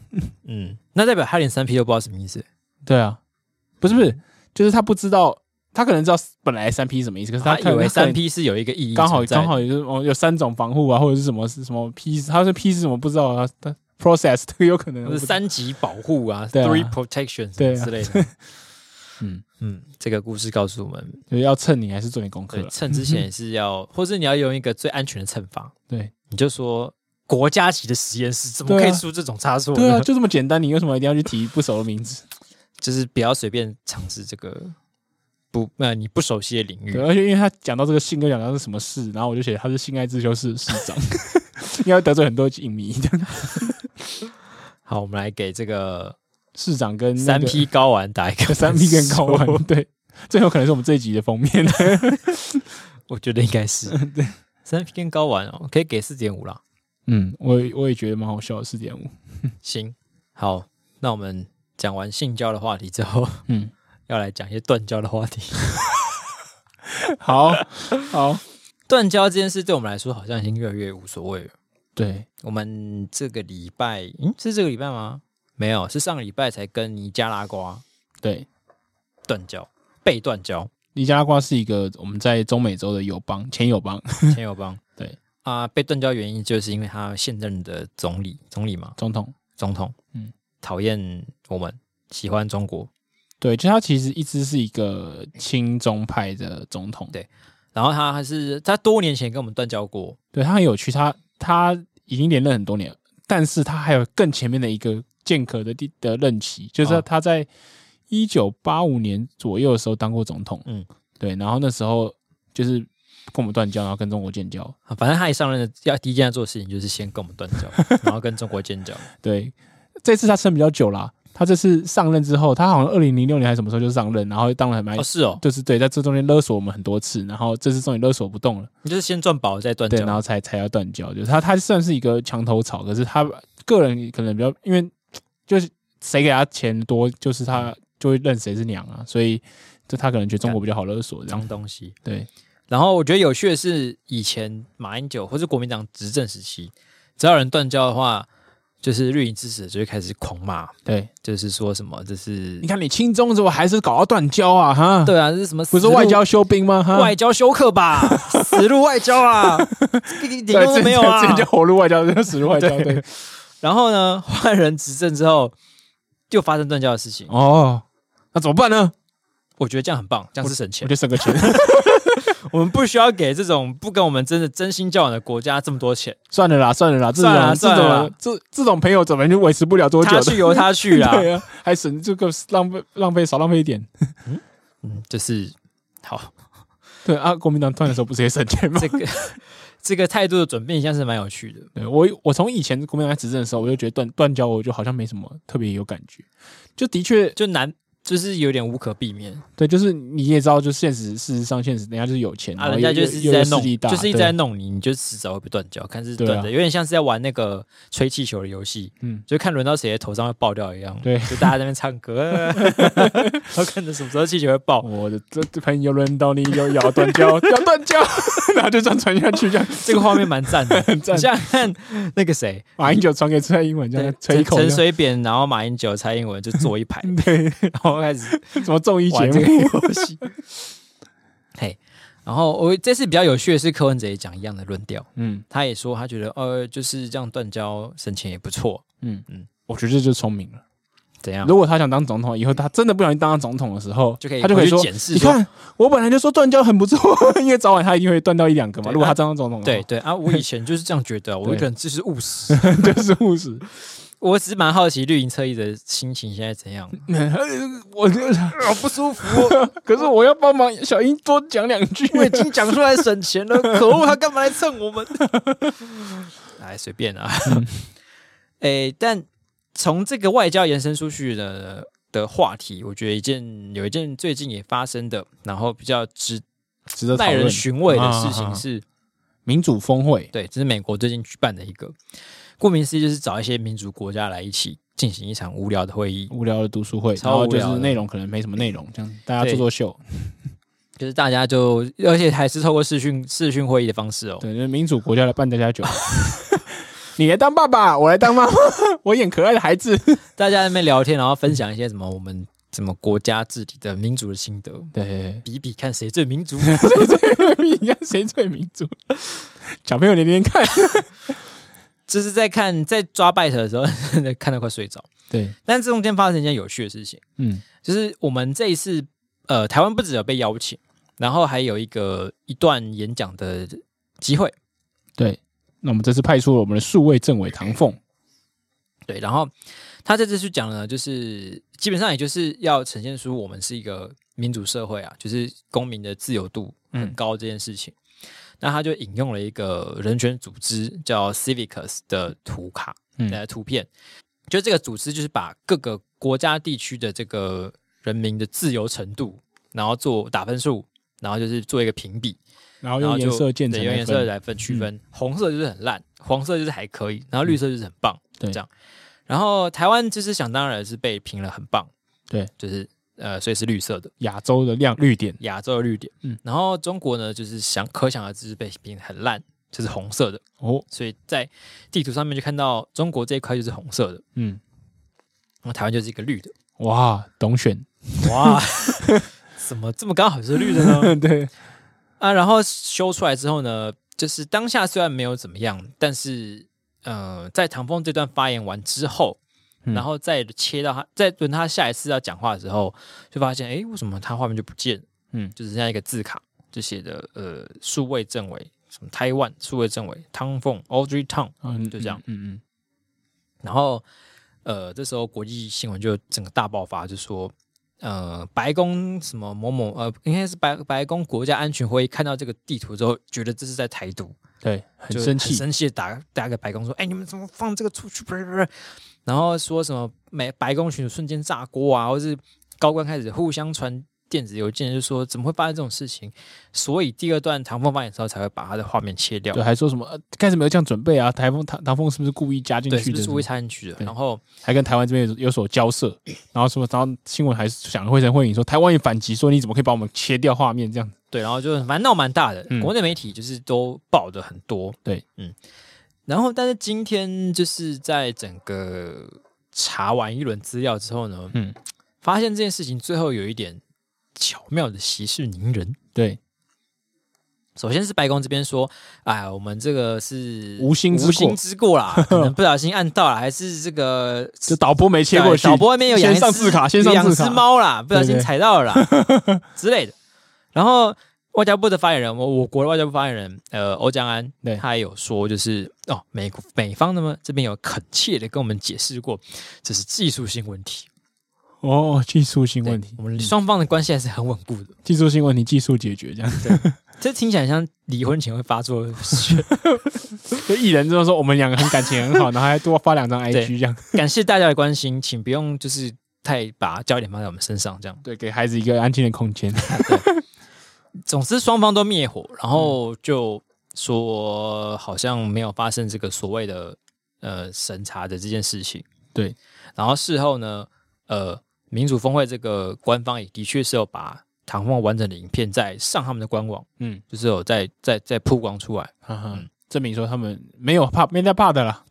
Speaker 1: 嗯，那代表他连三 P 都不知道什么意思。
Speaker 2: 对啊，不是不是，就是他不知道，他可能知道本来三 P 是什么意思，可是
Speaker 1: 他
Speaker 2: 可
Speaker 1: 以
Speaker 2: 能
Speaker 1: 为三。
Speaker 2: 他可能
Speaker 1: P 是有一个意义
Speaker 2: 刚好
Speaker 1: 存在的
Speaker 2: 刚好也就是哦，有三种防护啊，或者是什么是什么 P，他说 P 是什么不知道啊他，process 这个有可能
Speaker 1: 或者
Speaker 2: 我不
Speaker 1: 是
Speaker 2: 知
Speaker 1: 三级保护啊
Speaker 2: 对啊
Speaker 1: ，three protection 什
Speaker 2: 对
Speaker 1: 么
Speaker 2: 啊
Speaker 1: 之类的。
Speaker 2: 嗯
Speaker 1: 嗯，这个故事告诉我们，
Speaker 2: 就是要趁你还是做点功课
Speaker 1: 对，
Speaker 2: 了，
Speaker 1: 趁之前也是
Speaker 2: 嗯
Speaker 1: 要，或是你要用一个最安全的称法，
Speaker 2: 对
Speaker 1: 你就说国家级的实验室怎么
Speaker 2: 对
Speaker 1: 可
Speaker 2: 啊
Speaker 1: 以出这种差错呢？
Speaker 2: 对啊，就这么简单，你为什么一定要去提不熟的名字？
Speaker 1: 就是不要随便尝试这个不呃你不熟悉的领域
Speaker 2: 对，。而且因为他讲到这个性，又讲到是什么事，然后我就写他是性爱自修室室长， 应该会得罪很多影迷。这样
Speaker 1: 好，我们来给这个
Speaker 2: 市长跟那
Speaker 1: 三
Speaker 2: 个
Speaker 1: P 睾丸打一个
Speaker 2: 三 P 跟高
Speaker 1: 分
Speaker 2: 玩，
Speaker 1: 数，
Speaker 2: 对，这有可能是我们这一集的封面。
Speaker 1: 我觉得应该是对三 P 跟睾丸哦，可以给四点五啦。
Speaker 2: 嗯，我也我也觉得蛮好笑的，四点五。
Speaker 1: 行，好，那我们讲完性交的话题之后，
Speaker 2: 嗯，
Speaker 1: 要来讲一些断交的话题。
Speaker 2: 好好，
Speaker 1: 断交这件事对我们来说好像已经越来越无所谓了。
Speaker 2: 对，
Speaker 1: 我们这个礼拜，嗯，是这个礼拜吗？没有，是上个礼拜才跟尼加拉瓜
Speaker 2: 对，
Speaker 1: 断交，被断 交，
Speaker 2: 尼加拉瓜是一个我们在中美洲的友邦，前友邦，
Speaker 1: 前友邦。
Speaker 2: 对
Speaker 1: 啊、被断交原因就是因为他现任的总理，总理嘛，
Speaker 2: 总统。
Speaker 1: 总统，嗯
Speaker 2: 嗯，
Speaker 1: 讨厌我们，喜欢中国，
Speaker 2: 对，就他其实一直是一个亲中派的总统。
Speaker 1: 对然后他还是他多年前跟我们断交过，
Speaker 2: 对他很有趣，他他已经连任很多年了，但是他还有更前面的一个间隔的地的任期，就是
Speaker 1: 哦
Speaker 2: 他在一九八五年左右的时候当过总统，
Speaker 1: 嗯，
Speaker 2: 对，然后那时候就是跟我们断交，然后跟中国建交，
Speaker 1: 啊反正他一上任的要第一件要做的事情就是先跟我们断 交，然后跟中国建交。
Speaker 2: 对，这次他撑比较久啦，他这次上任之后，他好像二零零六年还是什么时候就上任，然后当了很蛮
Speaker 1: 哦，。是哦，
Speaker 2: 就是对，在这中间勒索我们很多次，然后这次终于勒索不动了，
Speaker 1: 你就是先赚饱再断
Speaker 2: 对，
Speaker 1: 交
Speaker 2: 然。后才才要断交。就是他他算是一个墙头草，可是他个人可能比较，因为就是谁给他钱多，就是他就会认谁是娘啊，所以就他可能觉得中国比较好勒索这
Speaker 1: 脏
Speaker 2: 样。
Speaker 1: 东西。
Speaker 2: 对，
Speaker 1: 然后我觉得有趣的是，以前马英九或是国民党执政时期，只要有人断交的话，就是绿营支持者就会开始狂骂，
Speaker 2: 对，
Speaker 1: 就是说什么这是
Speaker 2: 你看你亲中怎么还是搞到断交啊？哈，
Speaker 1: 对啊，这是什么
Speaker 2: 不
Speaker 1: 死
Speaker 2: 是
Speaker 1: 路
Speaker 2: 外交休兵吗？哈，
Speaker 1: 外交休克吧， 死路外交 啊，这个一点
Speaker 2: 对
Speaker 1: 用都没有啊
Speaker 2: 这。这这叫活路外交，这叫死路外交。
Speaker 1: 对
Speaker 2: 对，
Speaker 1: 然后呢，换人执政之后，就发生断交的事情。
Speaker 2: 哦，那怎么办呢？
Speaker 1: 我觉得这样很棒，这样是省钱
Speaker 2: 我。就省个钱，
Speaker 1: 我们不需要给这种不跟我们真的真心交往的国家这么多钱，
Speaker 2: 算了啦，算了啦，这种
Speaker 1: 算了算了啦
Speaker 2: 这种这这种朋友怎么就维持不了多久
Speaker 1: 他
Speaker 2: 的？
Speaker 1: 去由他去啦。
Speaker 2: 对啊，还省这个浪费浪费少浪费一点。
Speaker 1: 嗯，就是好，
Speaker 2: 对啊，国民党断的时候不是也省钱吗？
Speaker 1: 这个这个态度的转变像是蛮有趣的。
Speaker 2: 对我我从以前国民党在执政的时候，我就觉得断断交，我就好像没什么特别有感觉。就的确，
Speaker 1: 就难，就是有点无可避免
Speaker 2: 对，就是你也知道，就现实，事实上现实，人家就是哦有钱，
Speaker 1: 啊，
Speaker 2: 然后
Speaker 1: 人家
Speaker 2: 又
Speaker 1: 就是一直
Speaker 2: 又
Speaker 1: 在
Speaker 2: 又
Speaker 1: 弄
Speaker 2: 势力，大
Speaker 1: 就是一直
Speaker 2: 对
Speaker 1: 在弄你，你就迟早会被断脚，看是
Speaker 2: 对啊
Speaker 1: 断的，有点像是在玩那个吹气球的游戏，
Speaker 2: 嗯
Speaker 1: 就看轮到谁的头上会爆掉一样，
Speaker 2: 对
Speaker 1: 就大家在那边唱歌，呃然后看着什么时候气球会爆，
Speaker 2: 我的哦这这朋友轮到你又要断交， 要断交，然后就这样传下去，这样
Speaker 1: 这个画面蛮赞 的。
Speaker 2: 赞
Speaker 1: 你想想看，那个谁，
Speaker 2: 马英九传给蔡英文，这样吹一
Speaker 1: 陈
Speaker 2: 口，
Speaker 1: 陈水扁，然后马英九、蔡英文就坐一排，
Speaker 2: 对，
Speaker 1: 然后开始
Speaker 2: 什么综艺节
Speaker 1: 玩这个
Speaker 2: 目，
Speaker 1: 游戏。嘿，然后我这次比较有趣的是，柯文哲也讲一样的论调，
Speaker 2: 嗯
Speaker 1: 他也说他觉得呃，就是这样断交省钱也不错，
Speaker 2: 嗯
Speaker 1: 嗯
Speaker 2: 嗯，我觉得这就是聪明了。
Speaker 1: 怎样？
Speaker 2: 如果他想当总统，以后他真的不小心当上总统的时候，
Speaker 1: 啊就可以
Speaker 2: 他就可以
Speaker 1: 回去
Speaker 2: 说
Speaker 1: 检视，
Speaker 2: 你
Speaker 1: 说
Speaker 2: 看我本来就说断交很不错， 因为早晚他一定会断掉一两个嘛。
Speaker 1: 对
Speaker 2: 如果
Speaker 1: 啊
Speaker 2: 他当上总统，
Speaker 1: 对，对啊，我以前就是这样觉得，我可能就是务实。
Speaker 2: 就是务实。
Speaker 1: 我只是蛮好奇绿营侧翼的心情现在怎 样，
Speaker 2: 我就
Speaker 1: 好不舒服、哦。
Speaker 2: 可是我要帮忙小英多讲两句，
Speaker 1: 我已经讲出来省钱 了，可恶，他干嘛来蹭我们？ 来随便啊，
Speaker 2: 嗯
Speaker 1: 哎、但从这个外交延伸出去的的话题，我觉得一件有一件最近也发生的，然后比较值
Speaker 2: 值得讨
Speaker 1: 耐
Speaker 2: 论
Speaker 1: 人。寻味的事
Speaker 2: 啊啊
Speaker 1: 情
Speaker 2: 啊
Speaker 1: 是，
Speaker 2: 民主峰会，
Speaker 1: 对，这是美国最近举办的一个，顾名思义就是找一些民主国家来一起进行一场无聊的会议，
Speaker 2: 无聊的读书会，
Speaker 1: 超
Speaker 2: 然后就
Speaker 1: 无聊
Speaker 2: 是
Speaker 1: 的
Speaker 2: 内容可能没什么内容，这样大家
Speaker 1: 对
Speaker 2: 做做秀。
Speaker 1: 就是大家就，而且还是透过视讯视讯会议的方式哦。
Speaker 2: 对，就是民主国家来办家 家酒。你来当爸爸，我来当妈妈，我演可爱的孩子。
Speaker 1: 大家在那边聊天，然后分享一些什么我们什么国家治理的民主的心得，
Speaker 2: 对，
Speaker 1: 比比看谁最民主。
Speaker 2: 你看谁最民主？小朋友连连看。
Speaker 1: 就是在看在抓 b i t 的时候， 看到快睡着。
Speaker 2: 对，
Speaker 1: 但这中间发生一件有趣的事情，
Speaker 2: 嗯，
Speaker 1: 就是我们这一次呃，台湾不只有被邀请，然后还有一个一段演讲的机会。
Speaker 2: 对。那我们这次派出了我们的数位政委唐凤，
Speaker 1: 对，然后他这次去讲呢，就是基本上也就是要呈现出我们是一个民主社会啊，就是公民的自由度很高这件事情。那他就引用了一个人权组织叫 Civicus 的图卡，
Speaker 2: 嗯
Speaker 1: 呃，图片，就这个组织就是把各个国家地区的这个人民的自由程度，然后做打分数，然后就是做一个评比，
Speaker 2: 然后
Speaker 1: 然后
Speaker 2: 用
Speaker 1: 就
Speaker 2: 颜色建成
Speaker 1: 对，
Speaker 2: 来
Speaker 1: 用
Speaker 2: 分，嗯
Speaker 1: 颜色来分区分，红色就是很烂，黄色就是还可以，然后绿色就是很棒，
Speaker 2: 对
Speaker 1: 这样。然后台湾就是想当然是被评了很棒，
Speaker 2: 对，
Speaker 1: 就是呃，所以是绿色的
Speaker 2: 亚洲的亮绿点，
Speaker 1: 亚洲的绿点，嗯
Speaker 2: 嗯，
Speaker 1: 然后中国呢就是想可想而知是被评得很烂，就是红色的，
Speaker 2: 哦，
Speaker 1: 所以在地图上面就看到中国这一块就是红色的，
Speaker 2: 嗯，
Speaker 1: 然后台湾就是一个绿的，
Speaker 2: 哇，懂选，
Speaker 1: 哇，怎么这么刚好是绿的呢？
Speaker 2: 对，
Speaker 1: 啊，然后修出来之后呢，就是当下虽然没有怎么样，但是呃，在唐风这段发言完之后，
Speaker 2: 嗯
Speaker 1: 然后再切到他，再轮他下一次要讲话的时候，就发现诶，为什么他画面就不见了？
Speaker 2: 嗯
Speaker 1: 就是这样一个字卡，就写的呃，数位政委什么台湾数位政委汤凤 Audrey Tang，
Speaker 2: 嗯，
Speaker 1: 就这样，
Speaker 2: 嗯嗯，
Speaker 1: 然后呃，这时候国际新闻就整个大爆发，就说呃，白宫什么某某呃，应该是白白宫国家安全会议看到这个地图之后，觉得这是在台独，
Speaker 2: 对，很
Speaker 1: 就
Speaker 2: 生气，
Speaker 1: 生气的打打给白宫说，哎，你们怎么放这个出去？不是不是，然后说什么美白宫群组瞬间炸锅啊，或是高官开始互相传。电子邮件就说怎么会发生这种事情，所以第二段唐凤发言的时候才会把他的画面切掉
Speaker 2: 对，，还说什么呃开始没有这样准备啊？台风唐唐风是不是故意加进
Speaker 1: 对，
Speaker 2: 去
Speaker 1: 是不
Speaker 2: 的
Speaker 1: 是
Speaker 2: 什
Speaker 1: 故意
Speaker 2: 么？
Speaker 1: 插进去的？
Speaker 2: 对
Speaker 1: 然后
Speaker 2: 还跟台湾这边有有所交涉，然后什么？然后新闻还是想绘声绘影说台湾也反击，说你怎么可以把我们切掉画面这样？
Speaker 1: 对，然后就蛮闹蛮大的，
Speaker 2: 嗯
Speaker 1: 国内媒体就是都报的很多，
Speaker 2: 对，
Speaker 1: 嗯，然后但是今天就是在整个查完一轮资料之后呢，
Speaker 2: 嗯，
Speaker 1: 发现这件事情最后有一点巧妙的息事宁人。
Speaker 2: 对，
Speaker 1: 首先是白宫这边说，哎，我们这个是
Speaker 2: 无心之
Speaker 1: 无心
Speaker 2: 过
Speaker 1: 之过啦，可能不小心按到了，还是这个
Speaker 2: 这导播没切过去，
Speaker 1: 导播外面有养一
Speaker 2: 先
Speaker 1: 只
Speaker 2: 上字卡，先上
Speaker 1: 有
Speaker 2: 字
Speaker 1: 养只
Speaker 2: 卡，
Speaker 1: 猫啦，不小心
Speaker 2: 对对
Speaker 1: 踩到 了啦之类的。然后外交部的发言人，我我国的外交部发言人，呃，欧江安
Speaker 2: 对，
Speaker 1: 他也有说，就是哦，美国美方那么这边有恳切的跟我们解释过，这是技术性问题，
Speaker 2: 哦，技术性
Speaker 1: 对
Speaker 2: 问题嗯
Speaker 1: 我，们双方的关系还是很稳固的。
Speaker 2: 技术性问题，技术解决这样。
Speaker 1: 这听起来像离婚前会发作的事
Speaker 2: 就艺人之 后说我们两个很感情很好，然后还多发两张 IG 这样。
Speaker 1: 感谢大家的关心，请不用就是太把焦点放在我们身上，这样。
Speaker 2: 对，给孩子一个安静的空间。
Speaker 1: 总之，双方都灭火，然后就说好像没有发生这个所谓的呃审查的这件事情。
Speaker 2: 对，
Speaker 1: 然后事后呢，呃，民主峰会这个官方也的确是有把唐凤完整的影片在上他们的官网，
Speaker 2: 嗯，
Speaker 1: 就是有在在在曝光出来。
Speaker 2: 哈哈，嗯证明说他们没有怕，没在怕的啦。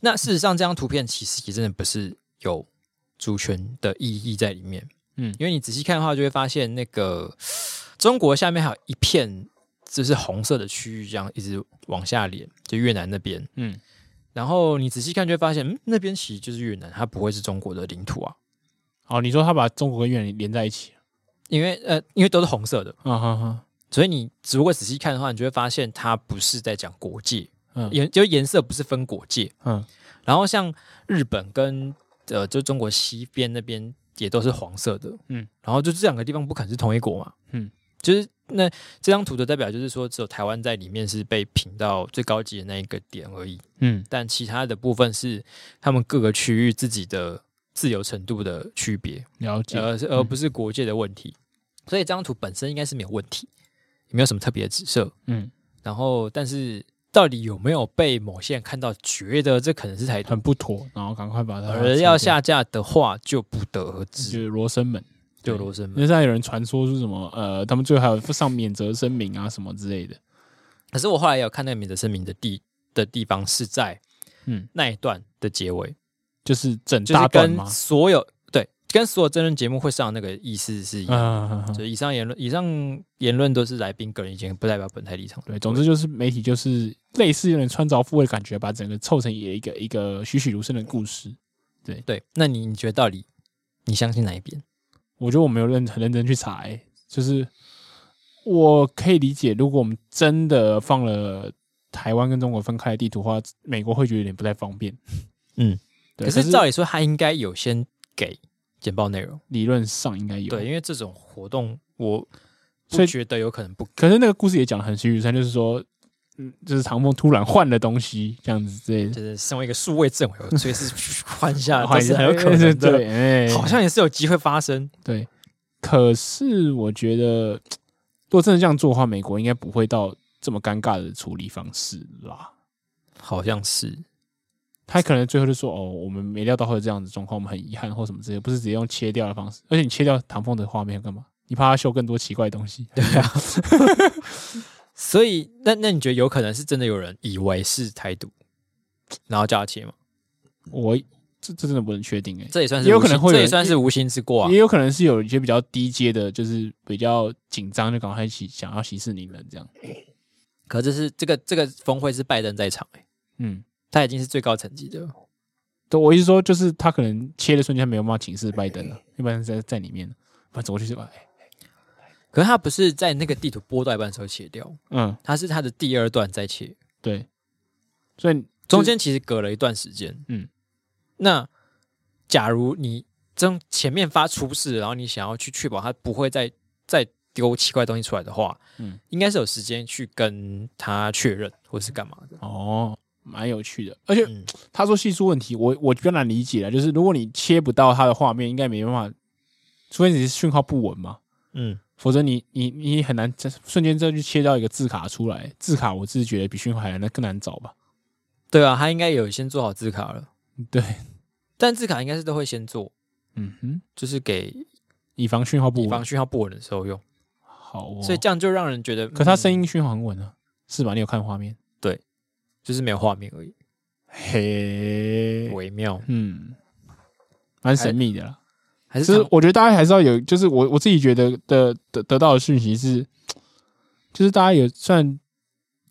Speaker 1: 那事实上，这张图片其实也真的不是有主权的意义在里面。
Speaker 2: 嗯
Speaker 1: 因为你仔细看的话，就会发现那个中国下面还有一片就是红色的区域，这样一直往下连，就越南那边。
Speaker 2: 嗯，
Speaker 1: 然后你仔细看就会发现，嗯，那边其实就是越南，它不会是中国的领土啊，
Speaker 2: 哦，你说他把中国跟越南连在一起，
Speaker 1: 因为呃，因为都是红色的，
Speaker 2: 啊哈哈，
Speaker 1: 所以你如果仔细看的话，你就会发现它不是在讲国界，
Speaker 2: 嗯
Speaker 1: 颜就颜色不是分国界，
Speaker 2: 嗯
Speaker 1: 然后像日本跟呃，就中国西边那边也都是黄色的，
Speaker 2: 嗯，
Speaker 1: 然后就这两个地方不可能是同一国嘛，
Speaker 2: 嗯，
Speaker 1: 就是那这张图的代表就是说，只有台湾在里面是被评到最高级的那一个点而已，
Speaker 2: 嗯
Speaker 1: 但其他的部分是他们各个区域自己的自由程度的区别，
Speaker 2: 了解。
Speaker 1: 而是而不是国界的问题，所以这张图本身应该是没有问题，也没有什么特别的指涉，
Speaker 2: 嗯，
Speaker 1: 然后但是到底有没有被某些人看到，觉得这可能是台独？
Speaker 2: 很不妥，然后赶快把它
Speaker 1: 而要下架的话，就不得而
Speaker 2: 就
Speaker 1: 知。
Speaker 2: 是罗生门。
Speaker 1: 就罗生
Speaker 2: 那
Speaker 1: 门，
Speaker 2: 现在有人传说是什么？呃，他们最后还有上免责声明啊什么之类的。
Speaker 1: 可是我后来有看那个免责声明的地的地方是在
Speaker 2: 嗯，
Speaker 1: 那一段的结尾，
Speaker 2: 就是整
Speaker 1: 就是
Speaker 2: 大段
Speaker 1: 跟
Speaker 2: 吗？
Speaker 1: 所有对跟所有真人节目会上那个意思是一样。
Speaker 2: 嗯，嗯嗯
Speaker 1: 就以上言论，以上言论都是来宾个人意见，不代表本台立场。
Speaker 2: 对，总之就是媒体就是类似有点穿凿附会的感觉，把整个凑成一个一个栩栩如生的故事。
Speaker 1: 对，那你你觉得到底你相信哪一边？
Speaker 2: 我觉得我没有认很认真去查、欸，就是我可以理解，如果我们真的放了台湾跟中国分开的地图的话，美国会觉得有点不太方便。
Speaker 1: 嗯，
Speaker 2: 对，
Speaker 1: 可是照理说，他应该有先给简报内容，
Speaker 2: 理论上应该有。
Speaker 1: 对，因为这种活动，我
Speaker 2: 所
Speaker 1: 不
Speaker 2: 以
Speaker 1: 觉得有可能不
Speaker 2: 可是那个故事也讲的很虚如生，就是说，嗯，就是唐凤突然换了东西这样子之类的，
Speaker 1: 就是身为一个数位政委，我随时 换一下
Speaker 2: 换
Speaker 1: 都
Speaker 2: 一
Speaker 1: 是
Speaker 2: 下
Speaker 1: 很有可能的，
Speaker 2: 对，哎
Speaker 1: 好像也是有机会发生。
Speaker 2: 对。可是我觉得，如果真的这样做的话，美国应该不会到这么尴尬的处理方式啦。
Speaker 1: 好像是，
Speaker 2: 他可能最后就说：“哦，我们没料到会有这样子的状况，我们很遗憾，或什么之类，不是直接用切掉的方式。而且你切掉唐凤的画面干嘛？你怕他秀更多奇怪的东西？对啊，
Speaker 1: 所以那那你觉得有可能是真的有人以为是台独，然后叫他切吗？
Speaker 2: 我这这真的不能确定哎、
Speaker 1: 这也算是
Speaker 2: 也有
Speaker 1: 无心
Speaker 2: 可能会有
Speaker 1: 这也
Speaker 2: 人
Speaker 1: 算是无心之过啊
Speaker 2: 也。有可能是有一些比较低阶的，就是比较紧张，就赶快起想要息事宁人这样。
Speaker 1: 可这是这个这个峰会是拜登在场、欸，
Speaker 2: 嗯，
Speaker 1: 他已经是最高层级的了。
Speaker 2: 对我意思说，就是他可能切的瞬间没有办法请示拜登了，要不然在在里面了，不然走过去就哎，
Speaker 1: 可是他不是在那个地图播到一半的时候切掉，
Speaker 2: 嗯，
Speaker 1: 他是他的第二段在切，
Speaker 2: 对，所以
Speaker 1: 中间其实隔了一段时间。
Speaker 2: 嗯，
Speaker 1: 那假如你真前面发出事，然后你想要去确保他不会再再丢奇怪的东西出来的话，
Speaker 2: 嗯
Speaker 1: 嗯，应该是有时间去跟他确认或是干嘛的。
Speaker 2: 哦，蛮有趣的。而且
Speaker 1: 嗯
Speaker 2: 他说系数问题，我我比较难理解了，就是如果你切不到他的画面，应该没办法，除非你是讯号不稳嘛，
Speaker 1: 嗯，
Speaker 2: 否则你你你很难瞬间再去切到一个字卡出来。字卡我自己觉得比讯号还难更难找吧。
Speaker 1: 对啊，他应该有先做好字卡了，
Speaker 2: 对，
Speaker 1: 但字卡应该是都会先做，
Speaker 2: 嗯哼，
Speaker 1: 就是给
Speaker 2: 以防讯号
Speaker 1: 以
Speaker 2: 不稳。
Speaker 1: 防讯号不稳的时候用，
Speaker 2: 好、哦，
Speaker 1: 所以这样就让人觉得，嗯
Speaker 2: 可他声
Speaker 1: 音、
Speaker 2: 音讯号很稳啊，是吧？你有看画面？
Speaker 1: 就是没有画面而已，
Speaker 2: 嘿，
Speaker 1: 微妙。
Speaker 2: 嗯，蛮神秘的啦。
Speaker 1: 还
Speaker 2: 其
Speaker 1: 是
Speaker 2: 实
Speaker 1: 唐
Speaker 2: 我觉得大家还是要有，就是我我自己觉得的得得到的讯息是，就是大家也算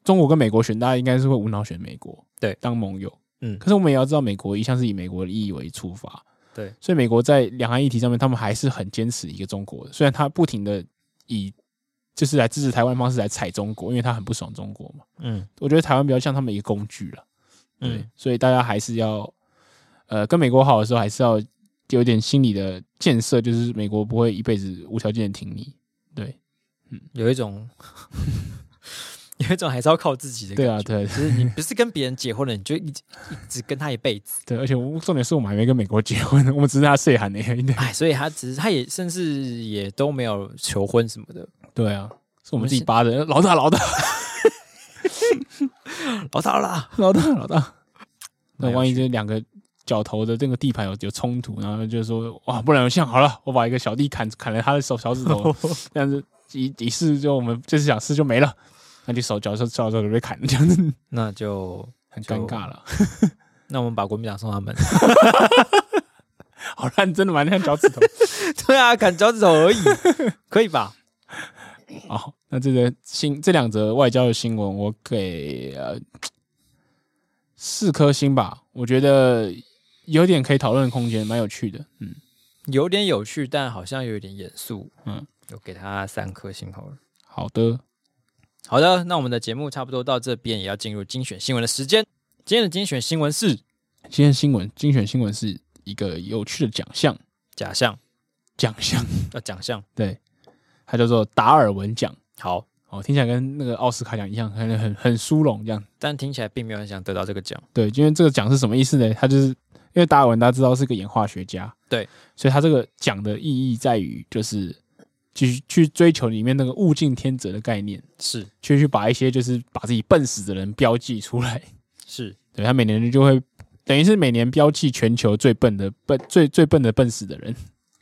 Speaker 2: 中国跟美国选，大家应该是会无脑选美国，
Speaker 1: 对
Speaker 2: 当盟友。
Speaker 1: 嗯
Speaker 2: 可是我们也要知道，美国一向是以美国的利益为出发，
Speaker 1: 对，
Speaker 2: 所以美国在两岸议题上面，他们还是很坚持一个中国的，虽然他不停的以就是来支持台湾的方式来踩中国，因为他很不爽中国嘛。
Speaker 1: 嗯
Speaker 2: 我觉得台湾比较像他们一个工具了，对，
Speaker 1: 嗯，
Speaker 2: 所以大家还是要，呃，跟美国好的时候还是要有点心理的建设，就是美国不会一辈子无条件的挺你，对，
Speaker 1: 有一种 有一种还是要靠自己的
Speaker 2: 对
Speaker 1: 感
Speaker 2: 啊，
Speaker 1: 觉。
Speaker 2: 对
Speaker 1: 就是你不是跟别人结婚了，你就一直一直跟他一辈 子。
Speaker 2: 对，而且我重点是我们还没跟美国结婚，我们只是他岁寒而已。
Speaker 1: 哎，所以他只是他也甚至也都没有求婚什么的。
Speaker 2: 对啊，是我
Speaker 1: 们
Speaker 2: 们自己
Speaker 1: 是
Speaker 2: 扒的，老大，老大，
Speaker 1: 老大啦，
Speaker 2: 老大，老大。 哎那
Speaker 1: 蛮有
Speaker 2: 万一
Speaker 1: 趣
Speaker 2: 这两个角头的这个地盘有有冲突，然后就说哇，不然我像好了，我把一个小弟砍砍了他的手小指 头，这样子一一试就我们这次想试就没了，那就手脚手脚手就被砍了，这样 子
Speaker 1: 那就
Speaker 2: 很
Speaker 1: 就
Speaker 2: 尴尬了。
Speaker 1: 那我们把国民党送他们。
Speaker 2: 好烂，真的蛮像脚 趾头。
Speaker 1: 对啊，砍脚趾头 而已，可以吧？
Speaker 2: 哦，那这个新这两则外交的新闻，我给呃四颗星吧，我觉得有点可以讨论的空间，蛮有趣的。嗯，
Speaker 1: 有点有趣，但好像有点严肃。
Speaker 2: 嗯
Speaker 1: 嗯，我给他三颗星好了。
Speaker 2: 好的，
Speaker 1: 好的，那我们的节目差不多到这边，也要进入精选新闻的时间。今天的精选新闻是
Speaker 2: 今天新闻精选新闻是一个有趣的奖项，
Speaker 1: 假象，
Speaker 2: 奖项
Speaker 1: 呃，奖项。
Speaker 2: 对，它叫做达尔文奖。
Speaker 1: 好，
Speaker 2: 哦，听起来跟那个奥斯卡奖一样，很很很殊荣这样。
Speaker 1: 但听起来并没有很想得到这个奖。
Speaker 2: 对，因为这个奖是什么意思呢？它就是因为达尔文大家知道是个演化学家，
Speaker 1: 对，
Speaker 2: 所以他这个奖的意义在于就是去去追求里面那个物竞天择的概念，
Speaker 1: 是
Speaker 2: 去去把一些就是把自己笨死的人标记出来。
Speaker 1: 是，
Speaker 2: 对他每年就会等于是每年标记全球最笨的笨最最笨的笨死的人。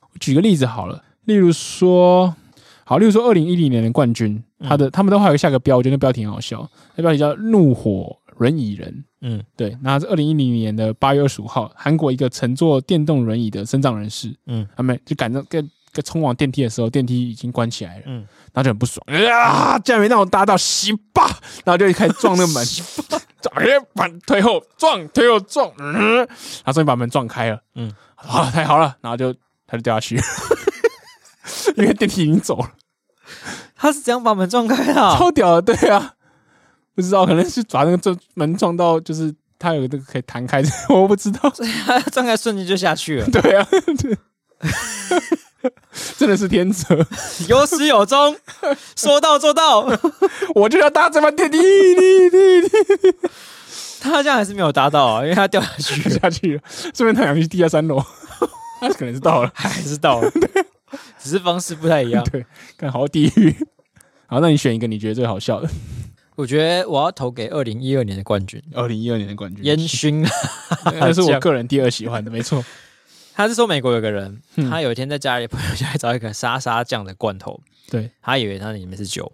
Speaker 2: 我举个例子好了，例如说，好，例如说二零一零年的冠军，他的、他们都还有下个标，我觉得那标题很好笑，那标题叫“怒火轮椅人”。
Speaker 1: 嗯
Speaker 2: 对，那是二零一零年的八月二十五号，韩国一个乘坐电动轮椅的身障人士，
Speaker 1: 嗯
Speaker 2: 他们就赶着跟跟冲往电梯的时候，电梯已经关起来了，
Speaker 1: 嗯，
Speaker 2: 然后就很不爽，啊，竟然没让我搭到，行吧，然后就开始撞那 门，撞，哎，把推后撞，推后撞，嗯，然后终于把门撞开了，
Speaker 1: 嗯，
Speaker 2: 好了，太好了，然后就他就掉下去， 因为电梯已经走了，
Speaker 1: 他是怎样把门撞开的啊？
Speaker 2: 超屌的，对啊，不知道可能是把那个撞门撞到，就是它有那个可以弹开， 我不知道。
Speaker 1: 他撞开瞬间就下去了，
Speaker 2: 对啊，对，真的是天择，
Speaker 1: 有始有终，说到做到。
Speaker 2: 我就要搭这班电梯，滴滴滴
Speaker 1: 他这样还是没有达到啊，因为他掉下去了，
Speaker 2: 下去了，顺便他想去地下三楼，那可能是到了，
Speaker 1: 还是到了，只是方式不太一样。
Speaker 2: 对，看好地狱。好，那你选一个你觉得最好笑的，
Speaker 1: 我觉得我要投给二零一二年的冠军
Speaker 2: 二零一二年的冠 军
Speaker 1: 烟熏。
Speaker 2: 那是我个人第二喜欢的，没错。
Speaker 1: 他是说美国有个人，
Speaker 2: 嗯
Speaker 1: 他有一天在家里朋友家里找一个沙沙酱的罐头，
Speaker 2: 对，
Speaker 1: 他以为它里面是酒，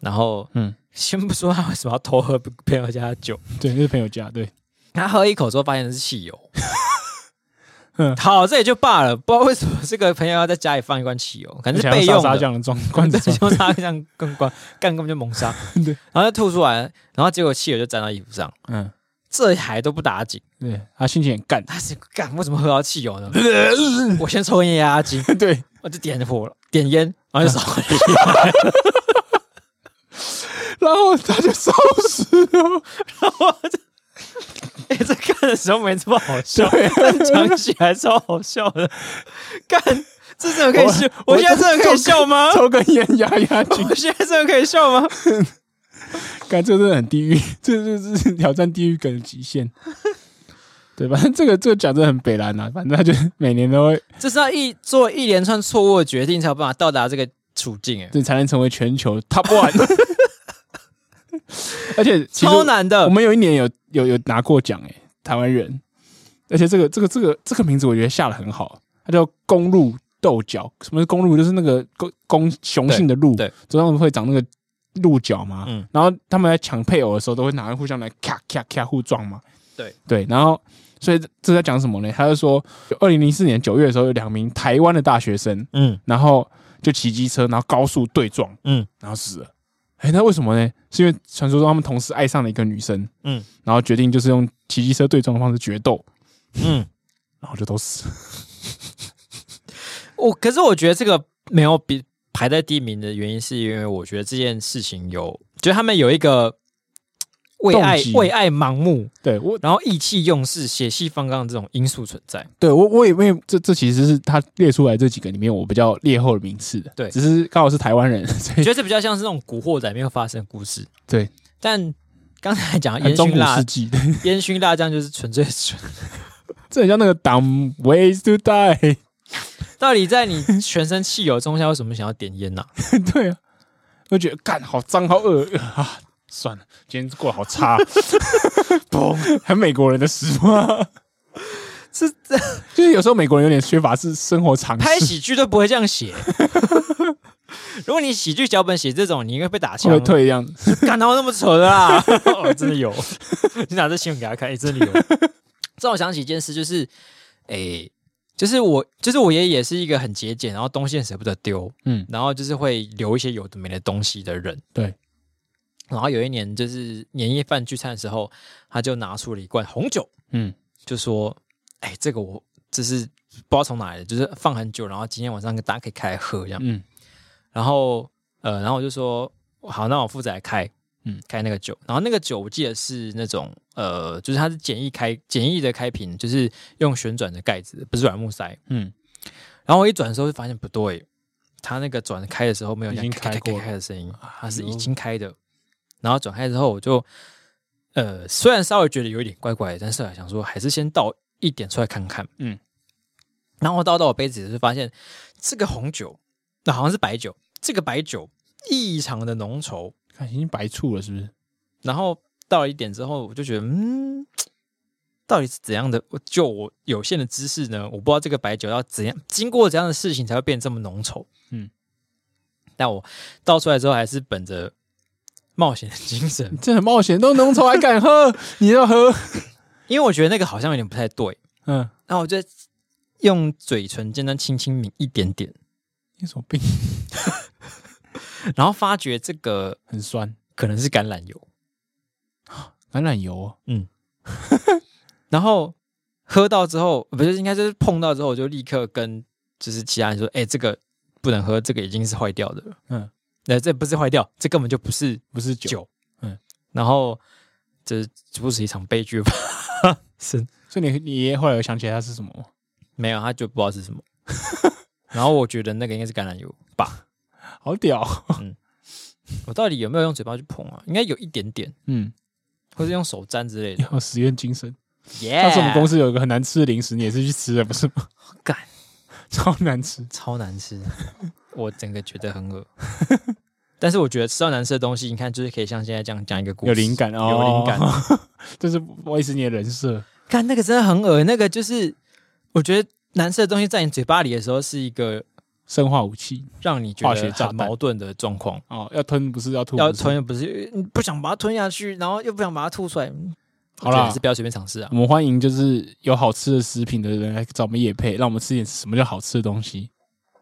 Speaker 1: 然后
Speaker 2: 嗯，
Speaker 1: 先不说他为什么要偷喝朋友家的酒，
Speaker 2: 对，那是朋友家，对，
Speaker 1: 他喝一口之后发现是汽 油
Speaker 2: 嗯。
Speaker 1: 好，这也就罢了，不知道为什么这个朋友要在家里放一罐汽油，可能是
Speaker 2: 想要
Speaker 1: 备用
Speaker 2: 沙沙
Speaker 1: 的。
Speaker 2: 酱的装罐子
Speaker 1: 对，
Speaker 2: 装，
Speaker 1: 就他这样更光干根本就谋杀，
Speaker 2: 对
Speaker 1: 然后他吐出来，然后结果汽油就沾到衣服上，
Speaker 2: 嗯，
Speaker 1: 这还都不打紧，
Speaker 2: 对，他心情很干，
Speaker 1: 他是干为什么喝到汽油 呢？我先抽根烟压压惊，
Speaker 2: 对，
Speaker 1: 我就点火了，点烟，然后就烧了，
Speaker 2: 然后他就烧死了。
Speaker 1: 然后就。哎、 这看的时候没这么好笑，
Speaker 2: 对
Speaker 1: 但讲起来超好笑的。干，这真的可以笑？
Speaker 2: 我
Speaker 1: 我现在真的可以笑吗？
Speaker 2: 抽根烟压压惊，
Speaker 1: 我现在真的可以笑吗？
Speaker 2: 干这真的很地狱，这就是挑战地狱梗的极限。对，反正这个这个讲真的很北蓝啊，反正他就是每年都会，
Speaker 1: 这是要一做一连串错误的决定，才有办法到达这个处境、哎，
Speaker 2: 这才能成为全球 top one。而且其实
Speaker 1: 超难的
Speaker 2: 我。们有一年有有有拿过奖诶、台湾人，而且这个这个这个这个名字我觉得下的很好，它叫公路豆角。什么是公路？就是那个公公雄性的鹿，
Speaker 1: 对对，
Speaker 2: 头上会长那个鹿角嘛。
Speaker 1: 嗯
Speaker 2: 然后他们在抢配偶的时候，都会拿来互相来咔咔咔互撞嘛。
Speaker 1: 对
Speaker 2: 对，然后所以这这在讲什么呢？他就说，二零零四年九月的时候，有两名台湾的大学生，
Speaker 1: 嗯
Speaker 2: 然后就骑机车，然后高速对撞，
Speaker 1: 嗯
Speaker 2: 然后死了。哎、那为什么呢？是因为传说中他们同时爱上了一个女生，
Speaker 1: 嗯
Speaker 2: 然后决定就是用骑机车对撞的方式决斗，
Speaker 1: 嗯，
Speaker 2: 然后就都死了。
Speaker 1: 我可是我觉得这个没有比排在第一名的原因，是因为我觉得这件事情有，就是他们有一个为爱
Speaker 2: 动机
Speaker 1: 为爱盲目，
Speaker 2: 对我
Speaker 1: 然后意气用事、血气方刚这种因素存 在。
Speaker 2: 对我我也没有这这其实是他列出来这几个里面我比较列后的名次的，
Speaker 1: 对
Speaker 2: 只是刚好是台湾人，所
Speaker 1: 我
Speaker 2: 以
Speaker 1: 觉得这比较像是那种《古惑仔》里面发生的故事。
Speaker 2: 对，
Speaker 1: 但刚才讲
Speaker 2: 很
Speaker 1: 烟
Speaker 2: 中
Speaker 1: 熏
Speaker 2: 古
Speaker 1: 辣
Speaker 2: 世纪 的，
Speaker 1: 烟熏辣酱就是纯粹纯，
Speaker 2: 这很像那个 Dumb Ways to Die，
Speaker 1: 到底在你全身汽油中下，为什么想要点烟呢、
Speaker 2: 对啊，我觉得干好脏好恶 啊，算了，今天过得好 差，嘣，很美国人的诗吗？
Speaker 1: 是
Speaker 2: 就是有时候美国人有点缺乏是生活常识，
Speaker 1: 拍喜剧都不会这样 写。如果你喜剧脚本写这种，你应该被打
Speaker 2: 会
Speaker 1: 枪。
Speaker 2: 不会退这样子？
Speaker 1: 干到那么扯的啦！ 哦，真的有，你拿这新闻给他看，哎、真的有。这让我想起一件事，就是，哎、就是我，就是我爷爷也是一个很节俭，然后东西很舍不得丢，
Speaker 2: 嗯
Speaker 1: 然后就是会留一些有的没的东西的人。
Speaker 2: 对。
Speaker 1: 然后有一年就是年夜饭聚餐的时候，他就拿出了一罐红酒，
Speaker 2: 嗯，
Speaker 1: 就说：“哎、这个我这是不知道从哪来的，就是放很久，然后今天晚上大家可以开来喝这样。”
Speaker 2: 嗯
Speaker 1: 然后呃，然后我就说好，那我负责来开，
Speaker 2: 嗯
Speaker 1: 嗯，开那个酒。然后那个酒我记得是那种呃，就是它是简易开简易的开瓶，就是用旋转的盖子，不是软木塞。
Speaker 2: 嗯，
Speaker 1: 然后我一转的时候就发现不对，它那个转开的时候没有
Speaker 2: 已
Speaker 1: 像
Speaker 2: 经
Speaker 1: 咔
Speaker 2: 开
Speaker 1: 咔
Speaker 2: 过
Speaker 1: 咔
Speaker 2: 了
Speaker 1: 咔的声音，它是
Speaker 2: 哎
Speaker 1: 已
Speaker 2: 呦
Speaker 1: 经开的。然后转开之后，我就呃，虽然稍微觉得有一点怪怪的，但是还想说还是先倒一点出来看看。
Speaker 2: 嗯
Speaker 1: 嗯，然后我倒到我杯子，就发现这个红酒，那好像是白酒，这个白酒异常的浓稠。
Speaker 2: 看已经白醋了是不是？
Speaker 1: 然后到了一点之后，我就觉得，嗯，到底是怎样的？我就我有限的知识呢，我不知道这个白酒要怎样经过怎样的事情才会变这么浓稠。
Speaker 2: 嗯
Speaker 1: 嗯，但我倒出来之后，还是本着冒险的精神
Speaker 2: 你，这很冒险，都浓稠还敢喝， 你要喝？
Speaker 1: 因为我觉得那个好像有点不太对。
Speaker 2: 嗯，
Speaker 1: 然后我就用嘴唇简单轻轻抿一点点，
Speaker 2: 你有什么病？
Speaker 1: 然后发觉这个
Speaker 2: 很酸，
Speaker 1: 可能是橄榄油，
Speaker 2: 橄榄油、哦。
Speaker 1: 然后喝到之后，不是应该就是碰到之后，我就立刻跟就是其他人说：“哎、这个不能喝，这个已经是坏掉的了。”
Speaker 2: 嗯
Speaker 1: 嗯，那、这不是坏掉，这根本就不是
Speaker 2: 不是酒，
Speaker 1: 酒。
Speaker 2: 嗯
Speaker 1: 嗯，然后这这不是一场悲剧吧？是
Speaker 2: 所以你你爷爷后来有想起来它是什么吗？
Speaker 1: 没有，他就不知道是什么。 然后我觉得那个应该是橄榄油吧。
Speaker 2: 好屌，哦
Speaker 1: 我到底有没有用嘴巴去碰啊？应该有一点点，
Speaker 2: 嗯，
Speaker 1: 或是用手沾之 类的。
Speaker 2: 要实验精神。
Speaker 1: 耶、
Speaker 2: 上次我们公司有一个很难吃的零食，你也是去吃的，不是吗？
Speaker 1: 哎 干
Speaker 2: 超难吃，
Speaker 1: 超难吃， 我整个觉得很恶。但是我觉得吃到难吃的东西，你看就是可以像现在这样讲一个故事，
Speaker 2: 有灵感哦，
Speaker 1: 有灵感。
Speaker 2: 感，这是维持你的人设。
Speaker 1: 看那个真的很恶，那个就是我觉得难吃的东西在你嘴巴里的时候，是一个
Speaker 2: 生化武器
Speaker 1: 让你觉
Speaker 2: 化学
Speaker 1: 得
Speaker 2: 炸弹
Speaker 1: 很矛盾的状况。
Speaker 2: 哦，要吞不是要吐，
Speaker 1: 要
Speaker 2: 不是。
Speaker 1: 吞又不是，你不想把它吞下去，然后又不想把它吐出来。嗯
Speaker 2: 好
Speaker 1: 我觉得
Speaker 2: 啦
Speaker 1: 还是不要随便尝试啊
Speaker 2: 我。们欢迎就是有好吃的食品的人来找我们叶配，让我们吃点什么叫好吃的东西。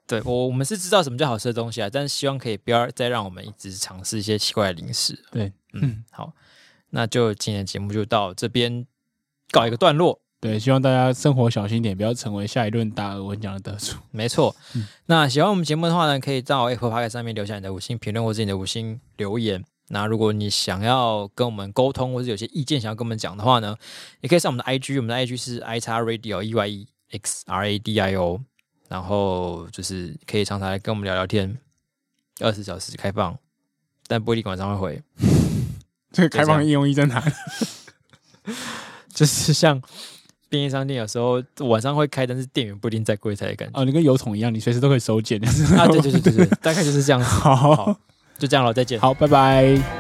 Speaker 1: 对我，我们是知道什么叫好吃的东西啊，但是希望可以不要再让我们一直尝试一些奇怪的零食。
Speaker 2: 对，嗯
Speaker 1: 嗯，好，那就今天的节目就到这边告一个段落。
Speaker 2: 对，希望大家生活小心一点，不要成为下一轮大耳文奖的得主。
Speaker 1: 没错，那喜欢我们节目的话呢，可以到 Apple Park 上面留下你的五星评论或者你的五星留言。那如果你想要跟我们沟通，或者有些意见想要跟我们讲的话呢，也可以上我们的 IG，我们的 IG 是 i x radio e y e x r a d i o，然后就是可以常常来跟我们聊聊天，二十小时开放，但不一定晚上会回。
Speaker 2: 这个开
Speaker 1: 就这
Speaker 2: 放的
Speaker 1: 样
Speaker 2: 应用意在哪里？
Speaker 1: 就是像便利商店有时候晚上会开，但是店员不一定在柜台的感觉。
Speaker 2: 哦，你跟油桶一样，你随时都可以收件。啊
Speaker 1: 啊，对对对对对，大概就是这样子。
Speaker 2: 好
Speaker 1: 好，就这样了，再见。
Speaker 2: 好，拜拜。